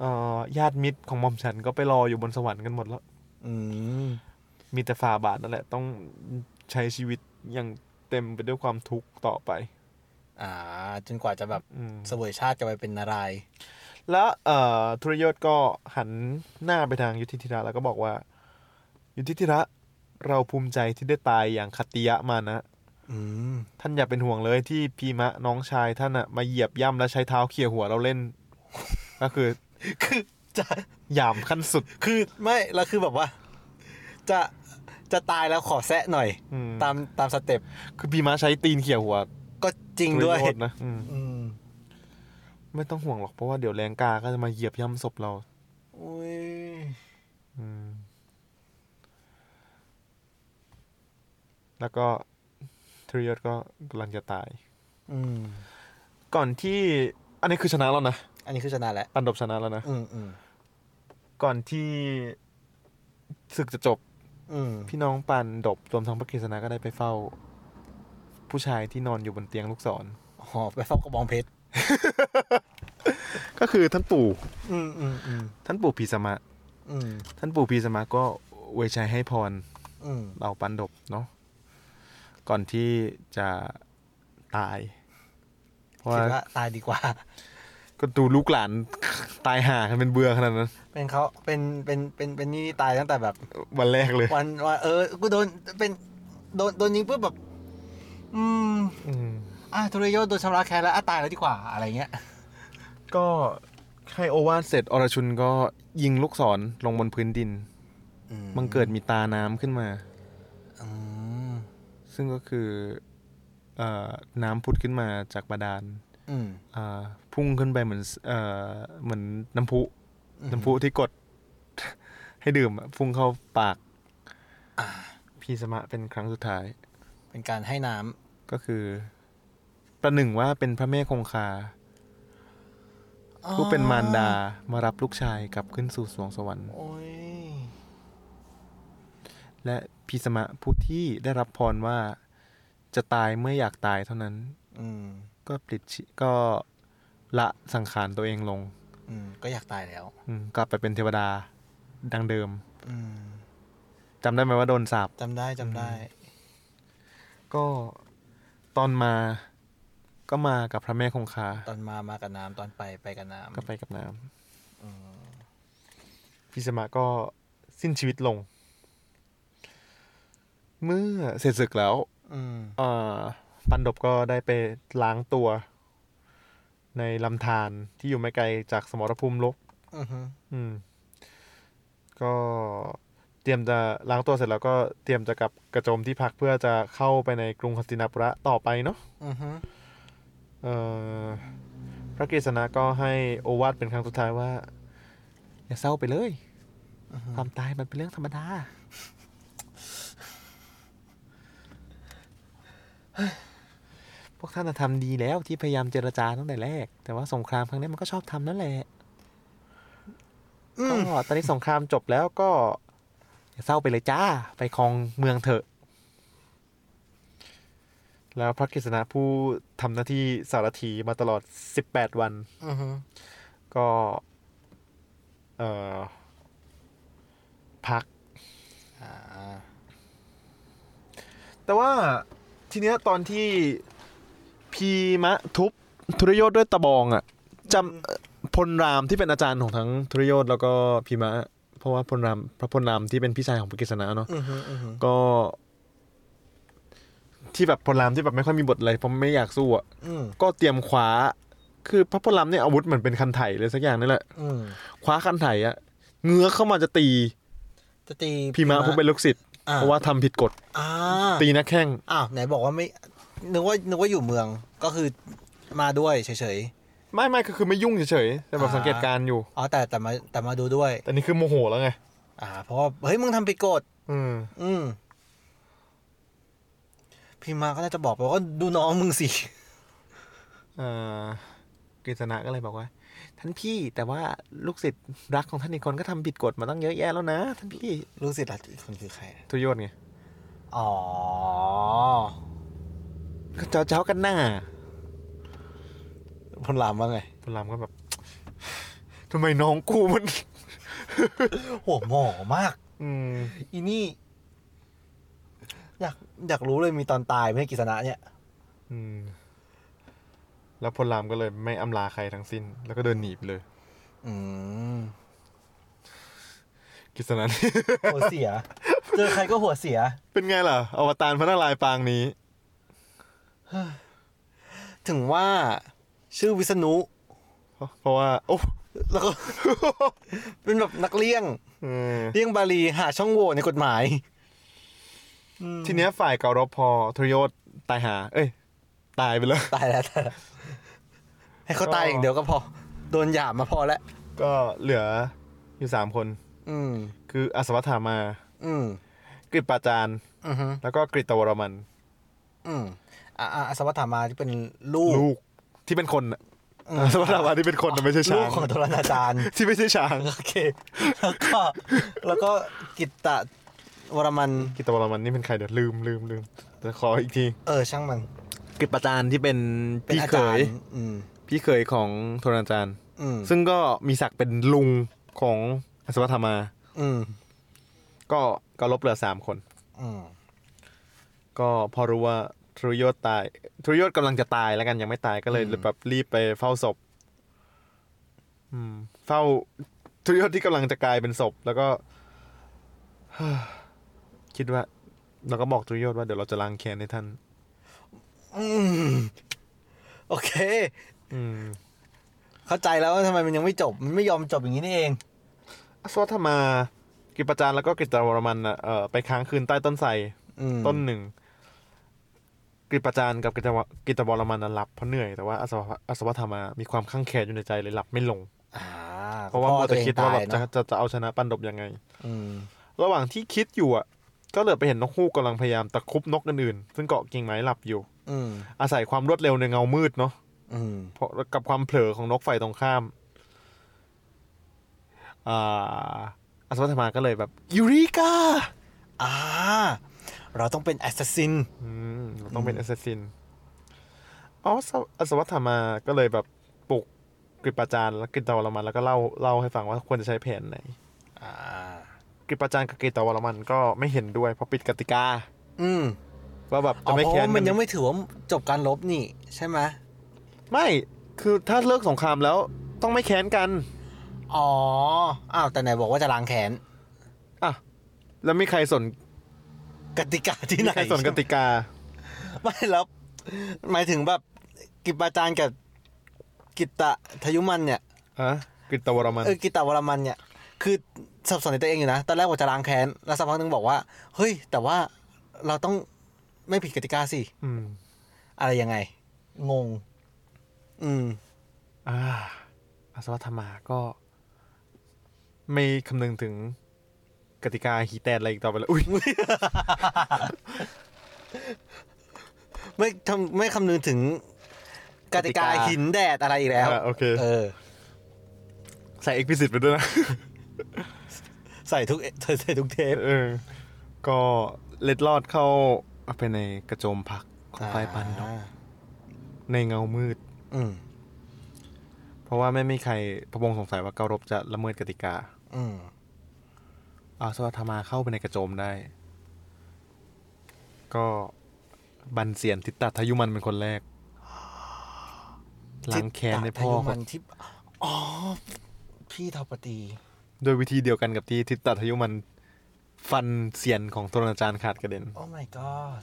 Speaker 2: เอ่อญาติมิตรของหม่อมฉันก็ไปรออยู่บนสวรรค์กันหมดแล้ว
Speaker 1: อืม
Speaker 2: มีแต่ฝาบาทนั่นแหละ ต้องใช้ชีวิตอย่างเต็มไปด้วยความทุกข์ต่อไป
Speaker 1: อ่า จนกว่าจะแบบ
Speaker 2: อืม
Speaker 1: เสวยชาติจะไปเป็นนารายณ์
Speaker 2: แล้วเอ่อธุรยศก็หันหน้าไปทางยุทธิธิระแล้วก็บอกว่า ยุทธิธิระเราภูมิใจที่ได้ตายอย่างคติยะมานะ
Speaker 1: อืม
Speaker 2: ท่านอย่าเป็นห่วงเลยที่พีมะน้องชายท่านอะมาเหยียบย่ำและใช้เท้าเขี่ยหัวเราเล่น ก็คือ
Speaker 1: คือจะ
Speaker 2: หยามขั้นสุด
Speaker 1: คือไม่แล้วคือแบบว่า จะจะตายแล้วขอแซะหน่อย
Speaker 2: อืม
Speaker 1: ตามตามสเต็ป
Speaker 2: คือพีมะใช้ตีนเขี่ยหัว
Speaker 1: ก็จริงด้วย
Speaker 2: ธุรศนะอืม
Speaker 1: อืม
Speaker 2: ไม่ต้องห่วงหรอกเพราะว่าเดี๋ยวแรงกาก็จะมาเหยียบย่ำศพเรา
Speaker 1: อุ้ย
Speaker 2: อืม แล้วก็ทริยศก็กำลังจะตาย
Speaker 1: อืม
Speaker 2: ก่อนที่อันนี้คือชนะแล้วนะ
Speaker 1: อันนี้คือชนะแล้ว
Speaker 2: ปันดบชนะแล้วนะ
Speaker 1: อืมอืม
Speaker 2: ก่อนที่ศึกจะจบ
Speaker 1: อืม
Speaker 2: พี่น้องปันดบรวมทั้งพระกฤษณะก็ได้ไปเฝ้า ผู้ชายที่นอนอยู่บนเตียงลูกศร
Speaker 1: หอบไปเฝ้ากระบองเพชร
Speaker 2: ก็คือท่านปู่
Speaker 1: อืมอืมอืม
Speaker 2: ท่านปู่พีสมะ
Speaker 1: อืม
Speaker 2: ท่านปู่พีสมะก็เวยชัยให้พร
Speaker 1: อืม
Speaker 2: เราปันดบเนาะ ก่อนที่จะตาย เพราะ
Speaker 1: คิด
Speaker 2: ว่า
Speaker 1: ว่าตายดีกว่า
Speaker 2: ก็ดูลูกหลาน ตายห่ากันเป็นเบื่อขนาดนั้น
Speaker 1: เป็นเขาเป็นเป็นเป็นเป็นนี่ตายตั้งแต่แบบ
Speaker 2: วันแรกเลย
Speaker 1: วันว่าเออกูโดนเป็นโดนโดนยิงปุ๊บแบบ อืม
Speaker 2: อืม
Speaker 1: อ่ะทุเรโยโดนชำระแค้นแล้วอ่ะตายแล้วดีกว่าอะไรเงี้ย
Speaker 2: ก็ให้โอวาทเสร็จอรชุนก็ยิงลูกศรลงบนพื้นดิน บังเกิดมีตาน้ำขึ้นมา
Speaker 1: อืม
Speaker 2: ซึ่งก็คือเอ่อน้ำพุดขึ้นมาจากบาดาล
Speaker 1: อืม
Speaker 2: อ่าพุ่งขึ้นไปเหมือนเอ่อเหมือนน้ำพุ น้ำพุที่กด ให้ดื่มอะพุ่งเข้าปาก
Speaker 1: อ่า
Speaker 2: พีสมะเป็นครั้งสุดท้าย
Speaker 1: เป็นการให้น้ำ
Speaker 2: ก็คือ ประหนึ่งว่าเป็นพระแม่คงคา ผู้เป็นมารดามารับลูกชายกลับขึ้นสู่สวงสวรรค์
Speaker 1: โอ้ย
Speaker 2: และพีสมะผู้ที่ได้รับพรว่าจะตายเมื่ออยากตายเท่านั้น
Speaker 1: อืม
Speaker 2: ก็ปลิดชีก็ละสังขารตัวเองลง
Speaker 1: อืมก็อยากตายแล้ว
Speaker 2: อืมกลับไปเป็นเทวดาดังเดิม
Speaker 1: อืม
Speaker 2: จำได้ไหมว่าโดนสาป
Speaker 1: จำได้จำได้
Speaker 2: ก็ตอนมาก็มากับพระแม่คงคา
Speaker 1: ตอนมามากับน้ำตอนไปไปกับน้ำ
Speaker 2: ก็ไปกับน้ำพีสมะก็สิ้นชีวิตลง เมื่อเสร็จศึกแล้ว
Speaker 1: อืม
Speaker 2: เอ่อปันดบก็ได้ไปล้างตัว ในลำธารที่อยู่ไม่ไกลจากสมรภูมิลบ
Speaker 1: อือฮึ
Speaker 2: อืม ก็เตรียมจะล้างตัวเสร็จแล้วก็เตรียมจะกลับกระโจมที่พักเพื่อจะเข้าไปในกรุงคอนสตินาปุระต่อไปเนาะ
Speaker 1: อือฮึ
Speaker 2: เอ่อพระกฤษณะก็ให้โอวาทเป็นครั้งสุดท้ายว่า อย่าเศร้าไปเลย
Speaker 1: อือฮึ
Speaker 2: ความตายมันเป็นเรื่องธรรมดา พวกท่านน่ะทำดีแล้วที่พยายามเจรจาตั้งแต่แรก แต่ว่าสงครามครั้งนี้มันก็ชอบทำนั่นแหละ
Speaker 1: อื
Speaker 2: ก็
Speaker 1: ม
Speaker 2: ตอนนี้สงครามจบแล้วก็ อย่าเศร้าไปเลยจ้า ไปครองเมืองเถอะ แล้วพระกฤษณะผู้ทำหน้าที่สารถีมาตลอด 18 วัน
Speaker 1: อือฮึ
Speaker 2: ก็ เอ่อ พัก
Speaker 1: อ่า
Speaker 2: แต่ว่าทีเนี้ยตอนที่พีมะทุบธุรยศด้วยตะบองอะ่ะจำเอ่อพลรามที่เป็นอาจารย์ของทั้งธุรยศแล้วก็พีมะ เพราะว่าพลรามพระพลรามที่เป็นพี่ชายของพระกฤษณะเนาะ
Speaker 1: อือฮึอือฮึ
Speaker 2: ก็ ที่แบบพลรามที่แบบไม่ค่อยมีบทอะไรเพราะไม่อยากสู้อ่ะ
Speaker 1: อืม
Speaker 2: ก็เตรียมคว้า คือพระพลรามเนี่ยอาวุธเหมือนเป็นคันไถเลยสักอย่างนี่แหละ
Speaker 1: อืม
Speaker 2: คว้าคันไถอ่ะเงื้อเข้ามาจะตี
Speaker 1: จะตี
Speaker 2: พีมะผู้เป็นลูกศิษย์
Speaker 1: อ่
Speaker 2: เพราะว่าทำผิดกฎ
Speaker 1: อ่า
Speaker 2: ตีนักแข้ง
Speaker 1: อ้าวไหนบอกว่าไม่นึกว่านึกว่าอยู่เมืองก็คือมาด้วยเฉย
Speaker 2: ไม่ไม่ก็คือไม่ยุ่งเฉยๆแต่แบบ
Speaker 1: อ่า
Speaker 2: สังเกตการณ์อยู่
Speaker 1: ๆอ๋อแต่แต่มาแต่มาดูด้วย
Speaker 2: แต่นี่คือโมโหแล้วไง
Speaker 1: อ่า เพราะว่าเฮ้ยมึงทำผิดกฎ
Speaker 2: อืม
Speaker 1: อืมพี่มาก็น่าจะบอกไปว่าดูน้องมึงสิ
Speaker 2: เอ่อกฤษณะก็เลยบอกว่า ท่านพี่แต่ว่าลูกศิษย์รักของท่านอีกคนก็ทำผิดกฎมาตั้งเยอะแยะแล้วนะท่านพี่
Speaker 1: ลูกศิษย์หลักอีกคนคือใคร
Speaker 2: ทุยศไง
Speaker 1: อ๋อ
Speaker 2: ก็เจ้าเจ้ากันหน้า
Speaker 1: พลรามว่าไง
Speaker 2: พลรามก็แบบ ทำไมน้องกูมัน
Speaker 1: หัวหงอมาก
Speaker 2: อืม
Speaker 1: อีนี่ อยากอยากรู้เลยมีตอนตายไหม่กิษณะเนี่ย
Speaker 2: อืม แล้วพลรามก็เลยไม่อำลาใครทั้งสิ้น แล้วก็เดินหนีไปเลย
Speaker 1: อืม
Speaker 2: กิษณะ นี่
Speaker 1: หัวเสีย เจอใครก็หัวเสีย
Speaker 2: เป็นไงล่ะ อวตารพระนารายณ์ปางนี้
Speaker 1: ถึงว่าชื่อวิษณุ
Speaker 2: เพราะเพราะว่า โอ้
Speaker 1: แล้วก็ เป็นแบบนักเลี่ยง
Speaker 2: เออ
Speaker 1: เลี่ยงบาลีหาช่องโหว่ในกฎหมาย
Speaker 2: ทีเนี้ยฝ่ายเการบพอทรยศตายหา เอ้ย ตายไปแล้ว
Speaker 1: ตายแล้วตายแล้วให้เขาตายอย่างเดียวก็พอ โดนหยามมาพอแล้ว
Speaker 2: ก็เหลืออยู่สามคน
Speaker 1: อืม
Speaker 2: คืออัศวธามา
Speaker 1: อืม
Speaker 2: กฤษปาจารย์
Speaker 1: อือฮึ
Speaker 2: แล้วก็กฤษตวรมัน
Speaker 1: อืมอ่าอาสวัตถามาที่เป็นลูก
Speaker 2: ลูกที่เป็นคนน่ะ
Speaker 1: อืม
Speaker 2: อัศวธามาที่เป็นคนน่ะไม่ใช่ช้า
Speaker 1: ลู
Speaker 2: ง
Speaker 1: กของโทรณาจารย์
Speaker 2: ที่ไม่ใช่ช้าง
Speaker 1: โอเค แล้วก็ แล้วก็กิตตะวรมัน
Speaker 2: กิตวรมันนี่เป็นใครเดี๋ยวลืมลืมลืมแต่ขออีกที
Speaker 1: เออ ช่างมัน
Speaker 2: กิตปาจารย์ที่เป็น
Speaker 1: เป็นอาจารย์อืม
Speaker 2: พี่เขยของโทรณาจารย์
Speaker 1: อืม
Speaker 2: ซึ่งก็มีศักดิ์เป็นลุงของอัศวธรรมา
Speaker 1: อืม
Speaker 2: ก็ก็ลบเหลือสามคน
Speaker 1: อืม
Speaker 2: ก็พอรู้ว่าทรุยศตายทรุยศกำลังจะตายแล้วกันยังไม่ตายก็เลยแบบรีบไปเฝ้าศพ อืม เฝ้าทรุยศที่กำลังจะกลายเป็นศพ แล้วก็ คิดว่าเราก็บอกทรุยศว่าเดี๋ยวเราจะล้างแค้นให้ท่าน
Speaker 1: อืมโอเค
Speaker 2: อืม
Speaker 1: เข้าใจแล้วว่าทำไมมันยังไม่จบ มันไม่ยอมจบอย่างนี้นี่เอง
Speaker 2: อสวธรรมากิปจารย์แล้วก็กิตวรมันน่ะเอ่อไปค้างคืนใต้ต้นไทร
Speaker 1: อืม
Speaker 2: ต้นหนึ่งกิปจารย์กับกิตวกิตวรมันน่ะหลับเพราะเหนื่อยแต่ว่าอสวอสวธรรมามีความข้างแค้นอยู่ในใจเลยหลับไม่ลง
Speaker 1: อ่า
Speaker 2: เพราะว่ามัวแต่คิดว่าแบบ
Speaker 1: พ่อตัเองตย
Speaker 2: จะ
Speaker 1: เนอะ
Speaker 2: จะจะเอาชนะปันดบยังไง
Speaker 1: อืม
Speaker 2: ระหว่างที่คิดอยู่อ่ะ ก็เหลือไปเห็นนกฮูกกำลังพยายามตะครุบนกอื่นๆ ซึ่งเกาะกิ่งไม้หลับอยู่
Speaker 1: อืม
Speaker 2: อาศัยความรวดเร็วในเงามืดเนาะ
Speaker 1: อืม
Speaker 2: เพราะกับความเผลอของนกฝ่ายตรงข้าม อ่าอสวัตมาก็เลยแบบยูริกา
Speaker 1: อ่า เราต้องเป็นแอสซัสซิน
Speaker 2: อืมต้องเป็นแอสซัสซินอ๋อสวอสวัตมาก็เลยแบบปลุกกริปาจารย์และกริตวรมันแล้วก็เล่าเล่าให้ฟังว่าควรจะใช้แผนไหน
Speaker 1: อ่า
Speaker 2: กริปาจารย์กับกริตวรมันก็ไม่เห็นด้วยเพราะปิดกติกา
Speaker 1: อืม
Speaker 2: ว่าแบบ
Speaker 1: อ๋
Speaker 2: จะ
Speaker 1: อ
Speaker 2: ไม่
Speaker 1: เพราะ
Speaker 2: แค้น
Speaker 1: ว่ามันยังไม่ถือว่าจบการลบนี่ ใช่ไหม
Speaker 2: ไม่คือถ้าเลิกสงครามแล้วต้องไม่แค้นกัน
Speaker 1: อ๋อ อ้าว แต่ไหนบอกว่าจะล้างแขน
Speaker 2: อ่ะแล้วมีใครสน
Speaker 1: กติกาที่
Speaker 2: มี
Speaker 1: ไหน
Speaker 2: ใครสนกติกา
Speaker 1: ไม่แล้วหมายถึงแบบกิปาจารย์กับกิตตะทยุมันเนี่ย
Speaker 2: อ่ะกฤตวรมัน
Speaker 1: เออกิตตะวรมันเนี่ย คือสับสนในตัวเองอยู่นะ ตอนแรกว่าจะล้างแค้น แล้วสักพักหนึงบอกว่า เฮ้ย แต่ว่าเราต้องไม่ผิดกติกาสิ
Speaker 2: อืม
Speaker 1: อะไรยังไง งง อืม
Speaker 2: อ่าอาสวัตมาก็ ไม่คำนึงถึงกติกาฮีแตนอะไรอีกต่อไปแล้วอุ้ย
Speaker 1: ไม่ทำไม่คำนึงถึงกติกาหินแดดอะไรอีกแล้ว
Speaker 2: อ่ะโอเค
Speaker 1: เออ
Speaker 2: ใส่เอ็กพิสิตไปด้วยนะ
Speaker 1: ใส่ทุกเอใส่ทุกเทป
Speaker 2: เออ ก็เล็ดลอดเข้าไปในกระโจมพักของไฟปันเนาะในเงามืด
Speaker 1: อืม
Speaker 2: เพราะว่าไม่มีใครพระวงศ์สงสัยว่าเการบจะละเมิดกติกา
Speaker 1: อืม
Speaker 2: อาสวัตมาเข้าไปในกระโจมได้ ก็บันเสียนทิตตทยุมันเป็นคนแรกล้างแค้นใน
Speaker 1: จิตตะ
Speaker 2: พ่อ
Speaker 1: ทะยุ
Speaker 2: ค
Speaker 1: มัน นที่อ๋อ พี่ทอปตี
Speaker 2: โดวยวิธีเดียวกันกับที่ทิตตทยุมันฟันเสียนของโทรณาจารย์ขาดกระเด็น
Speaker 1: โอ้ my god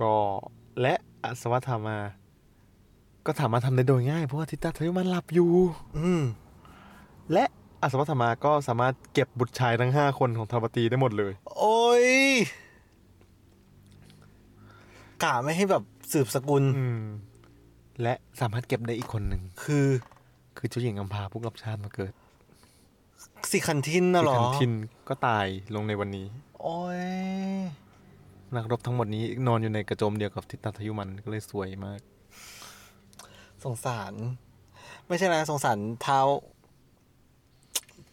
Speaker 2: ก็และอาสวัตมา ก็สามารถทำได้โดยง่ายเพราะว่าทิตตทยุมันหลับอยู่
Speaker 1: อืม
Speaker 2: และอาสวัตมาก็สามารถเก็บบุตรชายทั้งห้าคนของธรรมตีได้หมดเลย
Speaker 1: โอ้ยกะไม่ให้แบบสืบสกุล
Speaker 2: อืม และสามารถเก็บได้อีกคนหนึ่ง
Speaker 1: คือ
Speaker 2: คือเจ้าหญิงอัมพาผู้รับชาติมาเกิด
Speaker 1: สิขันทินน่ะเหรอ
Speaker 2: คันทินก็ตายลงในวันนี้
Speaker 1: โอ้ย
Speaker 2: นักรบทั้งหมดนี้นอนอยู่ในกระโจมเดียวกับทิตตทยุมันก็เลยสวยมาก
Speaker 1: สงสาร ไม่ใช่นะสงสารเท้า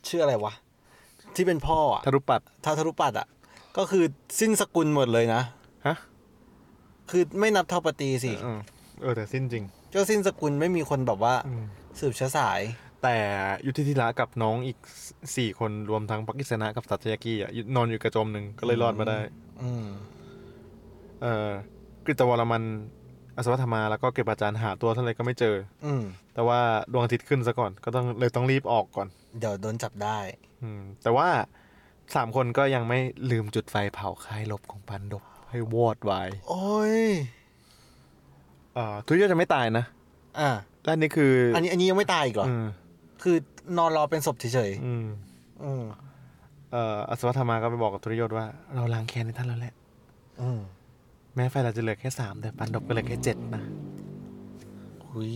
Speaker 1: ชื่ออะไรวะ ที่เป็นพ่ออะ
Speaker 2: ทรุปัด
Speaker 1: เท้าทรุปัตย์อะก็คือสิ้นสกุลหมดเลยนะ
Speaker 2: ฮะ
Speaker 1: คือไม่นับเทอปตีสิ
Speaker 2: เออเออแต่สิ้นจริง
Speaker 1: ก็สิ้นสกุลไม่มีคนแบบว่า
Speaker 2: อืม
Speaker 1: สืบเชื้อสาย
Speaker 2: แต่ยุทธิธิระกับน้องอีกสี่คนรวมทั้งปักกิสนะกับสัตยากีอ่ะนอนอยู่กระโจมหนึ่งก็เลยรอดมาได้
Speaker 1: อืม
Speaker 2: เอ่อกฤตวรมันอสวัธมาแล้วก็เก็บอาจารย์หาตัวเท่าไหร่ก็ไม่เจอ
Speaker 1: อืม
Speaker 2: แต่ว่าดวงอาทิตย์ขึ้นซะก่อนก็ต้องเลยต้องรีบออกก่อน
Speaker 1: เดี๋ยวโดนจับได้
Speaker 2: อืมแต่ว่าสามคนก็ยังไม่ลืมจุดไฟเผาค่ายลบของปันดบให้วอดวาย
Speaker 1: โอ้ย
Speaker 2: เอ่อทุกยอดจะไม่ตายนะ
Speaker 1: อ่ะ
Speaker 2: ด้านนี้คือ
Speaker 1: อั
Speaker 2: อั
Speaker 1: นนี้อันนี้ยังไม่ตายอีกเหรอ
Speaker 2: อืม
Speaker 1: คือนอนรอเป็นศพเฉย
Speaker 2: อืม
Speaker 1: ๆ อืม
Speaker 2: เอ่ออสวัธมาก็ไปบอกกับทุรยศว่าเราล้างแค้นในท่านแล้วแหละ
Speaker 1: อืม
Speaker 2: แม้ไฟเราจะเหลือแค่สามแต่ปันดบก็เหลือแค่เจ็ดนะ
Speaker 1: หุย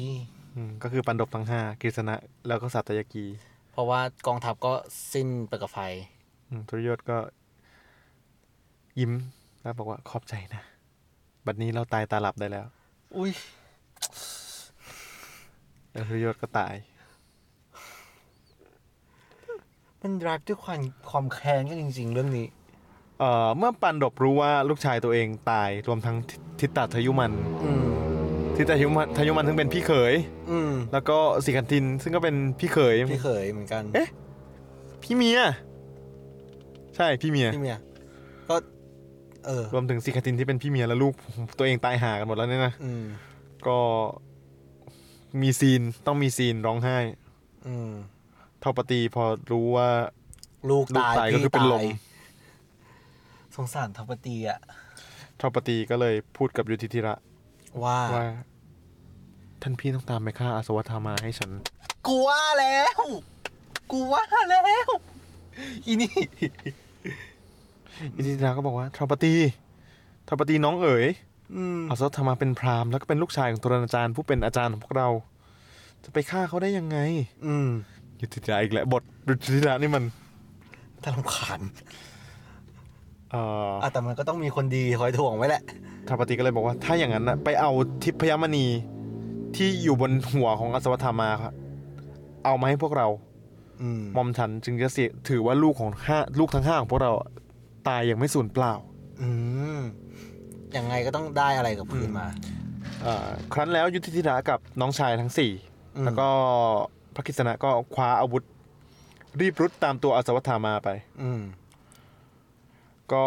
Speaker 2: อืมก็คือปันดบทั้งห้ากฤษณะแล้วก็สัตยากี
Speaker 1: เพราะว่ากองทัพก็สิ้นไปกับไฟ
Speaker 2: อืมทุรยศก็ ยิ้มแล้วบอกว่าขอบใจนะบัดนี้เราตายตาหลับได้แล้ว
Speaker 1: อุ้ย
Speaker 2: แล้วทุรยศก็ตาย
Speaker 1: มันรักด้วยความความแค้นกันจริง ๆ เรื่องนี้
Speaker 2: เอ่อเมื่อปันดบรู้ว่าลูกชายตัวเองตายรวมทั้งทิทิตตาทยุมัน
Speaker 1: อืม
Speaker 2: ทิตตาทยุมันทยุมันซึ่งเป็นพี่เขย
Speaker 1: อืม
Speaker 2: แล้วก็สิกันทินซึ่งก็เป็นพี่เขย
Speaker 1: พี่เขยเหมือนกัน
Speaker 2: เอ๊ะ พี่เมีย ใช่พี่เมีย
Speaker 1: พี่เมีย ก็ เออ
Speaker 2: รวมถึงสิกันทินที่เป็นพี่เมียและลูกตัวเองตายห่ากันหมดแล้วเนี่ยนะ
Speaker 1: อืม
Speaker 2: ก็มีซีนต้องมีซีนร้องไห้
Speaker 1: อืม
Speaker 2: เท่าปตีพอรู้ว่า
Speaker 1: ลูก
Speaker 2: ลูก
Speaker 1: ตาย
Speaker 2: ตายก็
Speaker 1: พี่
Speaker 2: คือเป็นลม
Speaker 1: ตายสงสารทัพปตีอะ
Speaker 2: เท่าปตีก็เลยพูดกับยุทธิธิระ
Speaker 1: ว่า
Speaker 2: ว่า ท่านพี่ต้องตามไปฆ่าอาสวัธามาให้ฉัน
Speaker 1: กูว่าแล้ว กูว่าแล้ว อีนี่
Speaker 2: อินทิราก็บอกว่าทรปตีทรปตีน้องเอ๋ย
Speaker 1: อืม
Speaker 2: อาสวัธรรมาเป็นพราหมณ์แล้วก็เป็นลูกชายของตุรนาจารย์ผู้เป็นอาจารย์ของพวกเรา จะไปฆ่าเขาได้ยังไง
Speaker 1: อืม
Speaker 2: ยุทธิราอีกแหละบทยุทธิรานี่มัน
Speaker 1: แต่ลำขาน
Speaker 2: เอ่อ
Speaker 1: อ่ะแต่มันก็ต้องมีคนดีคอยถ่วงไว้แหละ
Speaker 2: ทรปตีก็เลยบอกว่า ถ้าอย่างนั้นนะไปเอาทิพยมณีที่อยู่บนหัวของอาสวัธรรมาครับเอามาให้พวกเรา
Speaker 1: อืม
Speaker 2: หมอมฉันจึงจะเสียถือว่าลูกของห้าลูกทั้งห้าของพวกเราตายอย่างไม่สูญเปล่า
Speaker 1: อืม ยังไงก็ต้องได้อะไรกลับคืนมา
Speaker 2: เอ่อครั้นแล้วยุทธิธิดากับน้องชายทั้งสี่
Speaker 1: อืม
Speaker 2: แล้วก็พระกิษณะก็คว้าอาวุธ รีบรุดตามตัวอสวัธามาไป
Speaker 1: อืม
Speaker 2: ก็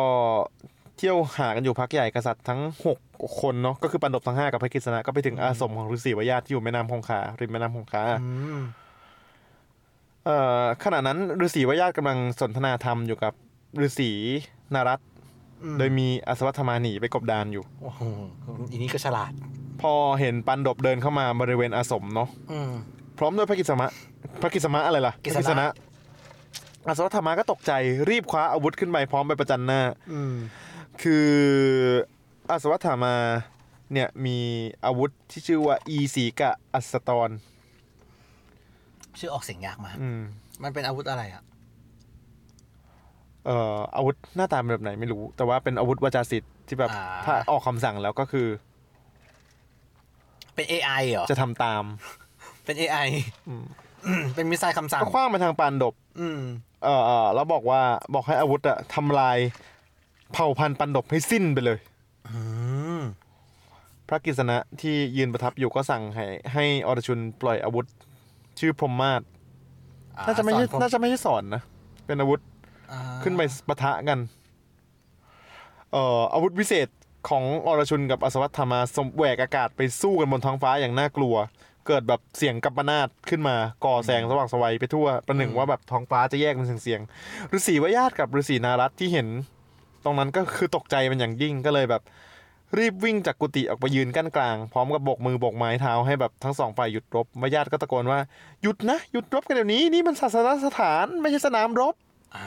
Speaker 2: เที่ยวหากันอยู่พักใหญ่กษัตริย์ทั้ง 6 คนเนาะก็คือปันดบทั้ง 5 กับพระกิษณะก็ไปถึงอาสมของฤาษีวายาที่อยู่แม่น้ำคงคาริมแม่น้ำคงคา
Speaker 1: อืม
Speaker 2: เอ่อขณะนั้นฤาษีวายาตกำลังสนทนาธรรมอยู่กับฤาษีนารัตน์
Speaker 1: อืม
Speaker 2: โดยมีอสวัธามาหนีไปกบดานอยู่
Speaker 1: โอ้โหอีนี่ก็ฉลาด
Speaker 2: พอเห็นปันดบเดินเข้ามาบริเวณอาสมเนาะ
Speaker 1: อืม
Speaker 2: พร้อมด้วยพระกิษมะพระกิษมะอะไรล่ะ
Speaker 1: กิษ
Speaker 2: พ
Speaker 1: ณะ
Speaker 2: ระษณะอาสวัธรรมาก็ตกใจรีบคว้าอาวุธขึ้นไปพร้อมไปประจันหน้า
Speaker 1: อืม
Speaker 2: คืออาสวัธรรมาเนี่ยมีอาวุธที่ชื่อว่าอีสีกะอัสตร
Speaker 1: ชื่อออกเสียงยากมาก
Speaker 2: อืม
Speaker 1: มันเป็นอาวุธอะไรอ่ะ
Speaker 2: เอ่ออาวุธหน้าตาเป็นแบบไหนไม่รู้ แต่ว่าเป็นอาวุธวาจาศิษย์ที่แบบ
Speaker 1: อ่า
Speaker 2: ถ้าออกคำสั่งแล้วก็คือ
Speaker 1: เป็น AI เหรอ
Speaker 2: จะทำตาม
Speaker 1: เป็น AI
Speaker 2: อืม
Speaker 1: อืมเป็นมิสไซล์คำสั่ง
Speaker 2: ก็คว้างมาทางปานดบ
Speaker 1: อืม
Speaker 2: เอ่อเอ่อแล้วบอกว่าบอกให้อาวุธอะทำลายเผ่าพันธุ์ปันดบให้สิ้นไปเลย
Speaker 1: อืม
Speaker 2: พระกฤษณะที่ยืนประทับอยู่ก็สั่งให้ให้อรชุนปล่อยอาวุธ ชื่อพรหมมาศ
Speaker 1: อ่
Speaker 2: น่าจะไม่ใช่
Speaker 1: สอนผม
Speaker 2: น่าจะไม่ใช่สอนนะ เป็นอาวุธ
Speaker 1: อ่า
Speaker 2: ขึ้นไปปะทะกันเอ่ออาวุธวิเศษของอรชุนกับอสวัตธรรมาสมแหวกอากาศไปสู้กันบนท้องฟ้าอย่างน่ากลัว เกิดแบบเสียงกัมปนาตขึ้นมาก่อแสงสว่างไสวัยไปทั่ว ประหนึ่งว่าแบบท้องฟ้าจะแยกเป็นเสียงๆฤาษีวญาติกับฤาษีนารัตที่เห็น ตรงนั้นก็คือตกใจเป็นอย่างยิ่งก็เลยแบบ รีบวิ่งจากกุฏิออกไปยืนกั้นกลาง พร้อมกับโบกมือโบกไม้เท้าให้แบบทั้งสองฝ่ายหยุดรบมาญาติก็ตะโกนว่าหยุดนะ หยุดรบกันเดี๋ยวนี้นี่มันศาสนสถานไม่ใช่สนามรบ
Speaker 1: อ่า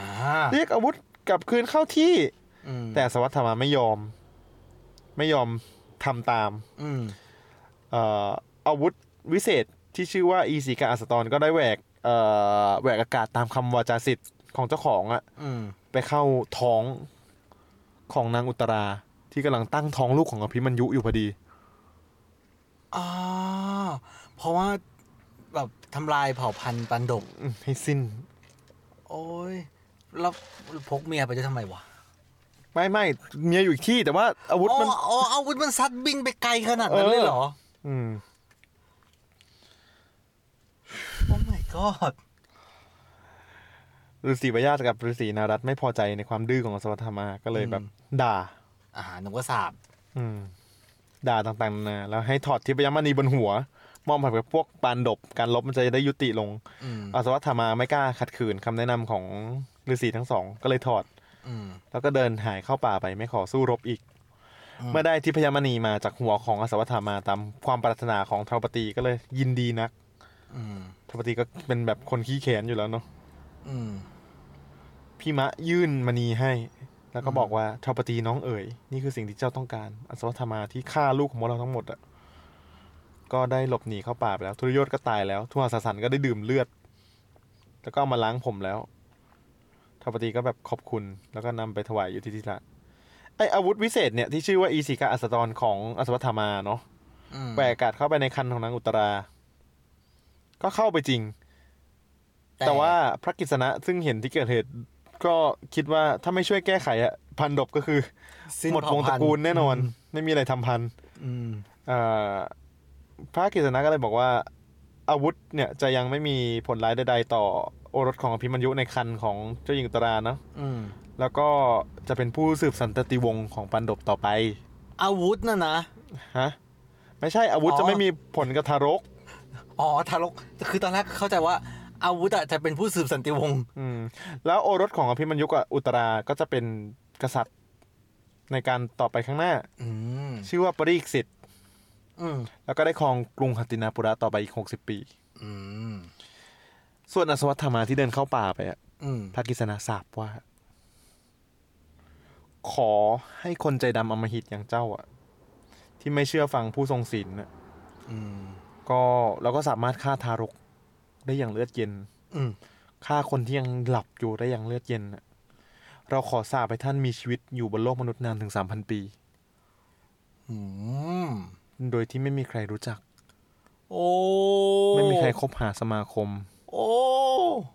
Speaker 2: เรียกอาวุธกลับคืนเข้าที่
Speaker 1: อืม
Speaker 2: แต่สวัสดิ์ธรรมาไม่ยอม ไม่ยอมทำตาม
Speaker 1: อืม
Speaker 2: เอ่ออาวุธวิเศษที่ชื่อว่าอีสีกาอัสตรก็ได้แหวกเอ่อแหวกอากาศตามคำวาจาสิทธิ์ของเจ้าของอะ
Speaker 1: อืม
Speaker 2: ไปเข้าท้องของนางอุตรา ที่กำลังตั้งท้องลูกของอภิมัญยุอยู่พอดี
Speaker 1: อ๋อ เพราะว่าแบบทำลายเผ่าพันธุ์ปันดก
Speaker 2: อืมให้สิ้น
Speaker 1: โอ้ย แล้วพกเมียไปด้วยทำไมวะ
Speaker 2: ไม่ไม่เมียอยู่อีกที่ แต่ว่าอาวุธ
Speaker 1: อ๋อ
Speaker 2: มัน
Speaker 1: อ๋ออาวุธมันซัดบินไปไกลขนาดนั้นเลยเหรอ
Speaker 2: อืม
Speaker 1: god
Speaker 2: ฤาษีบยาตกับฤาษีนารัตไม่พอใจในความดื้อของสวัทธามาก็เลยแบบ
Speaker 1: อืม
Speaker 2: ด่า
Speaker 1: อ่าหนูก็สาบ
Speaker 2: อืม ด่าต่างๆนานาแล้วให้ถอดทิพยมณีบนหัว มอมผับกับพวกปานดบการลบมันจะได้ยุติลง
Speaker 1: อืม
Speaker 2: อาสวัทธามาไม่กล้าขัดขืนคำแนะนำของฤาษีทั้งสองก็เลยถอด
Speaker 1: อืม
Speaker 2: แล้วก็เดินหายเข้าป่าไปไม่ขอสู้รบอีก
Speaker 1: อืม
Speaker 2: เมื่อได้ทิพยมณีมาจากหัวของอสวัทธามาตามความปรารถนาของทรปตีก็เลยยินดีนัก
Speaker 1: อืม
Speaker 2: ทรปตีก็เป็นแบบคนขี้แค้นอยู่แล้วเนาะ
Speaker 1: อืม
Speaker 2: พี่มะยื่นมณีให้ แล้วก็บอกว่าทรปตีน้องเอ๋ยนี่คือสิ่งที่เจ้าต้องการอสวัทธามาที่ฆ่าลูกของพวกเราทั้งหมดอะก็ได้หลบหนีเข้าป่าไปแล้วทุรยศก็ตายแล้วทุหาสสันก็ได้ดื่มเลือด แล้วก็เอามาล้างผมแล้วทรปตีก็แบบขอบคุณ แล้วก็นำไปถวายอยู่ที่ทิละไออาวุธวิเศษเนี่ยที่ชื่อว่าอีสิกาอัสตรของอสวัทธามาเนาะ
Speaker 1: อืม
Speaker 2: แหวกอากาศเข้าไปในคันของนางอุตรา ก็เข้าไปจริง แต่ว่าพระกิษณะซึ่งเห็นที่เกิดเหตุ ก็คิดว่าถ้าไม่ช่วยแก้ไขอะพันดบก็คือ
Speaker 1: สิ้น
Speaker 2: หมด
Speaker 1: เผ่าว
Speaker 2: งตระ
Speaker 1: พันธุ์
Speaker 2: กูลแน่นอน ไม่มีอะไรทำพัน
Speaker 1: อืม
Speaker 2: เอ่อพระกิษณะก็เลยบอกว่า อาวุธเนี่ยจะยังไม่มีผลร้ายใดๆต่อโอรสของอภิมัญยุในคันของเจ้าหญิงอุตราเนาะ
Speaker 1: อืม
Speaker 2: แล้วก็จะเป็นผู้สืบสันตติวงศ์ของปันดบต่อไป
Speaker 1: อาวุธน่ะนะ
Speaker 2: ฮะไม่ใช่อาวุธ
Speaker 1: อ๋อ
Speaker 2: จะไม่มีผลกับทารก
Speaker 1: อ๋อทารกคือตอนแรกเข้าใจว่า อาวุธอะจะเป็นผู้สืบสันติวงศ์
Speaker 2: อืมแล้วโอรสของอภิมัญยุกับอุตราก็จะเป็นกษัตริย์ในการต่อไปข้างหน้า
Speaker 1: อืม
Speaker 2: ชื่อว่าปริกสิทธิ์
Speaker 1: อืม
Speaker 2: แล้วก็ได้ครองกรุงหัตตินาปุระต่อไปอีก 60 ปี
Speaker 1: อืม
Speaker 2: ส่วนอสวัทธามาที่เดินเข้าป่าไปอะ
Speaker 1: อืม
Speaker 2: พระกิษณะสาบว่า ขอให้คนใจดำอำมหิตอย่างเจ้าอะที่ไม่เชื่อฟังผู้ทรงศีลน่ะ
Speaker 1: อืม
Speaker 2: ก็เราก็สามารถฆ่าทารกได้อย่างเลือดเย็น
Speaker 1: อืม
Speaker 2: ฆ่าคนที่ยังหลับอยู่ได้อย่างเลือดเย็นน่ะเราขอสาบให้ท่านมีชีวิตอยู่บนโลกมนุษย์นานถึงสามพันปี
Speaker 1: อืม
Speaker 2: โดยที่ไม่มีใครรู้จัก
Speaker 1: โอ้
Speaker 2: ไม่มีใครคบหาสมาคม
Speaker 1: โอ้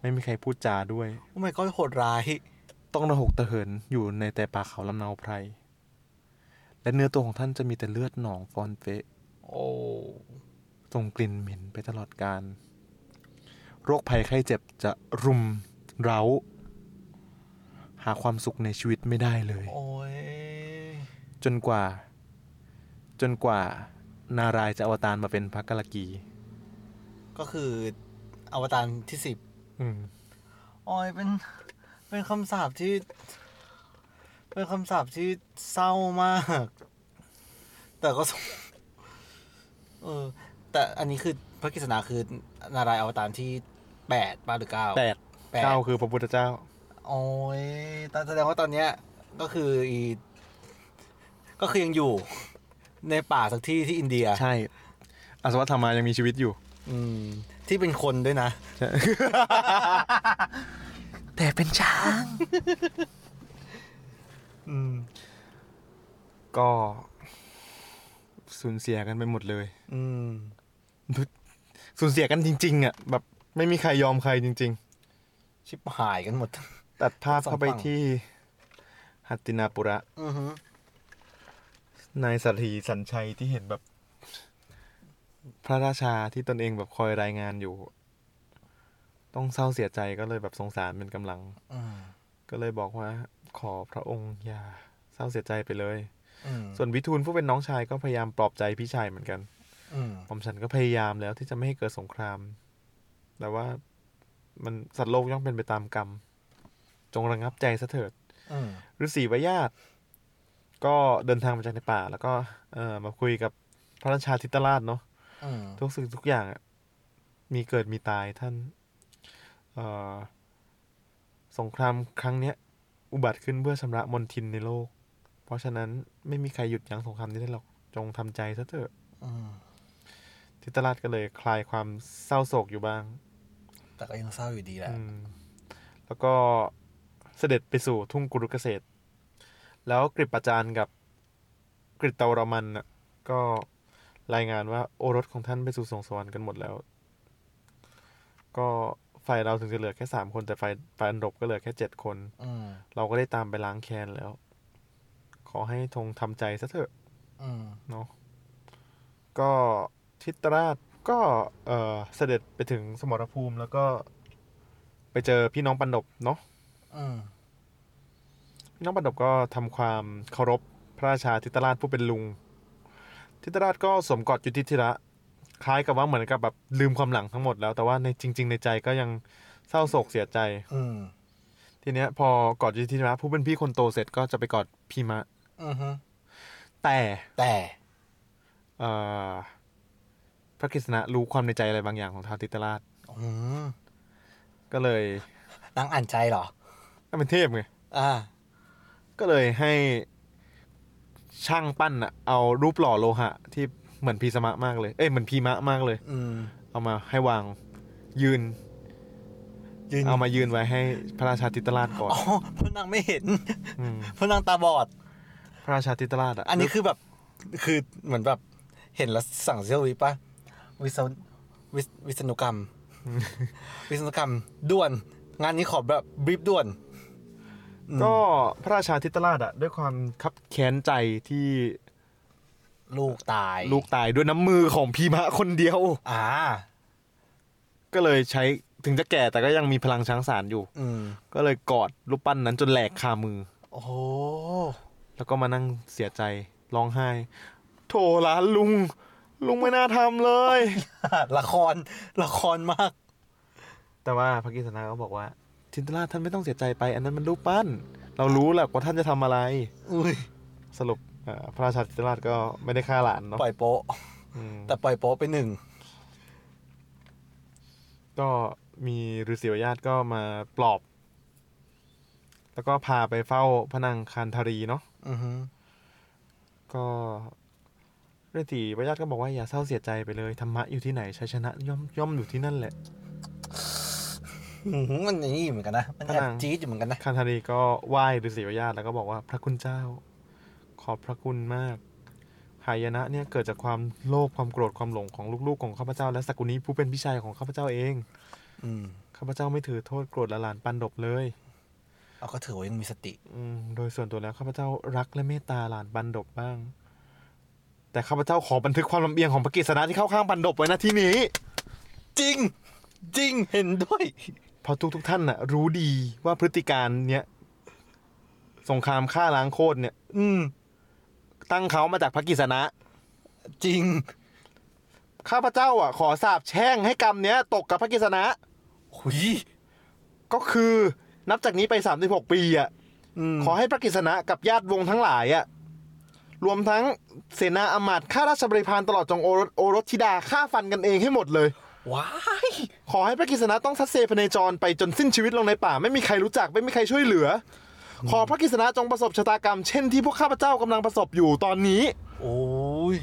Speaker 2: ไม่มีใครพูดจาด้วย
Speaker 1: โอ้ไม่ก็โหดร้าย
Speaker 2: ต้องระหกตะเหินอยู่ในแต่ป่าเขาลำเนาไพร และเนื้อตัวของท่านจะมีแต่เลือดหนองฟอนเฟะ
Speaker 1: โอ้
Speaker 2: ส่งกลิ่นเหม็นไปตลอดการ โรคภัยไข้เจ็บจะรุมเร้า หาความสุขในชีวิตไม่ได้เลย
Speaker 1: โอ้ย
Speaker 2: จนกว่า จนกว่านารายณ์จะอวตารมาเป็นพระกาลกี
Speaker 1: ก็คืออวตารที่สิบ
Speaker 2: อืม
Speaker 1: โอ้ยเป็นเป็นคำสาปที่ เป็นคำสาปที่เศร้ามาก แต่ก็สงเออ แต่อันนี้คือพระกิษณาคือนารายณ์อวตารที่แปดป่ะหรือเก้า
Speaker 2: แปด
Speaker 1: แปด
Speaker 2: เก้าคือพระพุทธเจ้า
Speaker 1: โอ้ยแต่แสดงว่าตอนเนี้ยก็คืออีก็คือยังอยู่ในป่าสักที่ที่อินเดีย
Speaker 2: ใช่อสวัทธรรมายังมีชีวิตอยู่
Speaker 1: อืม ที่เป็นคนด้วยนะ
Speaker 2: แต่เป็นช้าง
Speaker 1: อืม
Speaker 2: ก็สูญเสียกันไปหมดเลย
Speaker 1: อืม
Speaker 2: สูญเสียกันจริง ๆ อ่ะ แบบไม่มีใครยอมใครจริง
Speaker 1: ชิบหายกันหมด
Speaker 2: ๆ ตัดภาพเข้าไป
Speaker 1: สองฝั่ง
Speaker 2: ที่หัตตินาปุระ
Speaker 1: อือฮึ
Speaker 2: นายสัตรีสัญชัยที่เห็นแบบ พระราชาที่ตนเองแบบคอยรายงานอยู่ ต้องเศร้าเสียใจก็เลยแบบสงสารเป็นกำลัง
Speaker 1: อืม
Speaker 2: ก็เลยบอกว่า ขอพระองค์อย่าเศร้าเสียใจไปเลย
Speaker 1: อืม
Speaker 2: ส่วนวิทูลผู้เป็นน้องชายก็พยายามปลอบใจพี่ชายเหมือนกัน
Speaker 1: อืม
Speaker 2: ผมฉันก็พยายามแล้วที่จะไม่ให้เกิดสงคราม แต่ว่ามันสัตว์โลกย่อมเป็นไปตามกรรม จงระงับใจซะเถิด
Speaker 1: อืม
Speaker 2: ฤาษีวญาตก็เดินทางมาจากในป่า แล้วก็เออมาคุยกับพระราชาทิตราชเนาะ
Speaker 1: อืม
Speaker 2: ทุกสิ่งทุกอย่างอะมีเกิดมีตายท่านเออสงครามครั้งเนี้ย อุบัติขึ้นเพื่อชำระมนทินในโลก เพราะฉะนั้นไม่มีใครหยุดยั้งสงครามนี้ได้หรอกจงทำใจซะเถอะ
Speaker 1: อืม
Speaker 2: ทิตราชก็เลยคลายความเศร้าโศกอยู่บ้าง
Speaker 1: แต่ก็ยังเศร้าอยู่ดีแหละ
Speaker 2: อืมแล้วก็เสด็จไปสู่ทุ่งกุรุกเกษตร แล้วกริปอาจารย์กับกริตเตารมันน่ะก็รายงานว่าโอรสของท่านไปสู่สวงสวรรค์กันหมดแล้ว ก็ฝ่ายเราถึงจะเหลือแค่สามคนแต่ฝ่ายฝ่ายอันดบก็เหลือแค่เจ็ดคน
Speaker 1: อืม
Speaker 2: เราก็ได้ตามไปล้างแค้นแล้ว ขอให้ทงทำใจซะเถอะ
Speaker 1: อืม
Speaker 2: เนาะก็ทิตราช ก็เออเสด็จไปถึงสมรภูมิแล้วก็ ไปเจอพี่น้องปันดบเนาะ
Speaker 1: อืม
Speaker 2: พี่น้องปันดบก็ทำความเคารพพระราชาทิตราชผู้เป็นลุง ทิตราชก็สวมกอดยุทธิธิระคล้ายกับว่าเหมือนกับแบบลืมความหลังทั้งหมดแล้วแต่ว่าในจริง ๆ ในใจก็ยังเศร้าโศกเสียใจ
Speaker 1: อืม
Speaker 2: ทีเนี้ยพอกอดยุทธิธิระผู้เป็นพี่คนโตเสร็จก็จะไปกอดพีมะ
Speaker 1: อือฮึ
Speaker 2: แต่
Speaker 1: แต่
Speaker 2: เอ่อพระกฤษณะรู้ความในใจอะไรบางอย่างของท้าวทิตราช
Speaker 1: อืม
Speaker 2: ก็เลย
Speaker 1: นางอ่านใจเหรอ
Speaker 2: ก็เป็นเทพไง
Speaker 1: อ่า
Speaker 2: ก็เลยให้ช่างปั้นอะเอารูปหล่อโลหะ ที่เหมือนพีสมะมากเลย เอ้ยเหมือนพีมะมากเลย
Speaker 1: อืม
Speaker 2: เอามาให้วางยืน
Speaker 1: ยืน
Speaker 2: เอามายืนไว้ให้พระราชาติตราชก่อน
Speaker 1: อ๋อเพราะนางไม่เห็น
Speaker 2: ม
Speaker 1: เพราะนางตาบอด
Speaker 2: พระราชาติตราชอะ
Speaker 1: อันนี้คือแบบ คือเหมือนแบบ เห็นแล้วสั่งเซลวิปะวิศววิศวิศนุก รรม วิศนุกรรมด่วน งานนี้ขอแบบบรีบด่วนอืม
Speaker 2: ก็พระราชาติตราชอะด้วยความคับแค้นใจที่
Speaker 1: ลูกตาย
Speaker 2: ลูกตายด้วยน้ำมือของพีมะคนเดียว
Speaker 1: อ่า
Speaker 2: ก็เลยใช้ถึงจะแก่แต่ก็ยังมีพลังช้างสารอยู่
Speaker 1: อืม
Speaker 2: ก็เลยกอดรูปปั้นนั้นจนแหลกคามือ
Speaker 1: โอ้โห
Speaker 2: แล้วก็มานั่งเสียใจร้องไห้ โถร้านลุง ลุงไม่น่าทำเลย
Speaker 1: ละคร ละครมาก
Speaker 2: แต่ว่าพระกิษณาก็บอกว่า ทินตราชท่านไม่ต้องเสียใจไป อันนั้นมันรูปปั้น เรารู้แหละว่าท่านจะทำอะไร
Speaker 1: อุ้ย
Speaker 2: สรุปเอ่อพระราชาทินตราชก็ไม่ได้ฆ่าหลานเนาะ
Speaker 1: ปล่อยโป๊ะ
Speaker 2: อืม
Speaker 1: แต่ปล่อยโป๊ะไปหนึ่ง
Speaker 2: ก็มีฤาษีวญาติก็มาปลอบ แล้วก็พาไปเฝ้าพระนางคันธารีเนาะ
Speaker 1: อือฮึ
Speaker 2: ก็ฤาษีวญาติก็บอกว่าอย่าเศร้าเสียใจไปเลยธรรมะอยู่ที่ไหนชัยชนะย่อมย่อมอยู่ที่นั่นแหละ
Speaker 1: อื้อหือมันอย่างนี้อยู่เหมือนกันนะ มันแอบจี๊ดอยู่เหมือนกันนะ
Speaker 2: คันธารีก็ไหว้ฤาษีวญาติแล้วก็บอกว่าพระคุณเจ้า ขอบพระคุณมากหายนะเนี่ยเกิดจากความโลภความโกรธความหลงของลูกๆของข้าพเจ้า และสกุลนี้ผู้เป็นพี่ชายของข้าพเจ้าเอง
Speaker 1: อืม
Speaker 2: ข้าพเจ้าไม่ถือโทษโกรธและหลานปันดบเลย
Speaker 1: เอาก็ถือว่ายังมีสติ
Speaker 2: อืมโดยส่วนตัวแล้วข้าพเจ้ารักและเมตตาหลานปันดบบ้าง แต่ข้าพเจ้าขอบันทึกความลำเอียงของพระกิษณะที่เข้าข้างปันดบไว้นะที่นี้
Speaker 1: จริง จริง เห็นด้วย
Speaker 2: เพราะทุกทุกๆท่านน่ะ รู้ดีว่าพฤติการเนี้ยสงครามฆ่าล้างโคตรเนี่ย
Speaker 1: อืม
Speaker 2: ตั้งเขามาจากพระกิษณะ
Speaker 1: จริง
Speaker 2: ข้าพเจ้าอ่ะขอสาบแช่งให้กรรมเนี้ย ตกกับพระกฤษณะ
Speaker 1: หุย
Speaker 2: ก็คือนับจากนี้ไป 36 ปีอ่ะ
Speaker 1: ม
Speaker 2: ขอให้พระกฤษณะกับญาติวงทั้งหลายอ่ะรวมทั้งเสนาอำมาตย์ข้าราชบริพารตลอดจงโอรสโอรสธิดาฆ่าฟันกันเองให้หมดเลย
Speaker 1: ว้าย
Speaker 2: ขอให้พระกฤษณะต้องทัดเซพเนจรไปจนสิ้นชีวิตลงในป่า ไม่มีใครรู้จักไม่มีใครช่วยเหลืออขอพระกฤษณะจงประสบชะตากรรม เช่นที่พวกข้าพเจ้ากำลังประสบอยู่ตอนนี้
Speaker 1: โอ้ย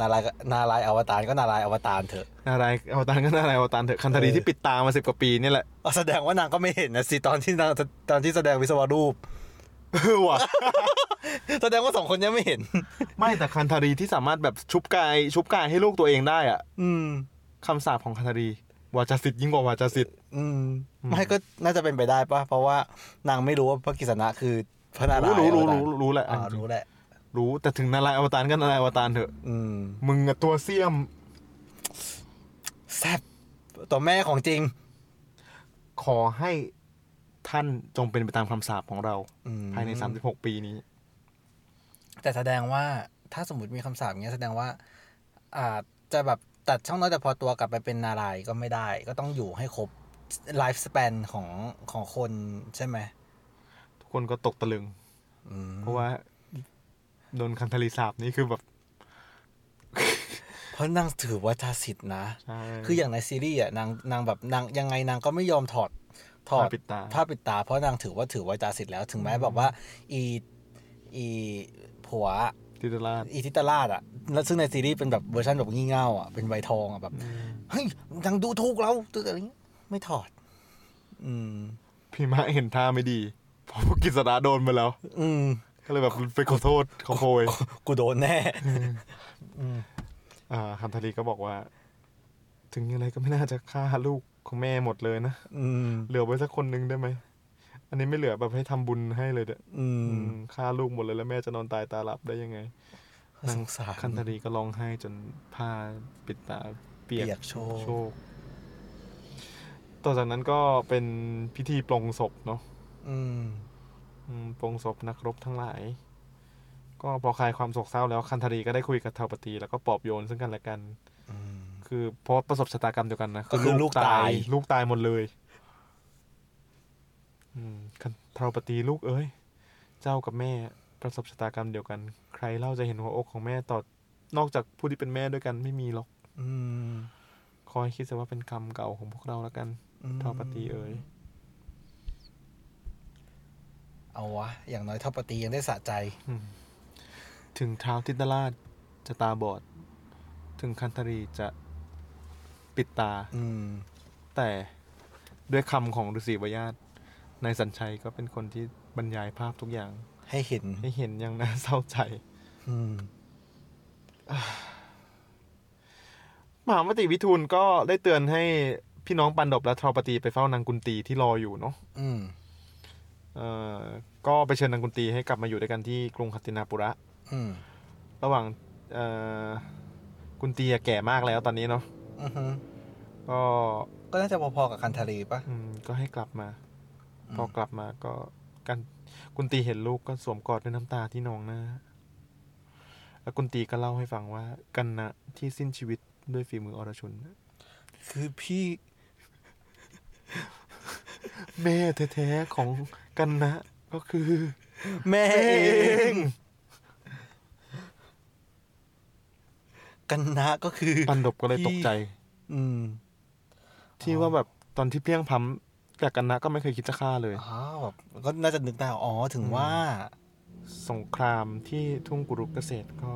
Speaker 1: นารายณ์ก็นารายณ์อวตารก็นารายณ์อวตารเถอะ
Speaker 2: นารายณ์อวตารก็นารายณ์อวตารเถอะคันธารี
Speaker 1: เออ
Speaker 2: ที่ปิดตามาสิบกว่าปีนี่แหละ
Speaker 1: เอาแสดงว่านางก็ไม่เห็นนะสิตอนที่นางตอนที่แสดงวิศวรูป
Speaker 2: เออว่ะ
Speaker 1: แสดงว่าสองคนเนี้ไม่เห็น
Speaker 2: ไม่แต่คันธารีที่สามารถแบบชุบกายชุบกายให้ลูกตัวเองได้อะ
Speaker 1: อืม
Speaker 2: คำสาปของคันธารีวาจาสิทธิ์ยิ่งกว่าวาจาสิทธิ์
Speaker 1: อืม ไม่ก็น่าจะเป็นไปได้ปะเพราะว่านางไม่รู้ว่าพระกิษณะคือพระนาราย
Speaker 2: รู้
Speaker 1: ณ์
Speaker 2: รู้
Speaker 1: อวตา
Speaker 2: รู้รู้รู้รู้แหละ
Speaker 1: อ่ารู้แหละ
Speaker 2: รู้แต่ถึงนารายณ์อวตารก็นารายณ์อวตารเถอะ
Speaker 1: อืม
Speaker 2: มึงอะตัวเสี้ยม
Speaker 1: แซบตัวแม่ของจริง
Speaker 2: ขอให้ท่านจงเป็นไปตามคำสาปของเรา
Speaker 1: อืม
Speaker 2: ภายใน 36 ปีนี้
Speaker 1: แต่แสดงว่าถ้าสมมติมีคำสาปเงี้ยแสดงว่า อาจจะแบบตัดช่องน้อยแต่พอตัวกลับไปเป็นนารายณ์ก็ไม่ได้ ก็ต้องอยู่ให้ครบไลฟ์สเปนของของคนใช่ไหม
Speaker 2: ทุกคนก็ตกตะลึง
Speaker 1: อืม
Speaker 2: เพราะว่าโดนคันธารีสาปนี่คือแบบ
Speaker 1: เพราะนางถือว่าทาสิทธิ์นะ
Speaker 2: ใช่
Speaker 1: คืออย่างในซีรีส์อ่ะนางนางแบบนางยังไงนางก็ไม่ยอมถอดถอด
Speaker 2: ผ้าปิดตา
Speaker 1: ผ้าปิดตา เพราะนางถือว่าถือว่าจาสิทธิ์แล้ว ถึงแม้แบบว่า อีอีผัว
Speaker 2: ติดราช
Speaker 1: อีทิตาลาดอ่ะแล้วซึ่งในซีรีส์เป็นแบบเวอร์ชันแบบงี่เง่าอ่ะ เป็นใบทองอ่ะแบบ เฮ้ยนางดูถูกเราตัวอะไรเงี้ยไม่ถอด อืม
Speaker 2: พี่มะเห็นท่าไม่ดีเพราะพวกกิษณะโดนไปแล้ว
Speaker 1: อืม
Speaker 2: ก็เลยแบบไปขอโทษขอโพย
Speaker 1: กูโดนแน่
Speaker 2: อ่าคันธารีก็บอกว่า ถึงยังไงก็ไม่น่าจะฆ่าลูกของแม่หมดเลยนะ
Speaker 1: อืม
Speaker 2: เหลือไว้สักคนนึงได้ไหม อันนี้ไม่เหลือแบบให้ทำบุญให้เลยเด้อ
Speaker 1: อื
Speaker 2: อื
Speaker 1: ม
Speaker 2: มฆ่าลูกหมดเลยแล้วแม่จะนอนตายตาหลับได้ยังไง
Speaker 1: สงสาร
Speaker 2: คันธารีก็ร้องไห้จนผ้าปิดตา เปียก
Speaker 1: เปียกโช
Speaker 2: โช
Speaker 1: ว์
Speaker 2: คต่อจากนั้นก็เป็นพิธีปลงศพเนาะ
Speaker 1: อืม
Speaker 2: อืมปลงศพนักรบทั้งหลาย ก็พอคลายความโศกเศร้าแล้วคันธารีก็ได้คุยกับเทวปตีแล้วก็ปลอบโยนซึ่งกันและกัน คือเพราะประสบชะตากรรมเดียวกันนะ
Speaker 1: ก็คือลูกตาย
Speaker 2: ลูกตายหมดเลย อืมคันเทวปตีลูกเอ้ย เจ้ากับแม่ประสบชะตากรรมเดียวกัน ใครเล่าจะเห็นหัวอกของแม่ต่อนอกจากผู้ที่เป็นแม่ด้วยกันไม่มีหรอก
Speaker 1: อืม
Speaker 2: คอยคิดซะว่าเป็นกรรมเก่าของพวกเราแล้วกัน
Speaker 1: ม
Speaker 2: เทวปตีเอ๋ย
Speaker 1: เอาวะ อย่างน้อยเท่าปตียังได้สะใจ
Speaker 2: ถึงเท้าวทิตราชจะตาบอด ถึงคันธรีจะปิดตา
Speaker 1: อืม
Speaker 2: แต่ด้วยคำของฤาษีวญาตนายสัญชัยก็เป็นคนที่บรรยายภาพทุกอย่าง
Speaker 1: ให้เห็น
Speaker 2: ให้เห็นอย่างน่าเศร้าใจ
Speaker 1: อืม
Speaker 2: มหามติวิทูลก็ได้เตือนให้พี่น้องปันดบและทรปตีไปเฝ้านางกุนตีที่รออยู่เนาะ
Speaker 1: อืม
Speaker 2: เอ่อก็ไปเชิญนางกุนตีให้กลับมาอยู่ด้วยกันที่กรุงคัตตินาปุระ
Speaker 1: อืม
Speaker 2: ระหว่างเอ่อกุนตีอะแก่มากแล้วตอนนี้เนาะ
Speaker 1: อือฮึ
Speaker 2: ก็
Speaker 1: ก็น่าจะพอๆกับคันทารีปะ
Speaker 2: อืมก็ให้กลับมา
Speaker 1: อืม
Speaker 2: พอกลับมาก็กันกุนตีเห็นลูกก็สวมกอดด้วยน้ำตาที่นองหน้า แล้วกุนตีก็เล่าให้ฟังว่า กันนะที่สิ้นชีวิตด้วยฝีมืออรชุน
Speaker 1: คือพี่
Speaker 2: แม่แท้ๆของกันนะ ก็คือ
Speaker 1: แม่เอง กันนะก็คือ
Speaker 2: ปันดบก็เลยตกใจ
Speaker 1: อืม
Speaker 2: ที่ว่าแบบตอนที่เพลี้ยงพล้ำแต่กันนะก็ไม่เคยคิดจะฆ่าเลย
Speaker 1: อ๋อแบบก็น่าจะนึกได้อ๋อ ถึงว่า
Speaker 2: สงครามที่ทุ่งกุรุกเกษตรก็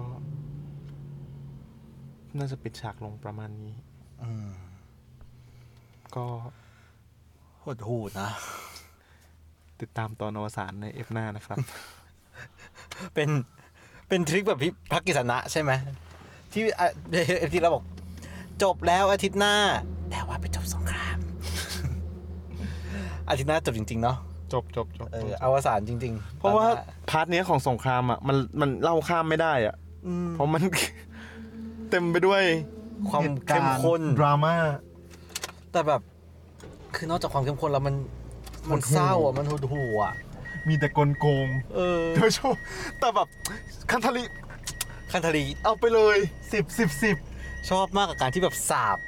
Speaker 2: น่าจะปิดฉากลงประมาณนี้
Speaker 1: อืม
Speaker 2: ก็
Speaker 1: หดหูนะ
Speaker 2: ติดตามตอนอวสานในเอฟหน้านะครับ
Speaker 1: เป็น เป็นทริคแบบพี่พักกิษณะใช่ไหม ที่อ่ะเอฟทีเราบอก จบแล้วอาทิตย์หน้า แต่ว่าไปจบสงคราม อาทิตย์หน้าจบจริง ๆ เนาะ
Speaker 2: จบจบจบ
Speaker 1: เอออวสานจริงๆ
Speaker 2: เพราะว่า
Speaker 1: ตอนหน้
Speaker 2: พาร์ทเนี้ยของสงครามอ่ะมันมันเล่าข้ามไม่ได้อ่ะ
Speaker 1: อืม
Speaker 2: เพราะมัน เต็มไปด้วย
Speaker 1: ความเข้มข้น
Speaker 2: ดราม่า
Speaker 1: แต่แบบ คือนอกจากความเข้มข้นแล้วมัน มัน
Speaker 2: หดหู่
Speaker 1: เศร้าอ่ะ มันหดหู่อ่ะ
Speaker 2: มีแต่กลโกง
Speaker 1: เออ
Speaker 2: โดยเฉพาะแต่แบบคันธลิ
Speaker 1: คันธารี
Speaker 2: เอาไปเลยสิบสิบสิบ
Speaker 1: ชอบมากกับการที่แบบสาบ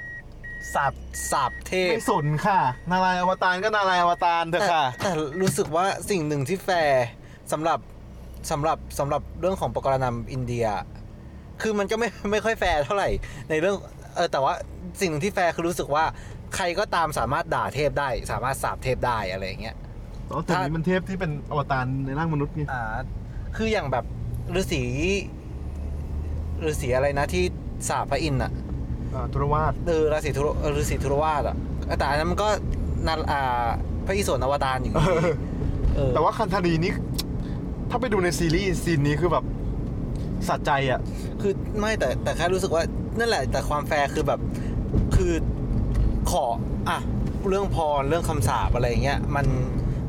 Speaker 1: สาบสาบเทพ
Speaker 2: ไม่สนค่ะ นารายณ์อวตารก็นารายณ์อวตารเถอะ
Speaker 1: แต่
Speaker 2: ค่ะ
Speaker 1: แต่รู้สึกว่าสิ่งหนึ่งที่แฟร์สำหรับสำหรับสำหรับเรื่องของปกรณำอินเดีย คือมันก็ไม่ไม่ค่อยแฟร์เท่าไหร่ในเรื่องเออแต่ว่าสิ่งหนึ่งที่แฟร์คือรู้สึกว่าใครก็ตามสามารถด่าเทพได้ สามารถสาบเทพได้อะไรอย่างเงี้ย
Speaker 2: แต่นี้มันเทพที่เป็นอวตารในร่างมนุษย์ไง
Speaker 1: อ่าคืออย่างแบบฤาษีฤาษีอะไรนะที่สาบพระอินทร์อะ
Speaker 2: อ่าทุรวาส
Speaker 1: เออราศีธุรเออฤาษีธุรวาสอ่ะแต่อันนั้นมันก็นาอ่าพระอิศวรอวตารอยู่เออ
Speaker 2: แต่ว่าคันธลีนี้ ถ้าไปดูในซีรีส์ซีนนี้คือแบบสะใจอ่ะ
Speaker 1: คือไม่แต่แต่แค่รู้สึกว่านั่นแหละ แต่ความแฟร์คือแบบคือขออ่ะเรื่องพรเรื่องคำสาปอะไรอย่างเงี้ยมัน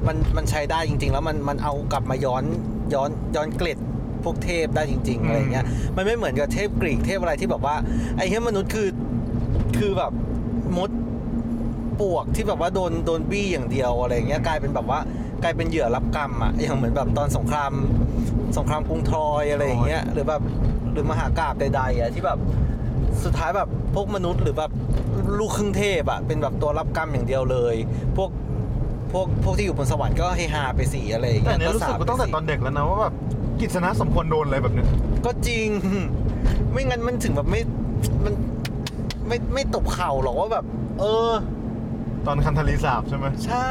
Speaker 1: มันมันใช้ได้จริง ๆ แล้วมันมันเอากลับมาย้อนย้อนย้อนเกล็ดพวกเทพได้จริง ๆ อะไรอย่างเงี้ยมันไม่เหมือนกับเทพกรีกเทพอะไรที่แบบว่าไอ้เหี้ยมนุษย์คือคือแบบมด ปวกที่แบบว่าโดนโดนบี้อย่างเดียวอะไรอย่างเงี้ยกลายเป็นแบบว่ากลายเป็นเหยื่อรับกรรมอะ อย่างเหมือนแบบตอนสงคราม สงครามกรุงทรอยอะไรอย่างเงี้ยหรือแบบหรือมหากราบใดๆอะที่แบบสุดท้ายแบบพวกมนุษย์หรือแบบลูกครึ่งเทพอะเป็นแบบตัวรับกรรมอย่างเดียวเลย พวกพวกพวกที่อยู่บนสวรรค์ก็เฮฮาไปสีอะไรอย่างเงี้ย
Speaker 2: แต่อันเนี้ยรู้สึกว่าตั้งแต่ตอนเด็กแล้วนะว่าแบบกิจสนะสมควรโดนอะไรแบบเนี้ย
Speaker 1: ก็จริง ไม่งั้นมันถึงแบบไม่มันไม่ไม่ตบเข่าหรอกว่าแบบ เออ
Speaker 2: ตอนคันธลีสาบใช่ไหม
Speaker 1: ใช่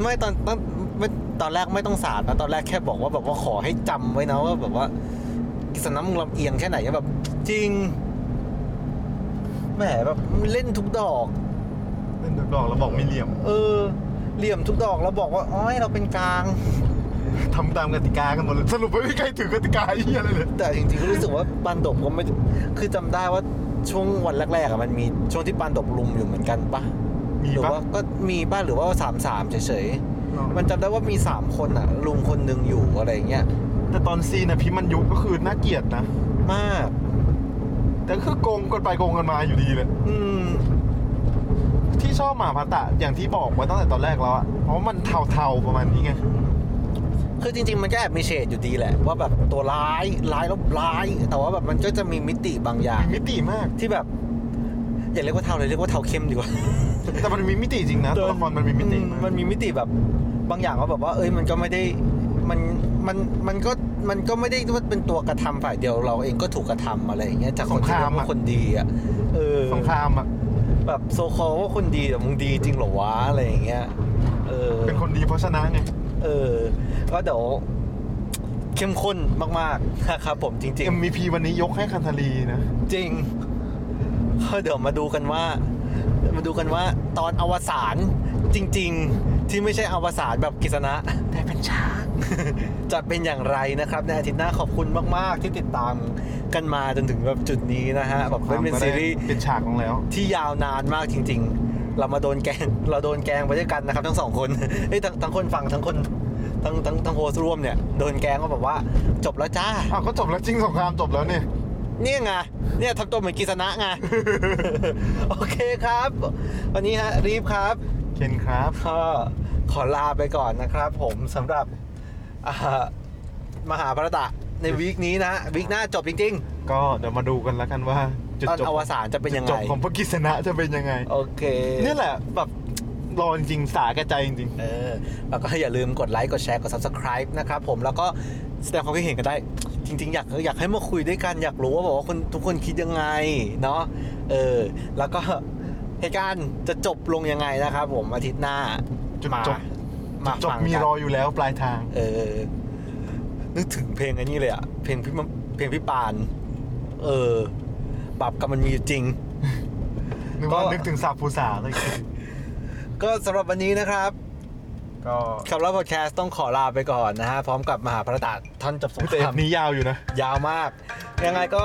Speaker 1: ไม่ตอนตอนไม่ตอนแรกไม่ต้องสาดนะตอนแรกแค่บอกว่าแบบว่าขอให้จำไว้นะว่าแบบว่ากิษณะมึงลำเอียงแค่ไหนแบบ จริงแหมแบบเล่นทุกดอก
Speaker 2: เล่นดอกๆแล้วบอกไม่เหลี่ยม
Speaker 1: เออ เหลี่ยมทุกดอกแล้วบอกว่าอ้อยเราเป็นกลาง
Speaker 2: ทำตามกติกากันหมดเลยสรุปไม่มีใครถือกติกาไอ้เหี้ยอะไรเลย
Speaker 1: แต่จริงๆก็รู้สึกว่าปานดบก็ไม่คือจำได้ว่าช่วงวันแรกๆอะมันมีช่วงที่ปานดบลุมอยู่เหมือนกันปะ
Speaker 2: มี
Speaker 1: หรือ
Speaker 2: ปะ
Speaker 1: ว่าก็มีป้าหรือว่าสามสามเฉยๆมันจำได้ว่ามีสามคนอะลุมคนหนึ่งอยู่อะไรอย่างเงี้ย
Speaker 2: แต่ตอนซีนน่ะพี่มันยุก็คือน่าเกลียดนะ
Speaker 1: มาก
Speaker 2: แต่ก็คือโกงกันไปโกงกันมาอยู่ดีเลย
Speaker 1: อืม
Speaker 2: ที่ชอบหมาพัตตะอย่างที่บอกไว้ตั้งแต่ตอนแรกแล้วอะเพราะมันเทาๆประมาณนี้ไง
Speaker 1: คือจริง ๆ มันก็แอบมีเฉดอยู่ดีแหละ ว่าแบบตัวร้ายร้ายแล้วร้าย แต่ว่าแบบมันก็จะมีมิติบางอย่าง
Speaker 2: มีมิติมาก
Speaker 1: ที่แบบ อย่าเรียกว่าเทาเลยเรียกว่าเทาเข้มดีกว่า
Speaker 2: แต่มันมีมิติจริงนะ ตัวละครมันมีมิ
Speaker 1: อื
Speaker 2: ติาก
Speaker 1: มันมีมิติแบบบางอย่างว่าแบบว่า เอ้ยมันก็ไม่ได้มันมันมันก็มันก็ไม่ได้ว่าเป็นตัวกระทำฝ่ายเดียวเราเองก็ถูกกระทำอะไรอย่างเงี้ยจากคนที่เรียกว่าคนดีอ่ะเออ
Speaker 2: สงครามอะ
Speaker 1: แบบโซคอลว่าคนดีแต่มึงดีจริงเหรอวะอะไรอย่างเงี้ย เออ
Speaker 2: เป็นคนดีเพราะชนะไง
Speaker 1: เออ ก็เดี๋ยวเข้มข้นมากๆนะครับผมจริง
Speaker 2: MVP วันนี้ยกให้คันธารีนะ
Speaker 1: ๆ จริงก็เดี๋ยวมาดูกันว่า มาดูกันว่าตอนอวสานจริง ๆ ที่ไม่ใช่อวสานแบบกิษณะแต่เป็นช้าง จะเป็นอย่างไรนะครับ ในอาทิตย์หน้าขอบคุณมาก ๆ ที่ติดตามกันมาจนถึงแบบจุดนี้นะฮะแบบเป็นซีรีส์
Speaker 2: เป็นฉากของแล้ว
Speaker 1: ที่ยาวนานมากจริง ๆ เรามาโดนแกล้ง เราโดนแกล้งไปด้วยกันนะครับ ทั้งสองคน เอ้ยทั้งทั้งคนฟังทั้งคนทั้งทั้งทั้งโฮสต์ร่วมเนี่ยโดนแกล้งก็แบบว่า จบแล้วจ้า
Speaker 2: อ้าวก็จบแล้วจริงสงครามจบแล้วเนี่ย
Speaker 1: เนี่ยไงเนี่ยทำตัวเหมือนกีสนะไง โอเคครับ วันนี้ฮะรีบครับ
Speaker 2: เคนครับ
Speaker 1: ก็ขอลาไปก่อนนะครับ ผมสำหรับอ่ามหาพรตะในวีคนี้นะวีคหน้าจบจริง
Speaker 2: ก็เดี๋ยวมาดูกันแล้วกันว่าจุ
Speaker 1: ๆ
Speaker 2: ด
Speaker 1: ตอน
Speaker 2: จบ
Speaker 1: อวสานจะเป็นยัง
Speaker 2: จ
Speaker 1: ไง
Speaker 2: บของพระกิษณะจะเป็นยังไง
Speaker 1: โอเค
Speaker 2: เนี่ยแหละแบบรอจริงๆสาแก่ใจจริง
Speaker 1: เออแล้วก็อย่าลืมกดไลค์กดแชร์กด subscribe นะครับผมแล้วก็แสดงความคิดเห็นกันได้ จริง ๆ อยากอยากให้มาคุยด้วยกันอยากรู้ว่าบอกว่าคนทุกคนคิดยังไงเนาะเออแล้วก็เหตุการณ์จะจบลงยังไงนะครับผมอาทิตย์หน้า
Speaker 2: จุด
Speaker 1: มา
Speaker 2: จบ
Speaker 1: มา
Speaker 2: จบ
Speaker 1: ฟัง
Speaker 2: มี
Speaker 1: กัน
Speaker 2: รออยู่แล้วปลายทาง
Speaker 1: เออนึกถึงเพลงอันนี้เลยอะเพลงพี่มะเพลงพี่ปาน เออบาปกรรมมันมีอยู่จริง
Speaker 2: นึกว่า
Speaker 1: ก็
Speaker 2: นึกถึงสาบภูษาเลย
Speaker 1: ก็สำหรับวันนี้นะครับ
Speaker 2: ก็
Speaker 1: คำรับพอดแคสต์ต้องขอลาไปก่อนนะฮะพร้อมกับมหาพระตาท่อนจบสงค
Speaker 2: แต่เอ
Speaker 1: ราม
Speaker 2: ฟนี้ยาวอยู่นะ
Speaker 1: ยาวมาก ยังไงก็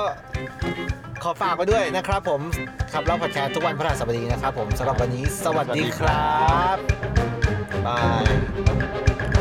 Speaker 1: ขอฝากไว้ด้วยนะครับผมขับเล่าพอดแคสต์ทุกวันพระราสบดีนะครับผมสำหรับวันนี้สวัสดีครับบาย